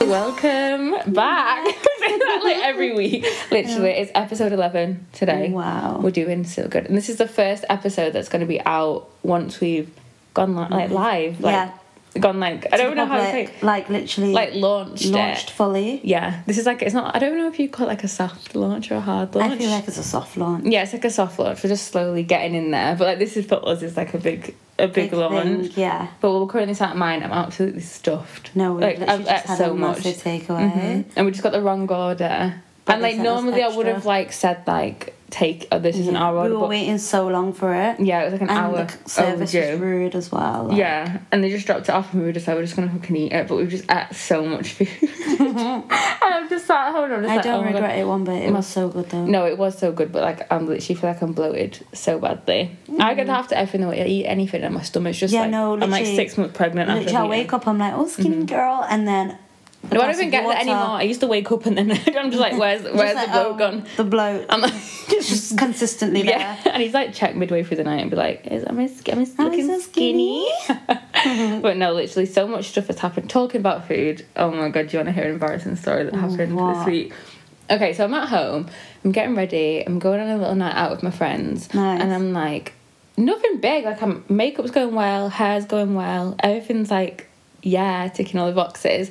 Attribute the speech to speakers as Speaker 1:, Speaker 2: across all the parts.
Speaker 1: Welcome back. like every week, literally, it's episode eleven today.
Speaker 2: Wow.
Speaker 1: we're doing so good, and this is the first episode that's going to be out once we've gone li- like live, like gone like I don't know how to say, it.
Speaker 2: Like literally,
Speaker 1: like launched,
Speaker 2: launched
Speaker 1: it.
Speaker 2: fully.
Speaker 1: Yeah, this is like it's not. I don't know if you call it like a soft launch or a hard launch.
Speaker 2: I feel like it's a soft launch.
Speaker 1: yeah, it's like a soft launch. We're just slowly getting in there, but like this is for us. It's like a big, a big,
Speaker 2: thing,
Speaker 1: launch.
Speaker 2: yeah.
Speaker 1: But we're currently sat at mine. I'm absolutely stuffed.
Speaker 2: No, we
Speaker 1: like
Speaker 2: have
Speaker 1: I've
Speaker 2: literally just
Speaker 1: ate
Speaker 2: had
Speaker 1: so
Speaker 2: a
Speaker 1: much.
Speaker 2: massive takeaway.
Speaker 1: Mhm. And we just got the wrong order.
Speaker 2: Mm-hmm. But
Speaker 1: and
Speaker 2: they
Speaker 1: like
Speaker 2: sent us
Speaker 1: normally I would have
Speaker 2: extra.
Speaker 1: like said like take oh this isn't our
Speaker 2: we
Speaker 1: order.
Speaker 2: were
Speaker 1: but
Speaker 2: waiting so long for it.
Speaker 1: yeah, it was like an
Speaker 2: and
Speaker 1: hour
Speaker 2: the service was
Speaker 1: overdue.
Speaker 2: rude as well. like-
Speaker 1: Yeah, and they just dropped it off, and we were just like, we're just gonna fucking eat it, but we just ate so much food. and I'm just sat at home. and I'm just
Speaker 2: I
Speaker 1: like, oh
Speaker 2: don't
Speaker 1: my God.
Speaker 2: regret it one bit. It was so good though.
Speaker 1: No, it was so good, but like I'm literally feel like I'm bloated so badly. I get after everything. I eat anything, and my stomach's just
Speaker 2: Mm-hmm. Yeah,
Speaker 1: like
Speaker 2: no,
Speaker 1: I'm like
Speaker 2: literally-
Speaker 1: six months pregnant. After
Speaker 2: Literally, I
Speaker 1: eating.
Speaker 2: wake up, I'm like, oh, skinny girl, and then. a
Speaker 1: No, I
Speaker 2: glass
Speaker 1: don't even
Speaker 2: of
Speaker 1: get
Speaker 2: water,
Speaker 1: that anymore. I used to wake up and then I'm just like, where's
Speaker 2: just
Speaker 1: where's
Speaker 2: like,
Speaker 1: the bloat
Speaker 2: oh,
Speaker 1: gone?
Speaker 2: The bloat.
Speaker 1: I'm like,
Speaker 2: just consistently there.
Speaker 1: yeah. And he's like check midway through the night and be like, is am I, sk- am I
Speaker 2: I
Speaker 1: looking
Speaker 2: so
Speaker 1: skinny? but no, literally so much stuff has happened. Talking about food. Oh my god, do you want to hear an embarrassing story that happened this
Speaker 2: what?
Speaker 1: week? Okay, so I'm at home. I'm getting ready. I'm going on a little night out with my friends,
Speaker 2: Nice.
Speaker 1: and I'm like, nothing big. Like, I'm makeup's going well, hair's going well, everything's like, yeah, ticking all the boxes.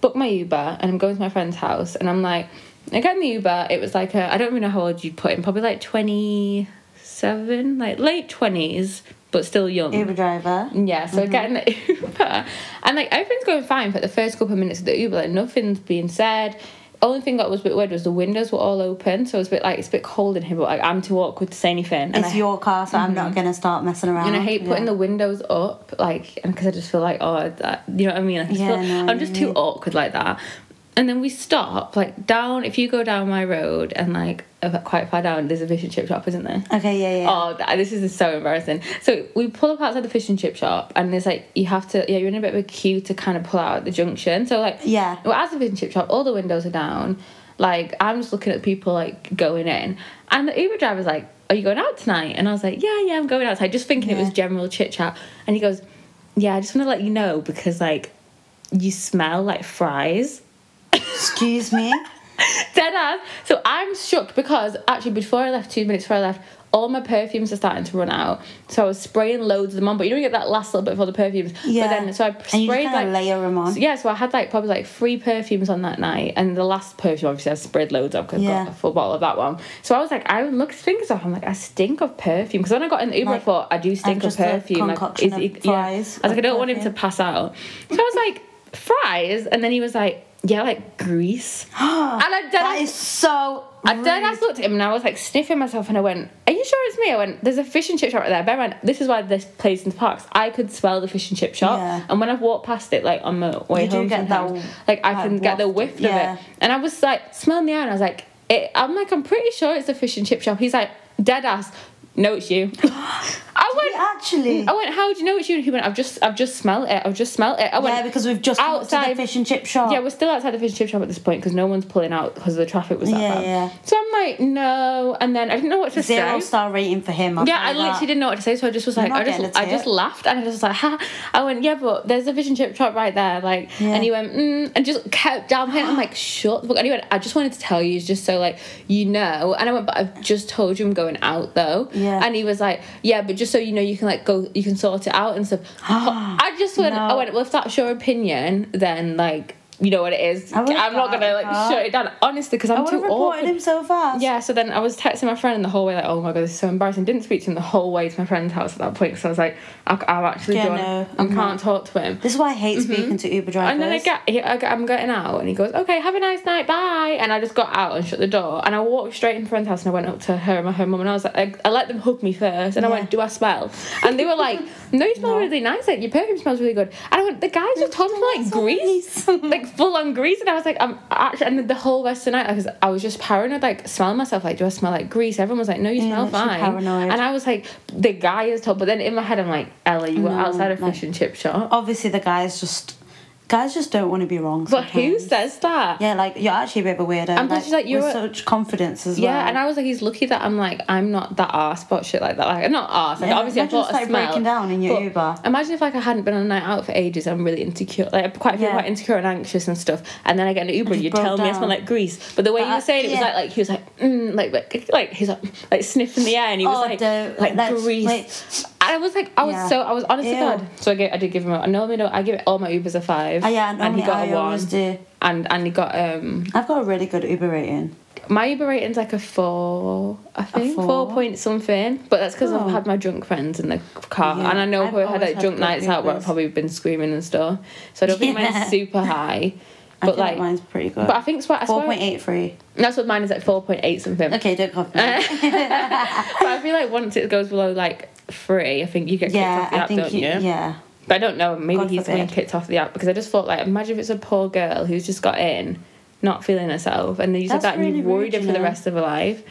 Speaker 1: Book my Uber, and I'm going to my friend's house, and I'm like, I get in the Uber. It was like a, I don't even know how old you'd put in, probably like twenty seven, like late twenties, but still young.
Speaker 2: Uber driver.
Speaker 1: Yeah, so I get in the Uber and like everything's going fine for the first couple of minutes of the Uber, like nothing's being said. Only thing that was a bit weird was the windows were all open, so it was a bit like it's a bit cold in here, but like I'm too awkward to say anything. And
Speaker 2: It's
Speaker 1: I,
Speaker 2: your car, so I'm not gonna start messing around.
Speaker 1: and I Mm-hmm. hate putting the windows up, like, and because I just feel like, oh, that, you know what I mean? Like, I just
Speaker 2: Yeah,
Speaker 1: feel-
Speaker 2: no,
Speaker 1: I'm just too awkward like that. And then we stop, like, down, if you go down my road and like uh, quite far down, there's a fish and chip shop, isn't there?
Speaker 2: the. Okay, yeah, yeah.
Speaker 1: Oh, th- this is so embarrassing. So we pull up outside the fish and chip shop, and there's like you have to, yeah, you're in a bit of a queue to kind of pull out at the junction. So like,
Speaker 2: Yeah.
Speaker 1: we're at the fish and chip shop. All the windows are down. Like I'm just looking at people like going in, and the Uber driver's like, "Are you going out tonight?" And I was like, "Yeah, yeah, I'm going outside." Just thinking it was
Speaker 2: Yeah.
Speaker 1: general chit chat, and he goes, "Yeah, I just want to let you know because like you smell like fries."
Speaker 2: Excuse me.
Speaker 1: Dead ass. So I'm shocked because actually before I left, two minutes before I left, all my perfumes are starting to run out. So I was spraying loads of them on, but you don't get that last little bit for the perfumes.
Speaker 2: Yeah.
Speaker 1: But then so I
Speaker 2: And you
Speaker 1: sprayed
Speaker 2: just
Speaker 1: like
Speaker 2: kind of layer them on.
Speaker 1: so, yeah, so I had like probably like three perfumes on that night, and the last perfume obviously I sprayed loads of because I
Speaker 2: Yeah.
Speaker 1: got a full bottle of that one. So I was like, I looked fingers off. I'm like, I stink of perfume because when I got in the Uber, I
Speaker 2: Like,
Speaker 1: thought I do stink of
Speaker 2: just a
Speaker 1: perfume. Like,
Speaker 2: concoction
Speaker 1: is
Speaker 2: of
Speaker 1: it, yeah. I was
Speaker 2: fries
Speaker 1: like, I
Speaker 2: of
Speaker 1: don't want him to
Speaker 2: perfume.
Speaker 1: pass out. So I was like, fries, and then he was like, yeah, like grease. and I did.
Speaker 2: That is so.
Speaker 1: I then I
Speaker 2: rude.
Speaker 1: looked at him and I was like sniffing myself and I went, Are you sure it's me? I went, There's a fish and chip shop right there. Bear in mind, this is why this plays in the parks. I could smell the fish and chip shop.
Speaker 2: Yeah.
Speaker 1: And when I've walked past it, like on the way
Speaker 2: You do
Speaker 1: home,
Speaker 2: get that
Speaker 1: sometimes, like I
Speaker 2: like,
Speaker 1: can get the
Speaker 2: waft,
Speaker 1: whiff
Speaker 2: yeah.
Speaker 1: of it. And I was like smelling the air and I was like, it, I'm like, I'm pretty sure it's a fish and chip shop. He's like, Dead ass, no, it's you. I went,
Speaker 2: Yeah, actually.
Speaker 1: I went, How do you know it's you? And he went, I've just, I've just smelled it. I've just smelled it. I went,
Speaker 2: yeah, because we've just outside
Speaker 1: outside-
Speaker 2: the fish and chip shop.
Speaker 1: yeah, we're still outside the fish and chip shop at this point because no one's pulling out because the traffic was that
Speaker 2: Yeah,
Speaker 1: bad.
Speaker 2: yeah.
Speaker 1: So I'm like, no, and then I didn't know what to
Speaker 2: Zero
Speaker 1: say.
Speaker 2: star rating for him. I'll
Speaker 1: Yeah,
Speaker 2: tell
Speaker 1: I
Speaker 2: you
Speaker 1: literally
Speaker 2: that.
Speaker 1: didn't know what to say, so I just was like,
Speaker 2: not
Speaker 1: I just,
Speaker 2: getting a
Speaker 1: I just
Speaker 2: tip.
Speaker 1: laughed, and I was just like, ha! I went, yeah, but there's a fish and chip shop right there, like,
Speaker 2: Yeah.
Speaker 1: and he went, mm, and just kept downplaying. I'm like, shut the fuck. And he went, I just wanted to tell you, just so like you know. And I went, but I've just told you I'm going out though.
Speaker 2: Yeah.
Speaker 1: And he was like, yeah, but just so you know, you can like go, you can sort it out and stuff. I just went, I
Speaker 2: No.
Speaker 1: went, well, if that's your opinion, then like. You know what it is.
Speaker 2: I
Speaker 1: I'm
Speaker 2: would've
Speaker 1: not
Speaker 2: got out
Speaker 1: gonna
Speaker 2: of
Speaker 1: like
Speaker 2: the car.
Speaker 1: shut it down. Honestly, because
Speaker 2: I
Speaker 1: I'm
Speaker 2: would
Speaker 1: too
Speaker 2: have reported
Speaker 1: awkward.
Speaker 2: him so fast.
Speaker 1: Yeah, so then I was texting my friend in the hallway, like, oh my god, this is so embarrassing. Didn't speak to him the whole way to my friend's house at that point, because I was like, I, I'm actually
Speaker 2: Yeah,
Speaker 1: done.
Speaker 2: no,
Speaker 1: I
Speaker 2: I'm
Speaker 1: can't
Speaker 2: not.
Speaker 1: talk to him.
Speaker 2: This is why I hate speaking to Uber drivers.
Speaker 1: And then Mm-hmm. I get, he, I get, I'm getting out, and he goes, okay, have a nice night, bye. And I just got out and shut the door, and I walked straight in friend's house, and I went up to her and my her mum, and I was like, I, I let them hug me first, and I
Speaker 2: Yeah.
Speaker 1: went, do I smell? And they were like, no, you smell
Speaker 2: No.
Speaker 1: really nice, like your perfume smells really good. And I went, the guys just told me like
Speaker 2: smells
Speaker 1: grease, like full on grease, and I was like, I'm actually, and the whole rest of the night, I was, I was just paranoid, like smelling myself, like do I smell like grease? Everyone was like, no, you
Speaker 2: Yeah,
Speaker 1: smell
Speaker 2: literally
Speaker 1: fine.
Speaker 2: paranoid.
Speaker 1: And I was like, the guy is told, but then in my head, I'm like, Ella, you were
Speaker 2: No, Oh,
Speaker 1: outside a
Speaker 2: no.
Speaker 1: fish and chip shop.
Speaker 2: Obviously, the guy's just Guys just don't want to be wrong.
Speaker 1: But who
Speaker 2: sometimes.
Speaker 1: says that?
Speaker 2: Yeah, like you're actually a bit of a weirdo.
Speaker 1: And plus
Speaker 2: like,
Speaker 1: she's like, you're
Speaker 2: with
Speaker 1: a-
Speaker 2: such confidence as
Speaker 1: Yeah,
Speaker 2: well.
Speaker 1: and I was like, he's lucky that I'm like, I'm not that arse about shit like that. Like, I'm not arse. Like,
Speaker 2: Yeah,
Speaker 1: obviously, I
Speaker 2: imagine
Speaker 1: thought
Speaker 2: just,
Speaker 1: I
Speaker 2: like,
Speaker 1: smelled.
Speaker 2: breaking down in your
Speaker 1: but
Speaker 2: Uber.
Speaker 1: Imagine if like I hadn't been on a night out for ages. I'm really insecure. Like, I quite feel
Speaker 2: Yeah.
Speaker 1: quite insecure and anxious and stuff. And then I get an Uber and
Speaker 2: just
Speaker 1: you
Speaker 2: broke
Speaker 1: tell me I smell
Speaker 2: down.
Speaker 1: like grease. But the way you
Speaker 2: But
Speaker 1: were saying it was
Speaker 2: yeah.
Speaker 1: like, like he was like, mm, like, like, like he was like, like sniffing the air and he was
Speaker 2: Oh,
Speaker 1: like,
Speaker 2: don't-
Speaker 1: like
Speaker 2: let's-
Speaker 1: grease.
Speaker 2: like-
Speaker 1: I was like, I was
Speaker 2: Yeah.
Speaker 1: so, I was honest to
Speaker 2: Ew.
Speaker 1: God. So I gave, I did give him. A, I normally don't. I give it all my Ubers a five.
Speaker 2: Oh, yeah, and
Speaker 1: and he
Speaker 2: normally
Speaker 1: got a
Speaker 2: I always
Speaker 1: one.
Speaker 2: do.
Speaker 1: And and he got um
Speaker 2: I've got a really good Uber rating.
Speaker 1: my Uber rating's like a four, I think
Speaker 2: four?
Speaker 1: four, point something. But that's because
Speaker 2: Oh.
Speaker 1: I've had my drunk friends in the car,
Speaker 2: Yeah,
Speaker 1: and I know
Speaker 2: I've
Speaker 1: I've had
Speaker 2: always
Speaker 1: like
Speaker 2: had
Speaker 1: drunk
Speaker 2: good
Speaker 1: nights out where
Speaker 2: Ubers.
Speaker 1: I've probably been screaming and stuff. So I don't think
Speaker 2: Yeah.
Speaker 1: mine's super high,
Speaker 2: I
Speaker 1: but
Speaker 2: feel like,
Speaker 1: like,
Speaker 2: mine's pretty good.
Speaker 1: but I think it's what I
Speaker 2: four
Speaker 1: swear,
Speaker 2: point eight three.
Speaker 1: that's what mine is like four point eight something.
Speaker 2: Okay, don't cough. me.
Speaker 1: but I feel like once it goes below like three, I think you get kicked
Speaker 2: yeah,
Speaker 1: off the
Speaker 2: I
Speaker 1: app,
Speaker 2: think
Speaker 1: don't
Speaker 2: you,
Speaker 1: you?
Speaker 2: yeah.
Speaker 1: But I don't know. Maybe
Speaker 2: God
Speaker 1: he's been
Speaker 2: forbid.
Speaker 1: kicked off the app because I just thought like, imagine if it's a poor girl who's just got in, not feeling herself, and then you said
Speaker 2: That's
Speaker 1: that and
Speaker 2: really
Speaker 1: you worried
Speaker 2: rude,
Speaker 1: her
Speaker 2: you
Speaker 1: for the
Speaker 2: know.
Speaker 1: rest of her life.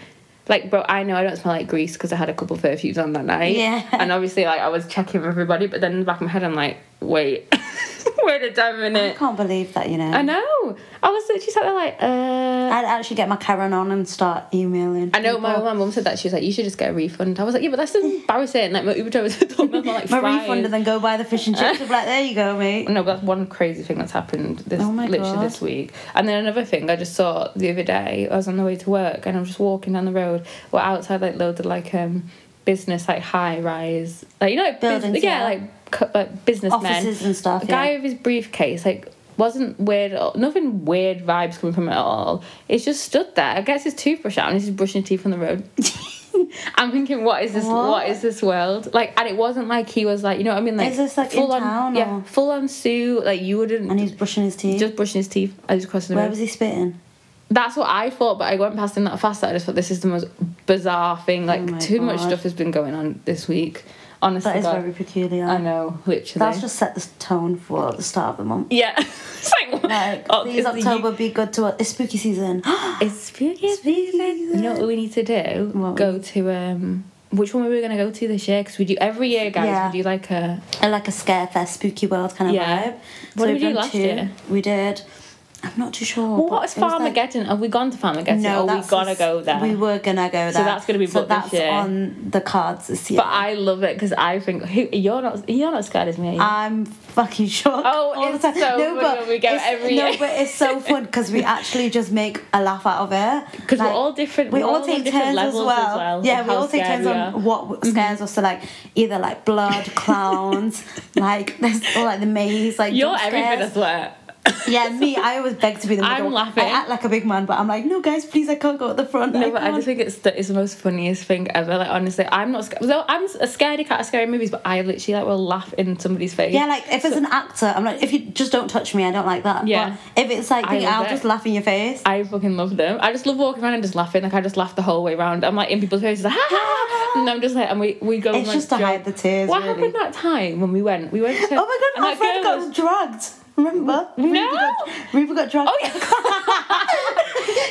Speaker 1: Like, bro, I know I don't smell like grease because I had a couple perfumes on that night.
Speaker 2: Yeah.
Speaker 1: And obviously, like, I was checking with everybody, but then in the back of my head, I'm like, wait, wait a damn
Speaker 2: I
Speaker 1: minute.
Speaker 2: can't believe that, you know.
Speaker 1: I know. I was literally sat there like, uh.
Speaker 2: I'd actually get my Karen on and start emailing.
Speaker 1: I know my,
Speaker 2: people.
Speaker 1: my mum said that she was like, you should just get a refund. I was like, yeah, but that's embarrassing. Like my Uber driver said, "Don't know, like
Speaker 2: My
Speaker 1: fries."
Speaker 2: refund and then go buy the fish and chips. I'd be like, there you go, mate.
Speaker 1: No, but that's one crazy thing that's happened this
Speaker 2: Oh my
Speaker 1: literally
Speaker 2: God.
Speaker 1: this week. And then another thing I just saw the other day. I was on the way to work and I'm just walking down the road. We're outside like loads of like um business like high rise like you know like, bus-
Speaker 2: Buildings,
Speaker 1: yeah,
Speaker 2: yeah.
Speaker 1: like cu- like businessmen
Speaker 2: Offices and stuff,
Speaker 1: A guy
Speaker 2: yeah.
Speaker 1: with his briefcase like. Wasn't weird, at all- nothing weird vibes coming from it at all. It's just stood there. I guess his toothbrush out and he's just brushing teeth on the road. I'm thinking, what is this? what
Speaker 2: What?
Speaker 1: is this world like? And it wasn't like he was like, you know what I mean? Like
Speaker 2: Is this, like, in
Speaker 1: full on,
Speaker 2: town
Speaker 1: yeah,
Speaker 2: or-
Speaker 1: full on suit. Like you wouldn't.
Speaker 2: And he's brushing his teeth.
Speaker 1: just brushing his teeth as he's crossing the
Speaker 2: Where
Speaker 1: road.
Speaker 2: was he spitting?
Speaker 1: That's what I thought, but I went past him that fast that I just thought this is the most bizarre thing. Like
Speaker 2: Oh my
Speaker 1: too much
Speaker 2: God.
Speaker 1: stuff has been going on this week. Honestly,
Speaker 2: That is very peculiar.
Speaker 1: I know, literally.
Speaker 2: That's just set the tone for the start of the month.
Speaker 1: yeah. it's like,
Speaker 2: Like,
Speaker 1: oh, it's
Speaker 2: please
Speaker 1: the-
Speaker 2: October be good to us. It's spooky season.
Speaker 1: It's spooky.
Speaker 2: Spooky
Speaker 1: season. You know what we need to do?
Speaker 2: What?
Speaker 1: Go to um. Which one were we gonna go to this year? Because we do every year, guys.
Speaker 2: Yeah.
Speaker 1: We do like a
Speaker 2: and like a scare fest, spooky world kind of
Speaker 1: Yeah.
Speaker 2: vibe.
Speaker 1: What did we
Speaker 2: we've
Speaker 1: do
Speaker 2: done
Speaker 1: last year?
Speaker 2: We did. I'm not too sure.
Speaker 1: Well,
Speaker 2: but
Speaker 1: what is
Speaker 2: it was like-
Speaker 1: Farmageddon? Have we gone to Farmageddon?
Speaker 2: No,
Speaker 1: or are Oh, we
Speaker 2: that's
Speaker 1: gonna
Speaker 2: just-
Speaker 1: go there?
Speaker 2: We were gonna go there.
Speaker 1: So that's gonna be
Speaker 2: so
Speaker 1: booked this
Speaker 2: that's
Speaker 1: year.
Speaker 2: on the cards this year.
Speaker 1: But I love it because I think who, you're not you're not scared as me.
Speaker 2: I'm fucking shocked.
Speaker 1: Oh,
Speaker 2: all the
Speaker 1: it's
Speaker 2: time.
Speaker 1: so good when we go
Speaker 2: it's-
Speaker 1: every
Speaker 2: no,
Speaker 1: year.
Speaker 2: but it's so fun because we actually just make a laugh out of it.
Speaker 1: Because we're all different.
Speaker 2: We
Speaker 1: we're
Speaker 2: all
Speaker 1: on
Speaker 2: take
Speaker 1: different
Speaker 2: turns as
Speaker 1: levels
Speaker 2: well.
Speaker 1: of Mm-hmm.
Speaker 2: Yeah, we
Speaker 1: how
Speaker 2: all take
Speaker 1: scared
Speaker 2: turns
Speaker 1: we
Speaker 2: on
Speaker 1: are.
Speaker 2: what w- scares us. So like either like blood, clowns, like there's or like the maze, like
Speaker 1: You're
Speaker 2: jump
Speaker 1: everything, I
Speaker 2: scares.
Speaker 1: swear.
Speaker 2: Yeah, me. I always beg to be the
Speaker 1: I'm
Speaker 2: middle.
Speaker 1: laughing.
Speaker 2: I act like a big man, but I'm like, no, guys, please, I can't go at the front.
Speaker 1: No, but I
Speaker 2: can't."
Speaker 1: just think it's the, it's the most funniest thing ever. Like honestly, I'm not scared. Though I'm a scaredy cat of scary movies, but I literally like will laugh in somebody's face.
Speaker 2: Yeah, like if it's an actor, I'm like, if you just don't touch me, I don't like that.
Speaker 1: Yeah.
Speaker 2: But if it's like,
Speaker 1: I love
Speaker 2: I'll
Speaker 1: it.
Speaker 2: just laugh in your face.
Speaker 1: I fucking love them. I just love walking around and just laughing. Like I just laugh the whole way round. I'm like in people's faces, like, ha, ha, ha. and I'm just like, and we we go.
Speaker 2: It's
Speaker 1: and, like,
Speaker 2: just to
Speaker 1: joke.
Speaker 2: hide the tears,
Speaker 1: What
Speaker 2: really.
Speaker 1: happened that time when we went? We went. To,
Speaker 2: Oh my god,
Speaker 1: and
Speaker 2: my
Speaker 1: that
Speaker 2: friend
Speaker 1: girl
Speaker 2: got
Speaker 1: was-
Speaker 2: drugged. Remember?
Speaker 1: No.
Speaker 2: Reba got, Reba got drugged.
Speaker 1: Oh yeah.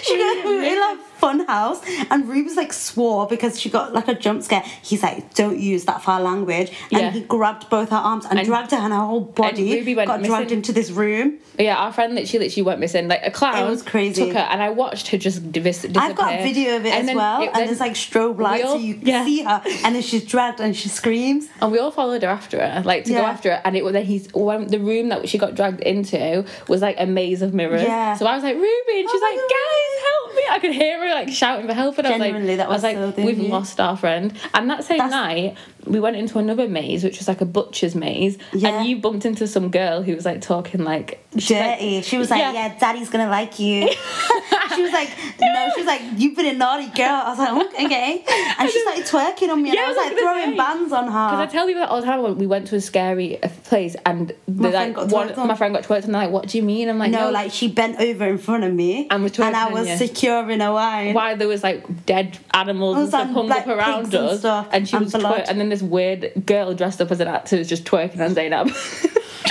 Speaker 2: she got in like fun house and Reba's like swore because she got like a jump scare. He's like, Don't use that foul language. And
Speaker 1: Yeah.
Speaker 2: he grabbed both her arms and,
Speaker 1: And-
Speaker 2: dragged her and her whole body
Speaker 1: Ruby went
Speaker 2: got dragged
Speaker 1: missing.
Speaker 2: into this room.
Speaker 1: Yeah, our friend literally literally went missing. Like a clown
Speaker 2: It was crazy.
Speaker 1: took her, and I watched her just dis- disappear.
Speaker 2: I've got a video of it
Speaker 1: And
Speaker 2: as
Speaker 1: then
Speaker 2: well,
Speaker 1: it-
Speaker 2: and
Speaker 1: then-
Speaker 2: it's like strobe lights,
Speaker 1: all-
Speaker 2: so you
Speaker 1: yeah.
Speaker 2: see her, and then she's dragged and she screams.
Speaker 1: and we all followed her after her, like to go
Speaker 2: Yeah.
Speaker 1: after her. And it was then he's when the room that she got dragged into was like a maze of mirrors.
Speaker 2: Yeah. Oh
Speaker 1: So I was like, Ruby, and she's
Speaker 2: my
Speaker 1: like, guys, help me! I could hear her like shouting for help, and I was
Speaker 2: Genuinely,
Speaker 1: like,
Speaker 2: that was
Speaker 1: I was
Speaker 2: so
Speaker 1: like,
Speaker 2: thin
Speaker 1: we've
Speaker 2: you."
Speaker 1: lost our friend. And that same
Speaker 2: That's-
Speaker 1: night, we went into another maze, which was like a butcher's maze,
Speaker 2: Yeah.
Speaker 1: and you bumped into some girl who was like talking like she's like-
Speaker 2: dirty. she was like,
Speaker 1: Yeah.
Speaker 2: yeah. daddy's gonna like you." she was like, "No," she was like, "You've been a naughty girl." I was like, "Oh, "Okay," and she started twerking on me, and
Speaker 1: Yeah,
Speaker 2: I
Speaker 1: I was
Speaker 2: was like
Speaker 1: gonna
Speaker 2: throwing
Speaker 1: say.
Speaker 2: bands on
Speaker 1: Because I
Speaker 2: her.
Speaker 1: tell people that all the time when we went to a scary uh, place and the,
Speaker 2: My friend
Speaker 1: like
Speaker 2: got
Speaker 1: one,
Speaker 2: twerked on.
Speaker 1: my friend got twerked and they're like, "What do you mean?" I'm like,
Speaker 2: no,
Speaker 1: "No, like
Speaker 2: like she bent over in front of me,
Speaker 1: And was twerking
Speaker 2: I
Speaker 1: on
Speaker 2: was
Speaker 1: you.
Speaker 2: securing her wine.
Speaker 1: why there was like dead animals and
Speaker 2: was
Speaker 1: stuff
Speaker 2: on,
Speaker 1: hung
Speaker 2: like,
Speaker 1: up around
Speaker 2: pigs and
Speaker 1: us,
Speaker 2: stuff
Speaker 1: and she
Speaker 2: and
Speaker 1: was
Speaker 2: blood.
Speaker 1: twer- and then this weird girl dressed up as an actor was just twerking on Zainab.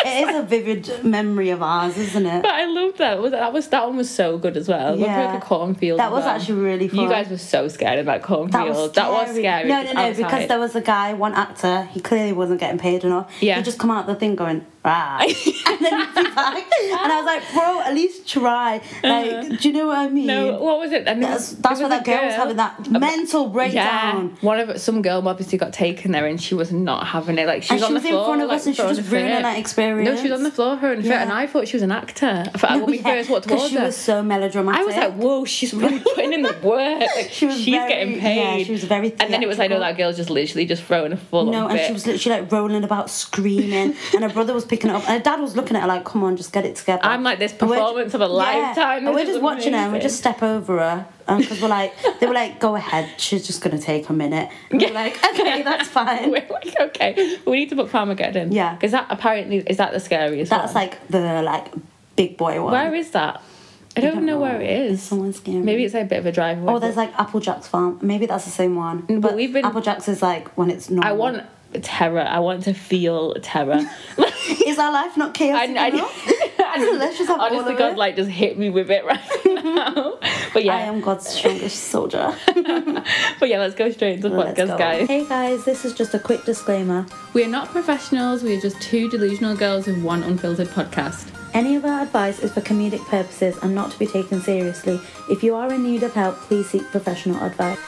Speaker 2: It is a vivid memory of ours, isn't it?
Speaker 1: but I loved that. Was that was that one was so good as well. Went through,
Speaker 2: Yeah.
Speaker 1: like a cornfield.
Speaker 2: That
Speaker 1: as
Speaker 2: was
Speaker 1: well.
Speaker 2: actually really fun.
Speaker 1: You guys were so scared in that cornfield.
Speaker 2: That was, scary.
Speaker 1: scary.
Speaker 2: No, no,
Speaker 1: just
Speaker 2: no, because
Speaker 1: outside.
Speaker 2: there was a guy, one actor, he clearly wasn't getting paid enough.
Speaker 1: Yeah.
Speaker 2: He'd just come out the thing going, try. and then you'd be back. And I was like, bro, at least try. Like, do you know what I mean?
Speaker 1: Uh-huh. No, what was it? And there
Speaker 2: That's,
Speaker 1: was-
Speaker 2: that's
Speaker 1: there
Speaker 2: where
Speaker 1: was
Speaker 2: that
Speaker 1: a
Speaker 2: girl was having that mental breakdown.
Speaker 1: Yeah, one of some girl obviously got taken there, and she was not having it. Like she
Speaker 2: And
Speaker 1: was
Speaker 2: she
Speaker 1: on
Speaker 2: was
Speaker 1: the
Speaker 2: in
Speaker 1: floor,
Speaker 2: front of
Speaker 1: like,
Speaker 2: us and she
Speaker 1: throwing
Speaker 2: was
Speaker 1: a fit.
Speaker 2: ruining that experience.
Speaker 1: No, she was on the floor throwing a fit,
Speaker 2: Yeah.
Speaker 1: and I thought she was an actor. I thought I wouldn't be curious what
Speaker 2: because
Speaker 1: towards
Speaker 2: she
Speaker 1: her.
Speaker 2: was so melodramatic.
Speaker 1: I was like, whoa, she's really putting in the work. Like,
Speaker 2: She was
Speaker 1: she's
Speaker 2: very-
Speaker 1: getting
Speaker 2: yeah,
Speaker 1: paid.
Speaker 2: she was very
Speaker 1: And then it was like, no,
Speaker 2: theatrical.
Speaker 1: that girl's just literally just throwing a full
Speaker 2: no,
Speaker 1: on
Speaker 2: and
Speaker 1: fit.
Speaker 2: she was literally like rolling about screaming, and her brother was picking it up, and her dad was looking at her like, "Come on, just get it together."
Speaker 1: I'm like, this
Speaker 2: And we're ju-
Speaker 1: performance of a lifetime,
Speaker 2: And
Speaker 1: this
Speaker 2: we're
Speaker 1: is
Speaker 2: just watching her, and we
Speaker 1: amazing.
Speaker 2: just step over her because we're like, they were like, "Go ahead, she's just gonna take a minute." And
Speaker 1: Yeah.
Speaker 2: We're like, "Okay, that's fine."
Speaker 1: We're like, okay, we need to book Farmageddon.
Speaker 2: Yeah.
Speaker 1: Because that apparently is that the scariest
Speaker 2: That's
Speaker 1: one?
Speaker 2: like the like big boy one.
Speaker 1: Where is that? I don't,
Speaker 2: don't
Speaker 1: know,
Speaker 2: know.
Speaker 1: where it is.
Speaker 2: It's somewhere scary.
Speaker 1: Maybe it's a bit of a drive away.
Speaker 2: Oh, there's like Applejack's farm. Maybe that's the same one.
Speaker 1: but
Speaker 2: But,
Speaker 1: we've been-
Speaker 2: Applejack's is like when it's normal.
Speaker 1: I want terror. I want to feel terror.
Speaker 2: Is our life not chaotic
Speaker 1: I- I-
Speaker 2: enough?
Speaker 1: And
Speaker 2: Let's just have all
Speaker 1: honestly,
Speaker 2: of
Speaker 1: God,
Speaker 2: it.
Speaker 1: like, just hit me with it right now. But
Speaker 2: I
Speaker 1: yeah,
Speaker 2: am God's strongest soldier.
Speaker 1: but yeah, let's go straight into the
Speaker 2: Let's
Speaker 1: podcast,
Speaker 2: go.
Speaker 1: guys.
Speaker 2: Hey guys, this is just a quick disclaimer.
Speaker 1: We are not professionals. We are just two delusional girls with one unfiltered podcast.
Speaker 2: Any of our advice is for comedic purposes and not to be taken seriously. If you are in need of help, please seek professional advice.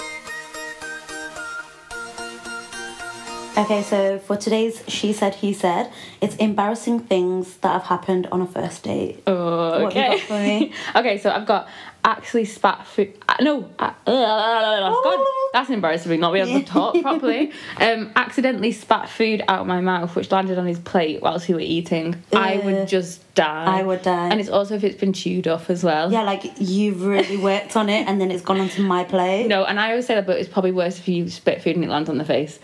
Speaker 2: Okay, so for today's She Said, He Said, it's embarrassing things that have happened on a first date.
Speaker 1: Oh,
Speaker 2: What have you
Speaker 1: okay.
Speaker 2: got for me?
Speaker 1: okay, so I've got actually spat food. Uh, no, uh,
Speaker 2: Oh.
Speaker 1: God, that's embarrassing. me Not being able to talk properly. Um, accidentally spat food out my mouth, which landed on his plate whilst we were eating. I
Speaker 2: Ugh.
Speaker 1: would just die.
Speaker 2: I would die.
Speaker 1: And it's also if it's been chewed off as well.
Speaker 2: Yeah, like you've really worked on it and then it's gone onto my plate.
Speaker 1: No, and I always say that, but it's probably worse if you spit food and it lands on the face.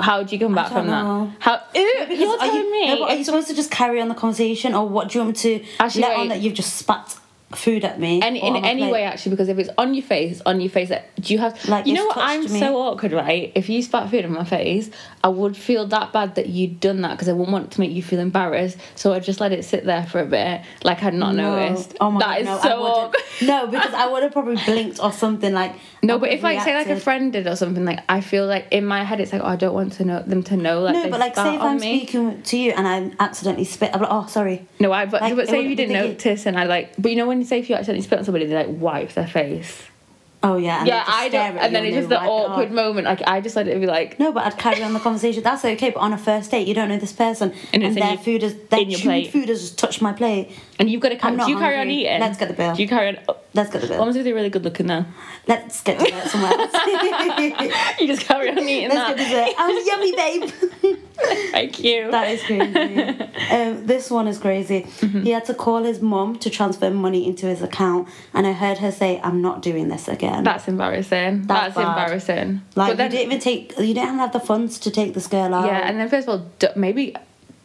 Speaker 1: How do you come back
Speaker 2: don't
Speaker 1: from
Speaker 2: know.
Speaker 1: that? How? Ew,
Speaker 2: Because
Speaker 1: you're
Speaker 2: are
Speaker 1: telling
Speaker 2: you,
Speaker 1: me.
Speaker 2: No, but are
Speaker 1: if
Speaker 2: you supposed to just carry on the conversation, or what do you want me to
Speaker 1: Actually,
Speaker 2: let
Speaker 1: wait.
Speaker 2: on that you've just spat food at me?
Speaker 1: any
Speaker 2: or
Speaker 1: in
Speaker 2: on my
Speaker 1: any
Speaker 2: plate?
Speaker 1: way actually because if it's on your face it's on your face Like, do you have
Speaker 2: Like,
Speaker 1: you know
Speaker 2: it's
Speaker 1: what
Speaker 2: touched
Speaker 1: i'm
Speaker 2: me.
Speaker 1: so awkward right if you spat food in my face i would feel that bad that you'd done that because i wouldn't want to make you feel embarrassed so i just let it sit there for a bit like i'd not
Speaker 2: No.
Speaker 1: noticed
Speaker 2: Oh my
Speaker 1: That
Speaker 2: god,
Speaker 1: is
Speaker 2: no, I
Speaker 1: so
Speaker 2: wouldn't.
Speaker 1: awkward
Speaker 2: No, because I would have probably blinked or something like. I
Speaker 1: no, but
Speaker 2: would've
Speaker 1: if like say like a
Speaker 2: reacted.
Speaker 1: friend did or something, like I feel like in my head it's like oh, I don't want to know them to know like
Speaker 2: No,
Speaker 1: they
Speaker 2: but like
Speaker 1: spat
Speaker 2: say if
Speaker 1: on
Speaker 2: I'm
Speaker 1: me.
Speaker 2: speaking to you and I accidentally spit, I'm like, oh sorry.
Speaker 1: no, I but,
Speaker 2: like,
Speaker 1: but
Speaker 2: it
Speaker 1: say you
Speaker 2: wouldn't be
Speaker 1: didn't
Speaker 2: thinking-
Speaker 1: notice and I like, but you know when you say if you accidentally spit on somebody, they like wipe their face.
Speaker 2: Oh yeah. And they
Speaker 1: yeah,
Speaker 2: just
Speaker 1: I
Speaker 2: stare
Speaker 1: don't,
Speaker 2: at
Speaker 1: and
Speaker 2: you
Speaker 1: then it's
Speaker 2: they
Speaker 1: just the
Speaker 2: wipe it off.
Speaker 1: awkward moment. Like I just let it be like,
Speaker 2: "Oh." No, but I'd carry on the conversation. That's okay. But on a first date, you don't know this person,
Speaker 1: And
Speaker 2: and,
Speaker 1: it's in
Speaker 2: their
Speaker 1: your-
Speaker 2: food is their
Speaker 1: in your
Speaker 2: chewed
Speaker 1: plate.
Speaker 2: food has just touched my plate.
Speaker 1: And you've got to carry,
Speaker 2: I'm not
Speaker 1: do you carry on
Speaker 2: hungry.
Speaker 1: eating?
Speaker 2: Let's get the bill.
Speaker 1: Do you carry on? Oh,
Speaker 2: Let's get the bill.
Speaker 1: Honestly, they're really good looking now.
Speaker 2: Let's get to that somewhere else.
Speaker 1: You just carry on eating
Speaker 2: Let's
Speaker 1: that.
Speaker 2: get dessert. Oh, yummy, babe.
Speaker 1: Thank you.
Speaker 2: That is crazy. um, this one is crazy.
Speaker 1: Mm-hmm.
Speaker 2: He had to call his mum to transfer money into his account, and I heard her say, "I'm not doing this again."
Speaker 1: That's embarrassing. That's,
Speaker 2: That's bad.
Speaker 1: embarrassing.
Speaker 2: like
Speaker 1: but then,
Speaker 2: you didn't even take. You didn't have the funds to take this girl out.
Speaker 1: yeah, and then first of all, d- maybe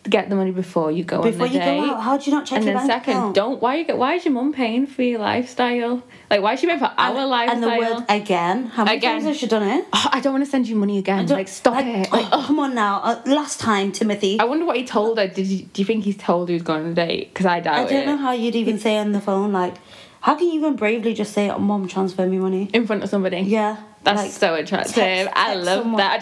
Speaker 1: get the money before you go
Speaker 2: before
Speaker 1: on
Speaker 2: you
Speaker 1: the date.
Speaker 2: go out, how do you not check
Speaker 1: and
Speaker 2: your
Speaker 1: then
Speaker 2: bank
Speaker 1: second,
Speaker 2: account?
Speaker 1: don't why you get why is your mum paying for your lifestyle? Like why is she paying for our
Speaker 2: and the
Speaker 1: lifestyle?
Speaker 2: word again. How many
Speaker 1: Again.
Speaker 2: times has she done it?
Speaker 1: Oh, I don't want to send you money again. Like stop it. Like,
Speaker 2: oh, come on now. Uh, last time, Timothy.
Speaker 1: I wonder what he told her. Did you, do you think he's told her he's going on a date? Because I doubt
Speaker 2: I don't
Speaker 1: it.
Speaker 2: know how you'd even say on the phone, like, how can you even bravely just say, oh, mom, transfer me money?
Speaker 1: In front of somebody.
Speaker 2: Yeah.
Speaker 1: That's
Speaker 2: like,
Speaker 1: so attractive.
Speaker 2: text-
Speaker 1: I
Speaker 2: text
Speaker 1: love
Speaker 2: someone.
Speaker 1: that.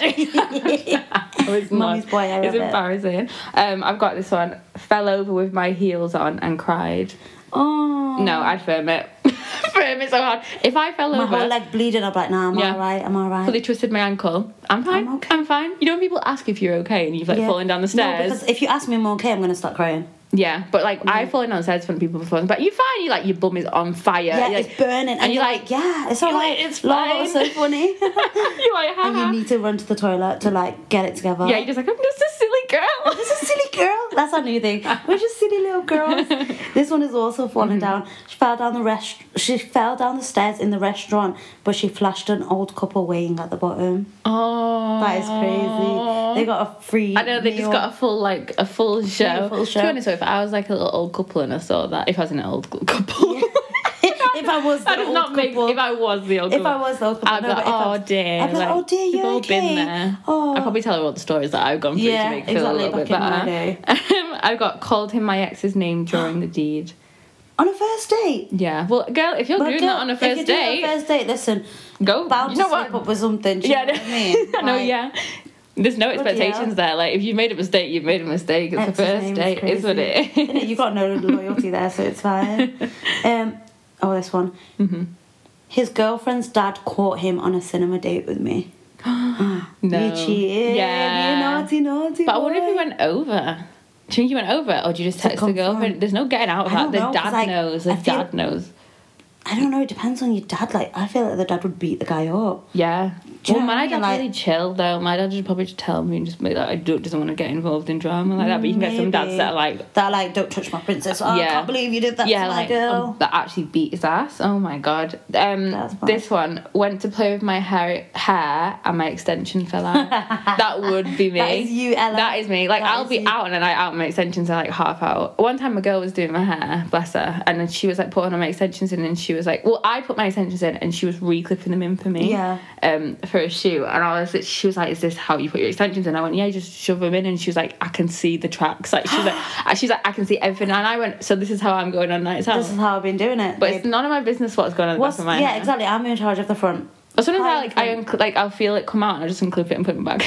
Speaker 1: I was
Speaker 2: Mummy's
Speaker 1: mad.
Speaker 2: boy, I
Speaker 1: It's
Speaker 2: love it.
Speaker 1: embarrassing. Um, I've got this one. Fell over with my heels on and cried.
Speaker 2: oh.
Speaker 1: No, I'd firm it. firm it so hard. If I fell
Speaker 2: My
Speaker 1: over,
Speaker 2: whole leg bleeding. I'm like, nah, I'm
Speaker 1: Yeah.
Speaker 2: alright, I'm
Speaker 1: fully
Speaker 2: alright.
Speaker 1: twisted my ankle. I'm fine. I'm,
Speaker 2: I'm okay.
Speaker 1: fine. You know when people ask if you're okay and you've like
Speaker 2: Yeah.
Speaker 1: fallen down the
Speaker 2: No,
Speaker 1: stairs.
Speaker 2: because if you ask me I'm okay, I'm gonna start crying.
Speaker 1: yeah, but like I've fallen down the stairs in front of people before. But you're fine. You like your bum is on fire.
Speaker 2: Yeah,
Speaker 1: You're,
Speaker 2: it's
Speaker 1: like,
Speaker 2: burning, and,
Speaker 1: you're
Speaker 2: you're
Speaker 1: like,
Speaker 2: like, yeah, it's
Speaker 1: you're like,
Speaker 2: alright.
Speaker 1: "It's
Speaker 2: Lol,
Speaker 1: fine."
Speaker 2: that was so funny.
Speaker 1: you're like,
Speaker 2: and
Speaker 1: "Ha-ha."
Speaker 2: you need to run to the toilet to like get it together.
Speaker 1: yeah, you're just like I'm just a silly girl.
Speaker 2: This is silly girl. That's our new thing. We're just silly little girls. this one is also
Speaker 1: Mm-hmm.
Speaker 2: falling down. She fell down the rest. She fell down the stairs in the restaurant, but she flashed an old couple waiting at the bottom.
Speaker 1: oh,
Speaker 2: That is crazy. They got a free.
Speaker 1: I know they just
Speaker 2: meal.
Speaker 1: got a full like a full show.
Speaker 2: full
Speaker 1: To
Speaker 2: show.
Speaker 1: be honest, if I was like a little old couple and I saw that, if I was an old cou- couple,
Speaker 2: if I was the
Speaker 1: that does
Speaker 2: old
Speaker 1: not make.
Speaker 2: couple-
Speaker 1: If I was the old,
Speaker 2: If
Speaker 1: couple,
Speaker 2: I was the old couple,
Speaker 1: I'd be
Speaker 2: no,
Speaker 1: like,
Speaker 2: but if I
Speaker 1: oh
Speaker 2: was-
Speaker 1: dear,
Speaker 2: I'd be like,
Speaker 1: like,
Speaker 2: "Oh dear,
Speaker 1: we've
Speaker 2: you're
Speaker 1: all been
Speaker 2: okay."
Speaker 1: there.
Speaker 2: Oh.
Speaker 1: I probably tell her all the stories that I've gone through
Speaker 2: Yeah,
Speaker 1: to make her feel a
Speaker 2: exactly,
Speaker 1: little bit
Speaker 2: back in my
Speaker 1: better.
Speaker 2: day.
Speaker 1: I got called him my ex's name during the deed.
Speaker 2: on a first date.
Speaker 1: Yeah, well, girl, if you're
Speaker 2: But
Speaker 1: doing
Speaker 2: girl,
Speaker 1: that on a
Speaker 2: if you're
Speaker 1: first
Speaker 2: doing it
Speaker 1: date,
Speaker 2: on a first date, listen,
Speaker 1: go.
Speaker 2: bound
Speaker 1: You know
Speaker 2: to slip
Speaker 1: what?
Speaker 2: up with something. do you
Speaker 1: Yeah,
Speaker 2: know what I mean?
Speaker 1: I know.
Speaker 2: Like,
Speaker 1: Yeah, There's no
Speaker 2: hell.
Speaker 1: expectations there. Like if you made a mistake, you've made a mistake. It's
Speaker 2: That's
Speaker 1: the
Speaker 2: the
Speaker 1: first
Speaker 2: same,
Speaker 1: date,
Speaker 2: it's
Speaker 1: is what it is.
Speaker 2: You got no loyalty there, so it's fine. Um, oh, this one.
Speaker 1: Mm-hmm.
Speaker 2: His girlfriend's dad caught him on a cinema date with me.
Speaker 1: No.
Speaker 2: You cheated. You
Speaker 1: Yeah.
Speaker 2: naughty, naughty.
Speaker 1: But I wonder if
Speaker 2: boy.
Speaker 1: he went over. Do you think you went over, or do you just
Speaker 2: To
Speaker 1: text the
Speaker 2: confirm.
Speaker 1: girlfriend? There's no getting out of
Speaker 2: I
Speaker 1: that.
Speaker 2: don't
Speaker 1: The
Speaker 2: know, 'cause,
Speaker 1: dad
Speaker 2: like,
Speaker 1: knows. The
Speaker 2: I feel-
Speaker 1: dad knows.
Speaker 2: I don't know. It depends on your dad. Like, I feel like the dad would beat the guy up.
Speaker 1: Yeah.
Speaker 2: Do
Speaker 1: well,
Speaker 2: you know what I
Speaker 1: my
Speaker 2: mean?
Speaker 1: dad's
Speaker 2: Like-
Speaker 1: really chill though. My dad would probably just tell me and just be like, I don't, doesn't want to get involved in drama like that. But you can get some dads
Speaker 2: Maybe.
Speaker 1: that are like,
Speaker 2: That like, don't touch my princess. Oh, I
Speaker 1: Yeah.
Speaker 2: can't believe you did that to my girl.
Speaker 1: um, that actually beat his ass. Oh my god. Um,
Speaker 2: That's bad.
Speaker 1: this one went to play with my hair, hair, and my extension fell out. that would be me.
Speaker 2: That is you, Ella.
Speaker 1: That is me. Like
Speaker 2: That
Speaker 1: I'll
Speaker 2: is
Speaker 1: be
Speaker 2: you.
Speaker 1: out on a night out, and my extensions are like half out. One time, a girl was doing my hair, bless her, and then she was like putting on my extensions in, and she was like, "Well, I put my extensions in, and she was re-clipping them in for me,
Speaker 2: Yeah.
Speaker 1: um, for a shoe." And I was, she was like, "Is this how you put your extensions in?" I went, "Yeah, you just shove them in," and she was like, "I can see the tracks." Like she was like, and "She's like, I can see everything," and I went, "So this is how I'm going on nights out."
Speaker 2: This is how I've been doing it.
Speaker 1: But
Speaker 2: babe.
Speaker 1: it's none of my business what's going on at the
Speaker 2: What's,
Speaker 1: back of my
Speaker 2: yeah,
Speaker 1: hair.
Speaker 2: exactly. I'm in charge of the front.
Speaker 1: But sometimes I
Speaker 2: How
Speaker 1: like I
Speaker 2: you
Speaker 1: unc- like I'll feel it come out and I just unclip it and put it back.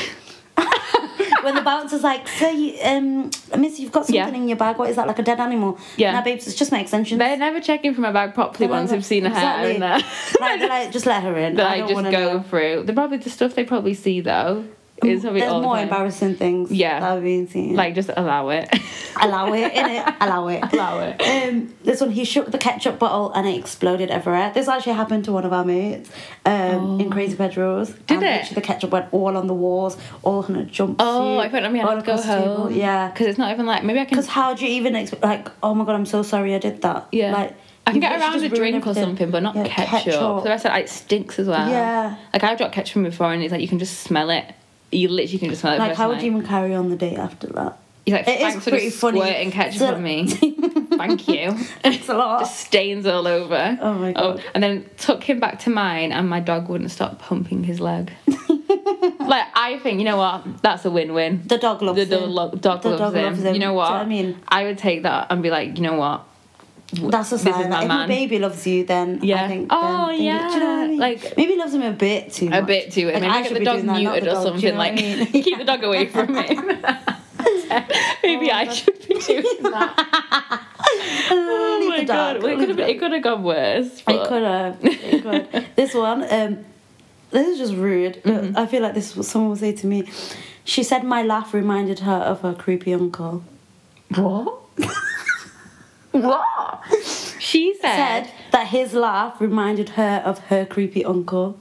Speaker 2: when the bouncer's like, "Sir, you, um, Miss, you've got something
Speaker 1: Yeah.
Speaker 2: in your bag. What is that? Like a dead animal?"
Speaker 1: Yeah.
Speaker 2: Now, babes, it's just my extensions.
Speaker 1: They're never checking for my bag properly
Speaker 2: They're
Speaker 1: once
Speaker 2: like,
Speaker 1: they've seen a hair in there.
Speaker 2: exactly. right, they're like, just let her in.
Speaker 1: that
Speaker 2: I
Speaker 1: I,
Speaker 2: don't
Speaker 1: just
Speaker 2: wanna
Speaker 1: go
Speaker 2: know. Um,
Speaker 1: through. They're probably the stuff they probably see though. Is probably
Speaker 2: There's
Speaker 1: all the
Speaker 2: more
Speaker 1: time.
Speaker 2: embarrassing things.
Speaker 1: Yeah.
Speaker 2: That I've been seeing.
Speaker 1: Like just allow it.
Speaker 2: allow it in it. Allow it.
Speaker 1: Allow it.
Speaker 2: Um, this one, he shook the ketchup bottle and it exploded everywhere. This actually happened to one of our mates um, in Crazy Pedros.
Speaker 1: Oh. Did
Speaker 2: And
Speaker 1: it?
Speaker 2: literally The ketchup went all on the walls, all on a jumpsuit.
Speaker 1: oh, I put it on my
Speaker 2: all
Speaker 1: head to go
Speaker 2: across the table.
Speaker 1: home.
Speaker 2: Yeah.
Speaker 1: because it's not even like maybe I can.
Speaker 2: Because how do you even expect? Like, oh my god, I'm so sorry I did that.
Speaker 1: Yeah,
Speaker 2: Like,
Speaker 1: I can
Speaker 2: you've
Speaker 1: get
Speaker 2: literally
Speaker 1: around a
Speaker 2: just ruined
Speaker 1: drink or
Speaker 2: everything.
Speaker 1: something, but not
Speaker 2: Yeah,
Speaker 1: ketchup. For the rest of it, it stinks as well.
Speaker 2: Yeah.
Speaker 1: like I've dropped ketchup before, and it's like you can just smell it. You literally can just smell it. the
Speaker 2: Like,
Speaker 1: first
Speaker 2: how would
Speaker 1: night.
Speaker 2: you even carry on the day after that?
Speaker 1: He's like,
Speaker 2: It is
Speaker 1: thanks for
Speaker 2: pretty
Speaker 1: just
Speaker 2: funny.
Speaker 1: squirting ketchup
Speaker 2: So-
Speaker 1: on me. Thank you.
Speaker 2: It's a lot.
Speaker 1: Just stains all over.
Speaker 2: Oh my God.
Speaker 1: and then took him back to mine, and my dog wouldn't stop pumping his leg. like I think, you know what? That's a win-win.
Speaker 2: The dog loves
Speaker 1: The do-
Speaker 2: him.
Speaker 1: lo- dog,
Speaker 2: The
Speaker 1: loves,
Speaker 2: dog
Speaker 1: him.
Speaker 2: loves him.
Speaker 1: You know
Speaker 2: Do you know
Speaker 1: what?
Speaker 2: what I mean?
Speaker 1: I would take that and be like, you know what? W-
Speaker 2: That's a
Speaker 1: This
Speaker 2: sign.
Speaker 1: is
Speaker 2: Like,
Speaker 1: my
Speaker 2: if your
Speaker 1: man.
Speaker 2: baby loves you, then I
Speaker 1: Yeah.
Speaker 2: think.
Speaker 1: Oh,
Speaker 2: then, then you- do you know what I
Speaker 1: yeah.
Speaker 2: mean?
Speaker 1: Like-
Speaker 2: maybe he loves him a bit too.
Speaker 1: a
Speaker 2: much.
Speaker 1: bit to it.
Speaker 2: Like,
Speaker 1: Maybe
Speaker 2: I
Speaker 1: get
Speaker 2: should
Speaker 1: the
Speaker 2: be
Speaker 1: dog
Speaker 2: doing that, not
Speaker 1: neutered
Speaker 2: the
Speaker 1: or
Speaker 2: dog, do
Speaker 1: something.
Speaker 2: you know
Speaker 1: Like,
Speaker 2: what I mean?
Speaker 1: keep the dog away from me. Maybe I should be doing that.
Speaker 2: Oh
Speaker 1: Oh my god! Well, it could have been- it could have gone worse. but-
Speaker 2: It could have. It could. this one, um, this is just rude. but
Speaker 1: Mm-hmm.
Speaker 2: I feel like this is what someone will say to me. She said my laugh reminded her of her creepy uncle.
Speaker 1: What? what? She said,
Speaker 2: Said that his laugh reminded her of her creepy uncle.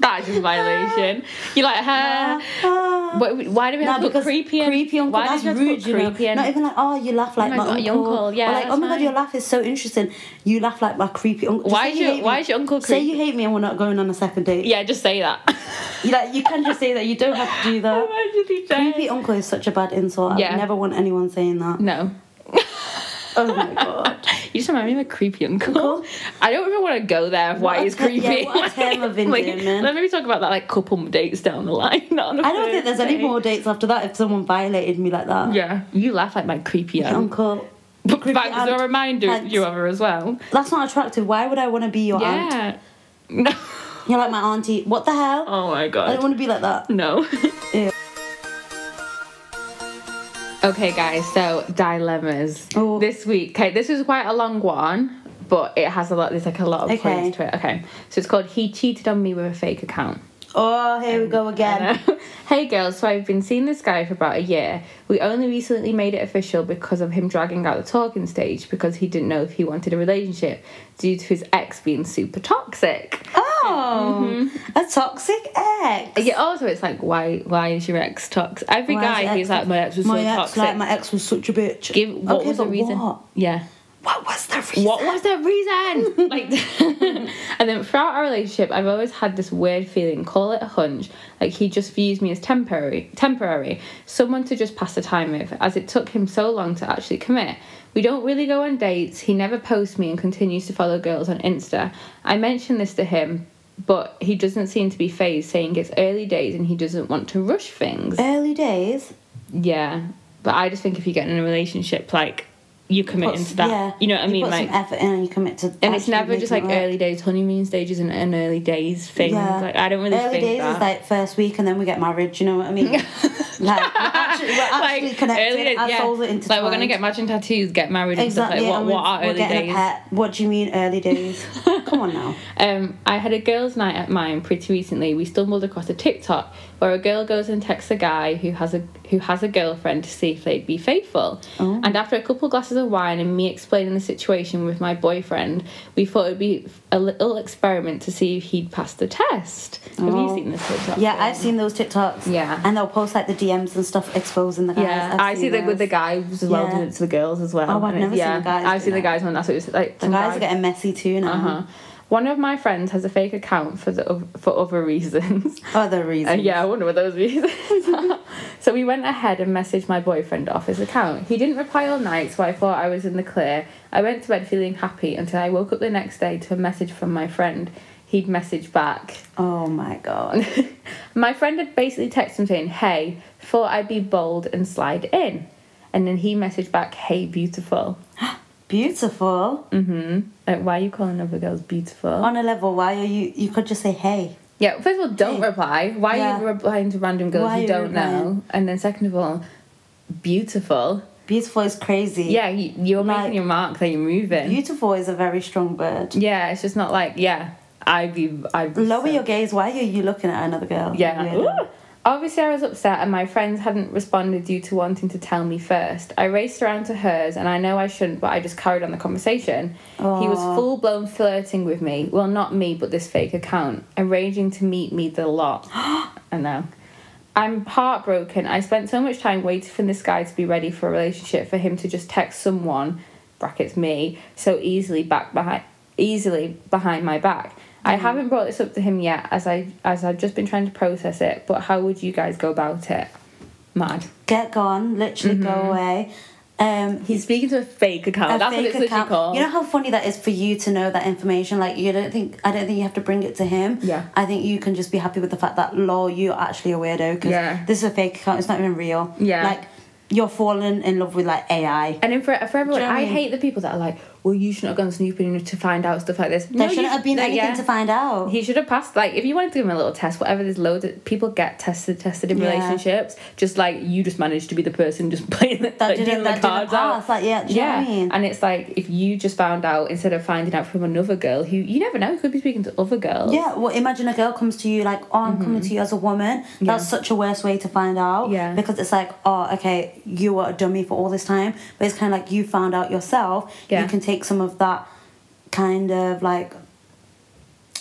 Speaker 1: that is just a violation. You're like her.
Speaker 2: Ah.
Speaker 1: Why, why do we Uh, have
Speaker 2: No,
Speaker 1: to put
Speaker 2: because
Speaker 1: creepy and
Speaker 2: creepy uncle.
Speaker 1: Why
Speaker 2: that's
Speaker 1: do we have to
Speaker 2: rude,
Speaker 1: put
Speaker 2: you know.
Speaker 1: creepy and
Speaker 2: Not even like, oh, you laugh like
Speaker 1: my
Speaker 2: my,
Speaker 1: God,
Speaker 2: uncle.
Speaker 1: your uncle, yeah,
Speaker 2: Or like, oh
Speaker 1: that's
Speaker 2: my god, your
Speaker 1: fine.
Speaker 2: laugh is so interesting. You laugh like my creepy uncle. Just
Speaker 1: Why
Speaker 2: say
Speaker 1: is
Speaker 2: you
Speaker 1: your-
Speaker 2: hate
Speaker 1: why
Speaker 2: me.
Speaker 1: is your uncle
Speaker 2: Say
Speaker 1: creep-
Speaker 2: you hate me and we're not going on a second date.
Speaker 1: yeah, just say that.
Speaker 2: You like you can just say that. You don't have to
Speaker 1: Oh
Speaker 2: do that.
Speaker 1: Imagine he said-
Speaker 2: Creepy uncle is such a bad insult. I
Speaker 1: Yeah.
Speaker 2: would never want anyone saying that.
Speaker 1: No,
Speaker 2: Oh my god.
Speaker 1: you just remind me of a creepy uncle.
Speaker 2: Uncle?
Speaker 1: I don't even want to go there. Of why
Speaker 2: What a
Speaker 1: he's
Speaker 2: ter-
Speaker 1: creepy?
Speaker 2: yeah, what a term of endearment.
Speaker 1: let me talk about that like couple dates down the line. Not on a
Speaker 2: I don't think
Speaker 1: first
Speaker 2: there's any
Speaker 1: date.
Speaker 2: more dates after that if someone violated me like that.
Speaker 1: Yeah, you laugh like my creepy uncle.
Speaker 2: Uncle.
Speaker 1: But
Speaker 2: creepy
Speaker 1: thanks
Speaker 2: aunt.
Speaker 1: a reminder
Speaker 2: Thanks.
Speaker 1: you of her as well.
Speaker 2: That's not attractive. Why would I want to be your aunt?
Speaker 1: Yeah. No.
Speaker 2: You're like my auntie. What the hell?
Speaker 1: Oh my
Speaker 2: I
Speaker 1: god.
Speaker 2: don't want to be like that.
Speaker 1: No.
Speaker 2: Ew.
Speaker 1: Okay, guys, so dilemmas.
Speaker 2: Oh.
Speaker 1: This week, okay, this is quite a long one, but it has a lot, there's like a lot of
Speaker 2: Okay.
Speaker 1: points to it. Okay, so it's called He Cheated on Me with a Fake Account. uh,
Speaker 2: Oh, here we go again.
Speaker 1: hey girls, so I've been seeing this guy for about a year. We only recently made it official because of him dragging out the talking stage because he didn't know if he wanted a relationship due to his ex being super toxic.
Speaker 2: Oh,
Speaker 1: Mm-hmm.
Speaker 2: a toxic ex.
Speaker 1: Uh, Yeah, also it's like why why is your ex toxic? Every
Speaker 2: Why is
Speaker 1: guy
Speaker 2: it
Speaker 1: who's like my ex was
Speaker 2: my
Speaker 1: so
Speaker 2: ex,
Speaker 1: toxic.
Speaker 2: Like, my ex was such a bitch.
Speaker 1: Give what
Speaker 2: Okay,
Speaker 1: was the
Speaker 2: but
Speaker 1: reason?
Speaker 2: What?
Speaker 1: Yeah.
Speaker 2: What was the reason?
Speaker 1: What was the reason? like, and then throughout our relationship, I've always had this weird feeling, call it a hunch, like he just views me as temporary, temporary, someone to just pass the time with, as it took him so long to actually commit. We don't really go on dates. He never posts me and continues to follow girls on Insta. I mentioned this to him, but he doesn't seem to be phased, saying it's early days and he doesn't want to rush things.
Speaker 2: Early days.
Speaker 1: Yeah, but I just think if you get in a relationship, like you commit
Speaker 2: Puts-
Speaker 1: into that. You know what I
Speaker 2: you
Speaker 1: mean?
Speaker 2: put
Speaker 1: Like,
Speaker 2: some effort in and you commit to.
Speaker 1: and it's
Speaker 2: actually
Speaker 1: never just like
Speaker 2: making it work.
Speaker 1: early days, honeymoon stages, and an early days thing. Like I don't really
Speaker 2: Early
Speaker 1: think
Speaker 2: days
Speaker 1: that.
Speaker 2: is like first week, and then we get married. You know what I mean? like we're actually, we're actually connected.
Speaker 1: early days-
Speaker 2: Our
Speaker 1: yeah.
Speaker 2: souls are intertwined.
Speaker 1: Like we're gonna get matching tattoos, get married,
Speaker 2: exactly.
Speaker 1: and stuff like
Speaker 2: and
Speaker 1: what. What
Speaker 2: we're-
Speaker 1: are
Speaker 2: we're
Speaker 1: early
Speaker 2: getting
Speaker 1: days?
Speaker 2: A pet. What do you mean early days? Come on now.
Speaker 1: Um, I had a girls' night at mine pretty recently. We stumbled across a TikTok where a girl goes and texts a guy who has a who has a girlfriend to see if they'd be faithful.
Speaker 2: Oh.
Speaker 1: And after a couple glasses of wine and me explaining the situation with my boyfriend, we thought it'd be a little experiment to see if he'd pass the test. Have you
Speaker 2: Oh.
Speaker 1: seen this TikTok?
Speaker 2: Yeah, I've seen those TikToks.
Speaker 1: Yeah.
Speaker 2: And they'll post like the DMs and stuff exposing the guys.
Speaker 1: Yeah,
Speaker 2: I've
Speaker 1: i see
Speaker 2: seen
Speaker 1: that with the
Speaker 2: those.
Speaker 1: guys as well,
Speaker 2: Yeah.
Speaker 1: doing it to the girls as well.
Speaker 2: Oh, I've
Speaker 1: And it's-
Speaker 2: never seen
Speaker 1: yeah,
Speaker 2: the guys
Speaker 1: I've
Speaker 2: do
Speaker 1: seen the
Speaker 2: that.
Speaker 1: guys one. That's what it was like.
Speaker 2: The guys are getting messy too now.
Speaker 1: Uh huh. One of my friends has a fake account for the for other reasons.
Speaker 2: Other
Speaker 1: Uh,
Speaker 2: reasons.
Speaker 1: yeah, I wonder what those reasons are. so we went ahead and messaged my boyfriend off his account. He didn't reply all night, so I thought I was in the clear. I went to bed feeling happy until I woke up the next day to a message from my friend. He'd messaged back.
Speaker 2: Oh my god.
Speaker 1: my friend had basically texted him saying, Hey, thought I'd be bold and slide in. And then he messaged back, Hey, beautiful.
Speaker 2: Beautiful.
Speaker 1: Mm. Like, why are you calling other girls beautiful?
Speaker 2: On a level, why are you? You could just say hey.
Speaker 1: Yeah, first of all, don't reply. Why
Speaker 2: Yeah.
Speaker 1: are you replying to random girls
Speaker 2: Why are
Speaker 1: you
Speaker 2: you
Speaker 1: don't know?
Speaker 2: replying?
Speaker 1: And then, second of all, beautiful.
Speaker 2: Beautiful is crazy.
Speaker 1: Yeah, you, you're
Speaker 2: Like-
Speaker 1: making your mark that you're moving.
Speaker 2: Beautiful is a very strong word.
Speaker 1: yeah, it's just not like, yeah, I be. I be
Speaker 2: Lower
Speaker 1: so-
Speaker 2: your gaze. Why are you looking at another girl?
Speaker 1: Yeah.
Speaker 2: Weirdo.
Speaker 1: Ooh. Obviously, I was upset, and my friends hadn't responded due to wanting to tell me first. I raced around to hers, and I know I shouldn't, but I just carried on the conversation. He was
Speaker 2: Aw.
Speaker 1: full blown flirting with me. Well, not me, but this fake account, arranging to meet me the lot. I know. I'm heartbroken. I spent so much time waiting for this guy to be ready for a relationship, for him to just text someone, brackets me, so easily back behind, easily behind my back. I haven't brought this up to him yet, as I as I've just been trying to process it. But how would you guys go about it? Mad.
Speaker 2: Get gone. Literally go away. Um,
Speaker 1: He's speaking to a fake account. Mm-hmm.
Speaker 2: a
Speaker 1: Oh, That's
Speaker 2: fake
Speaker 1: what it's literally
Speaker 2: account.
Speaker 1: called.
Speaker 2: You know how funny that is for you to know that information. Like you don't think I don't think you have to bring it to him.
Speaker 1: Yeah.
Speaker 2: I think you can just be happy with the fact that lol, you're actually a weirdo because
Speaker 1: Yeah.
Speaker 2: this is a fake account. It's not even real.
Speaker 1: Yeah.
Speaker 2: Like you're falling in love with like AI.
Speaker 1: and then for, for everyone,
Speaker 2: Do you know what
Speaker 1: I,
Speaker 2: I mean?
Speaker 1: hate the people that are like, "Well, you shouldn't have gone snooping to find out stuff like this."
Speaker 2: There shouldn't have been anything
Speaker 1: yeah.
Speaker 2: to find out.
Speaker 1: He should have passed. Like, if you wanted to give him a little test, whatever. There's loads of people get tested, tested in
Speaker 2: Yeah.
Speaker 1: relationships. Just like you, just managed to be the person just playing the, like,
Speaker 2: didn't-
Speaker 1: dealing
Speaker 2: that
Speaker 1: the
Speaker 2: didn't
Speaker 1: cards
Speaker 2: pass,
Speaker 1: out.
Speaker 2: like, yeah, do you know what I mean?
Speaker 1: And it's like if you just found out instead of finding out from another girl who you never know, could be speaking to other girls.
Speaker 2: Yeah, well, imagine a girl comes to you like, "Oh, I'm coming to you as a woman." That's such a worse way to find out.
Speaker 1: Mm-hmm. Yeah.
Speaker 2: because it's like, "Oh, okay, you were a dummy for all this time," but it's kind of like you found out yourself.
Speaker 1: Yeah.
Speaker 2: you can take some of that kind of like,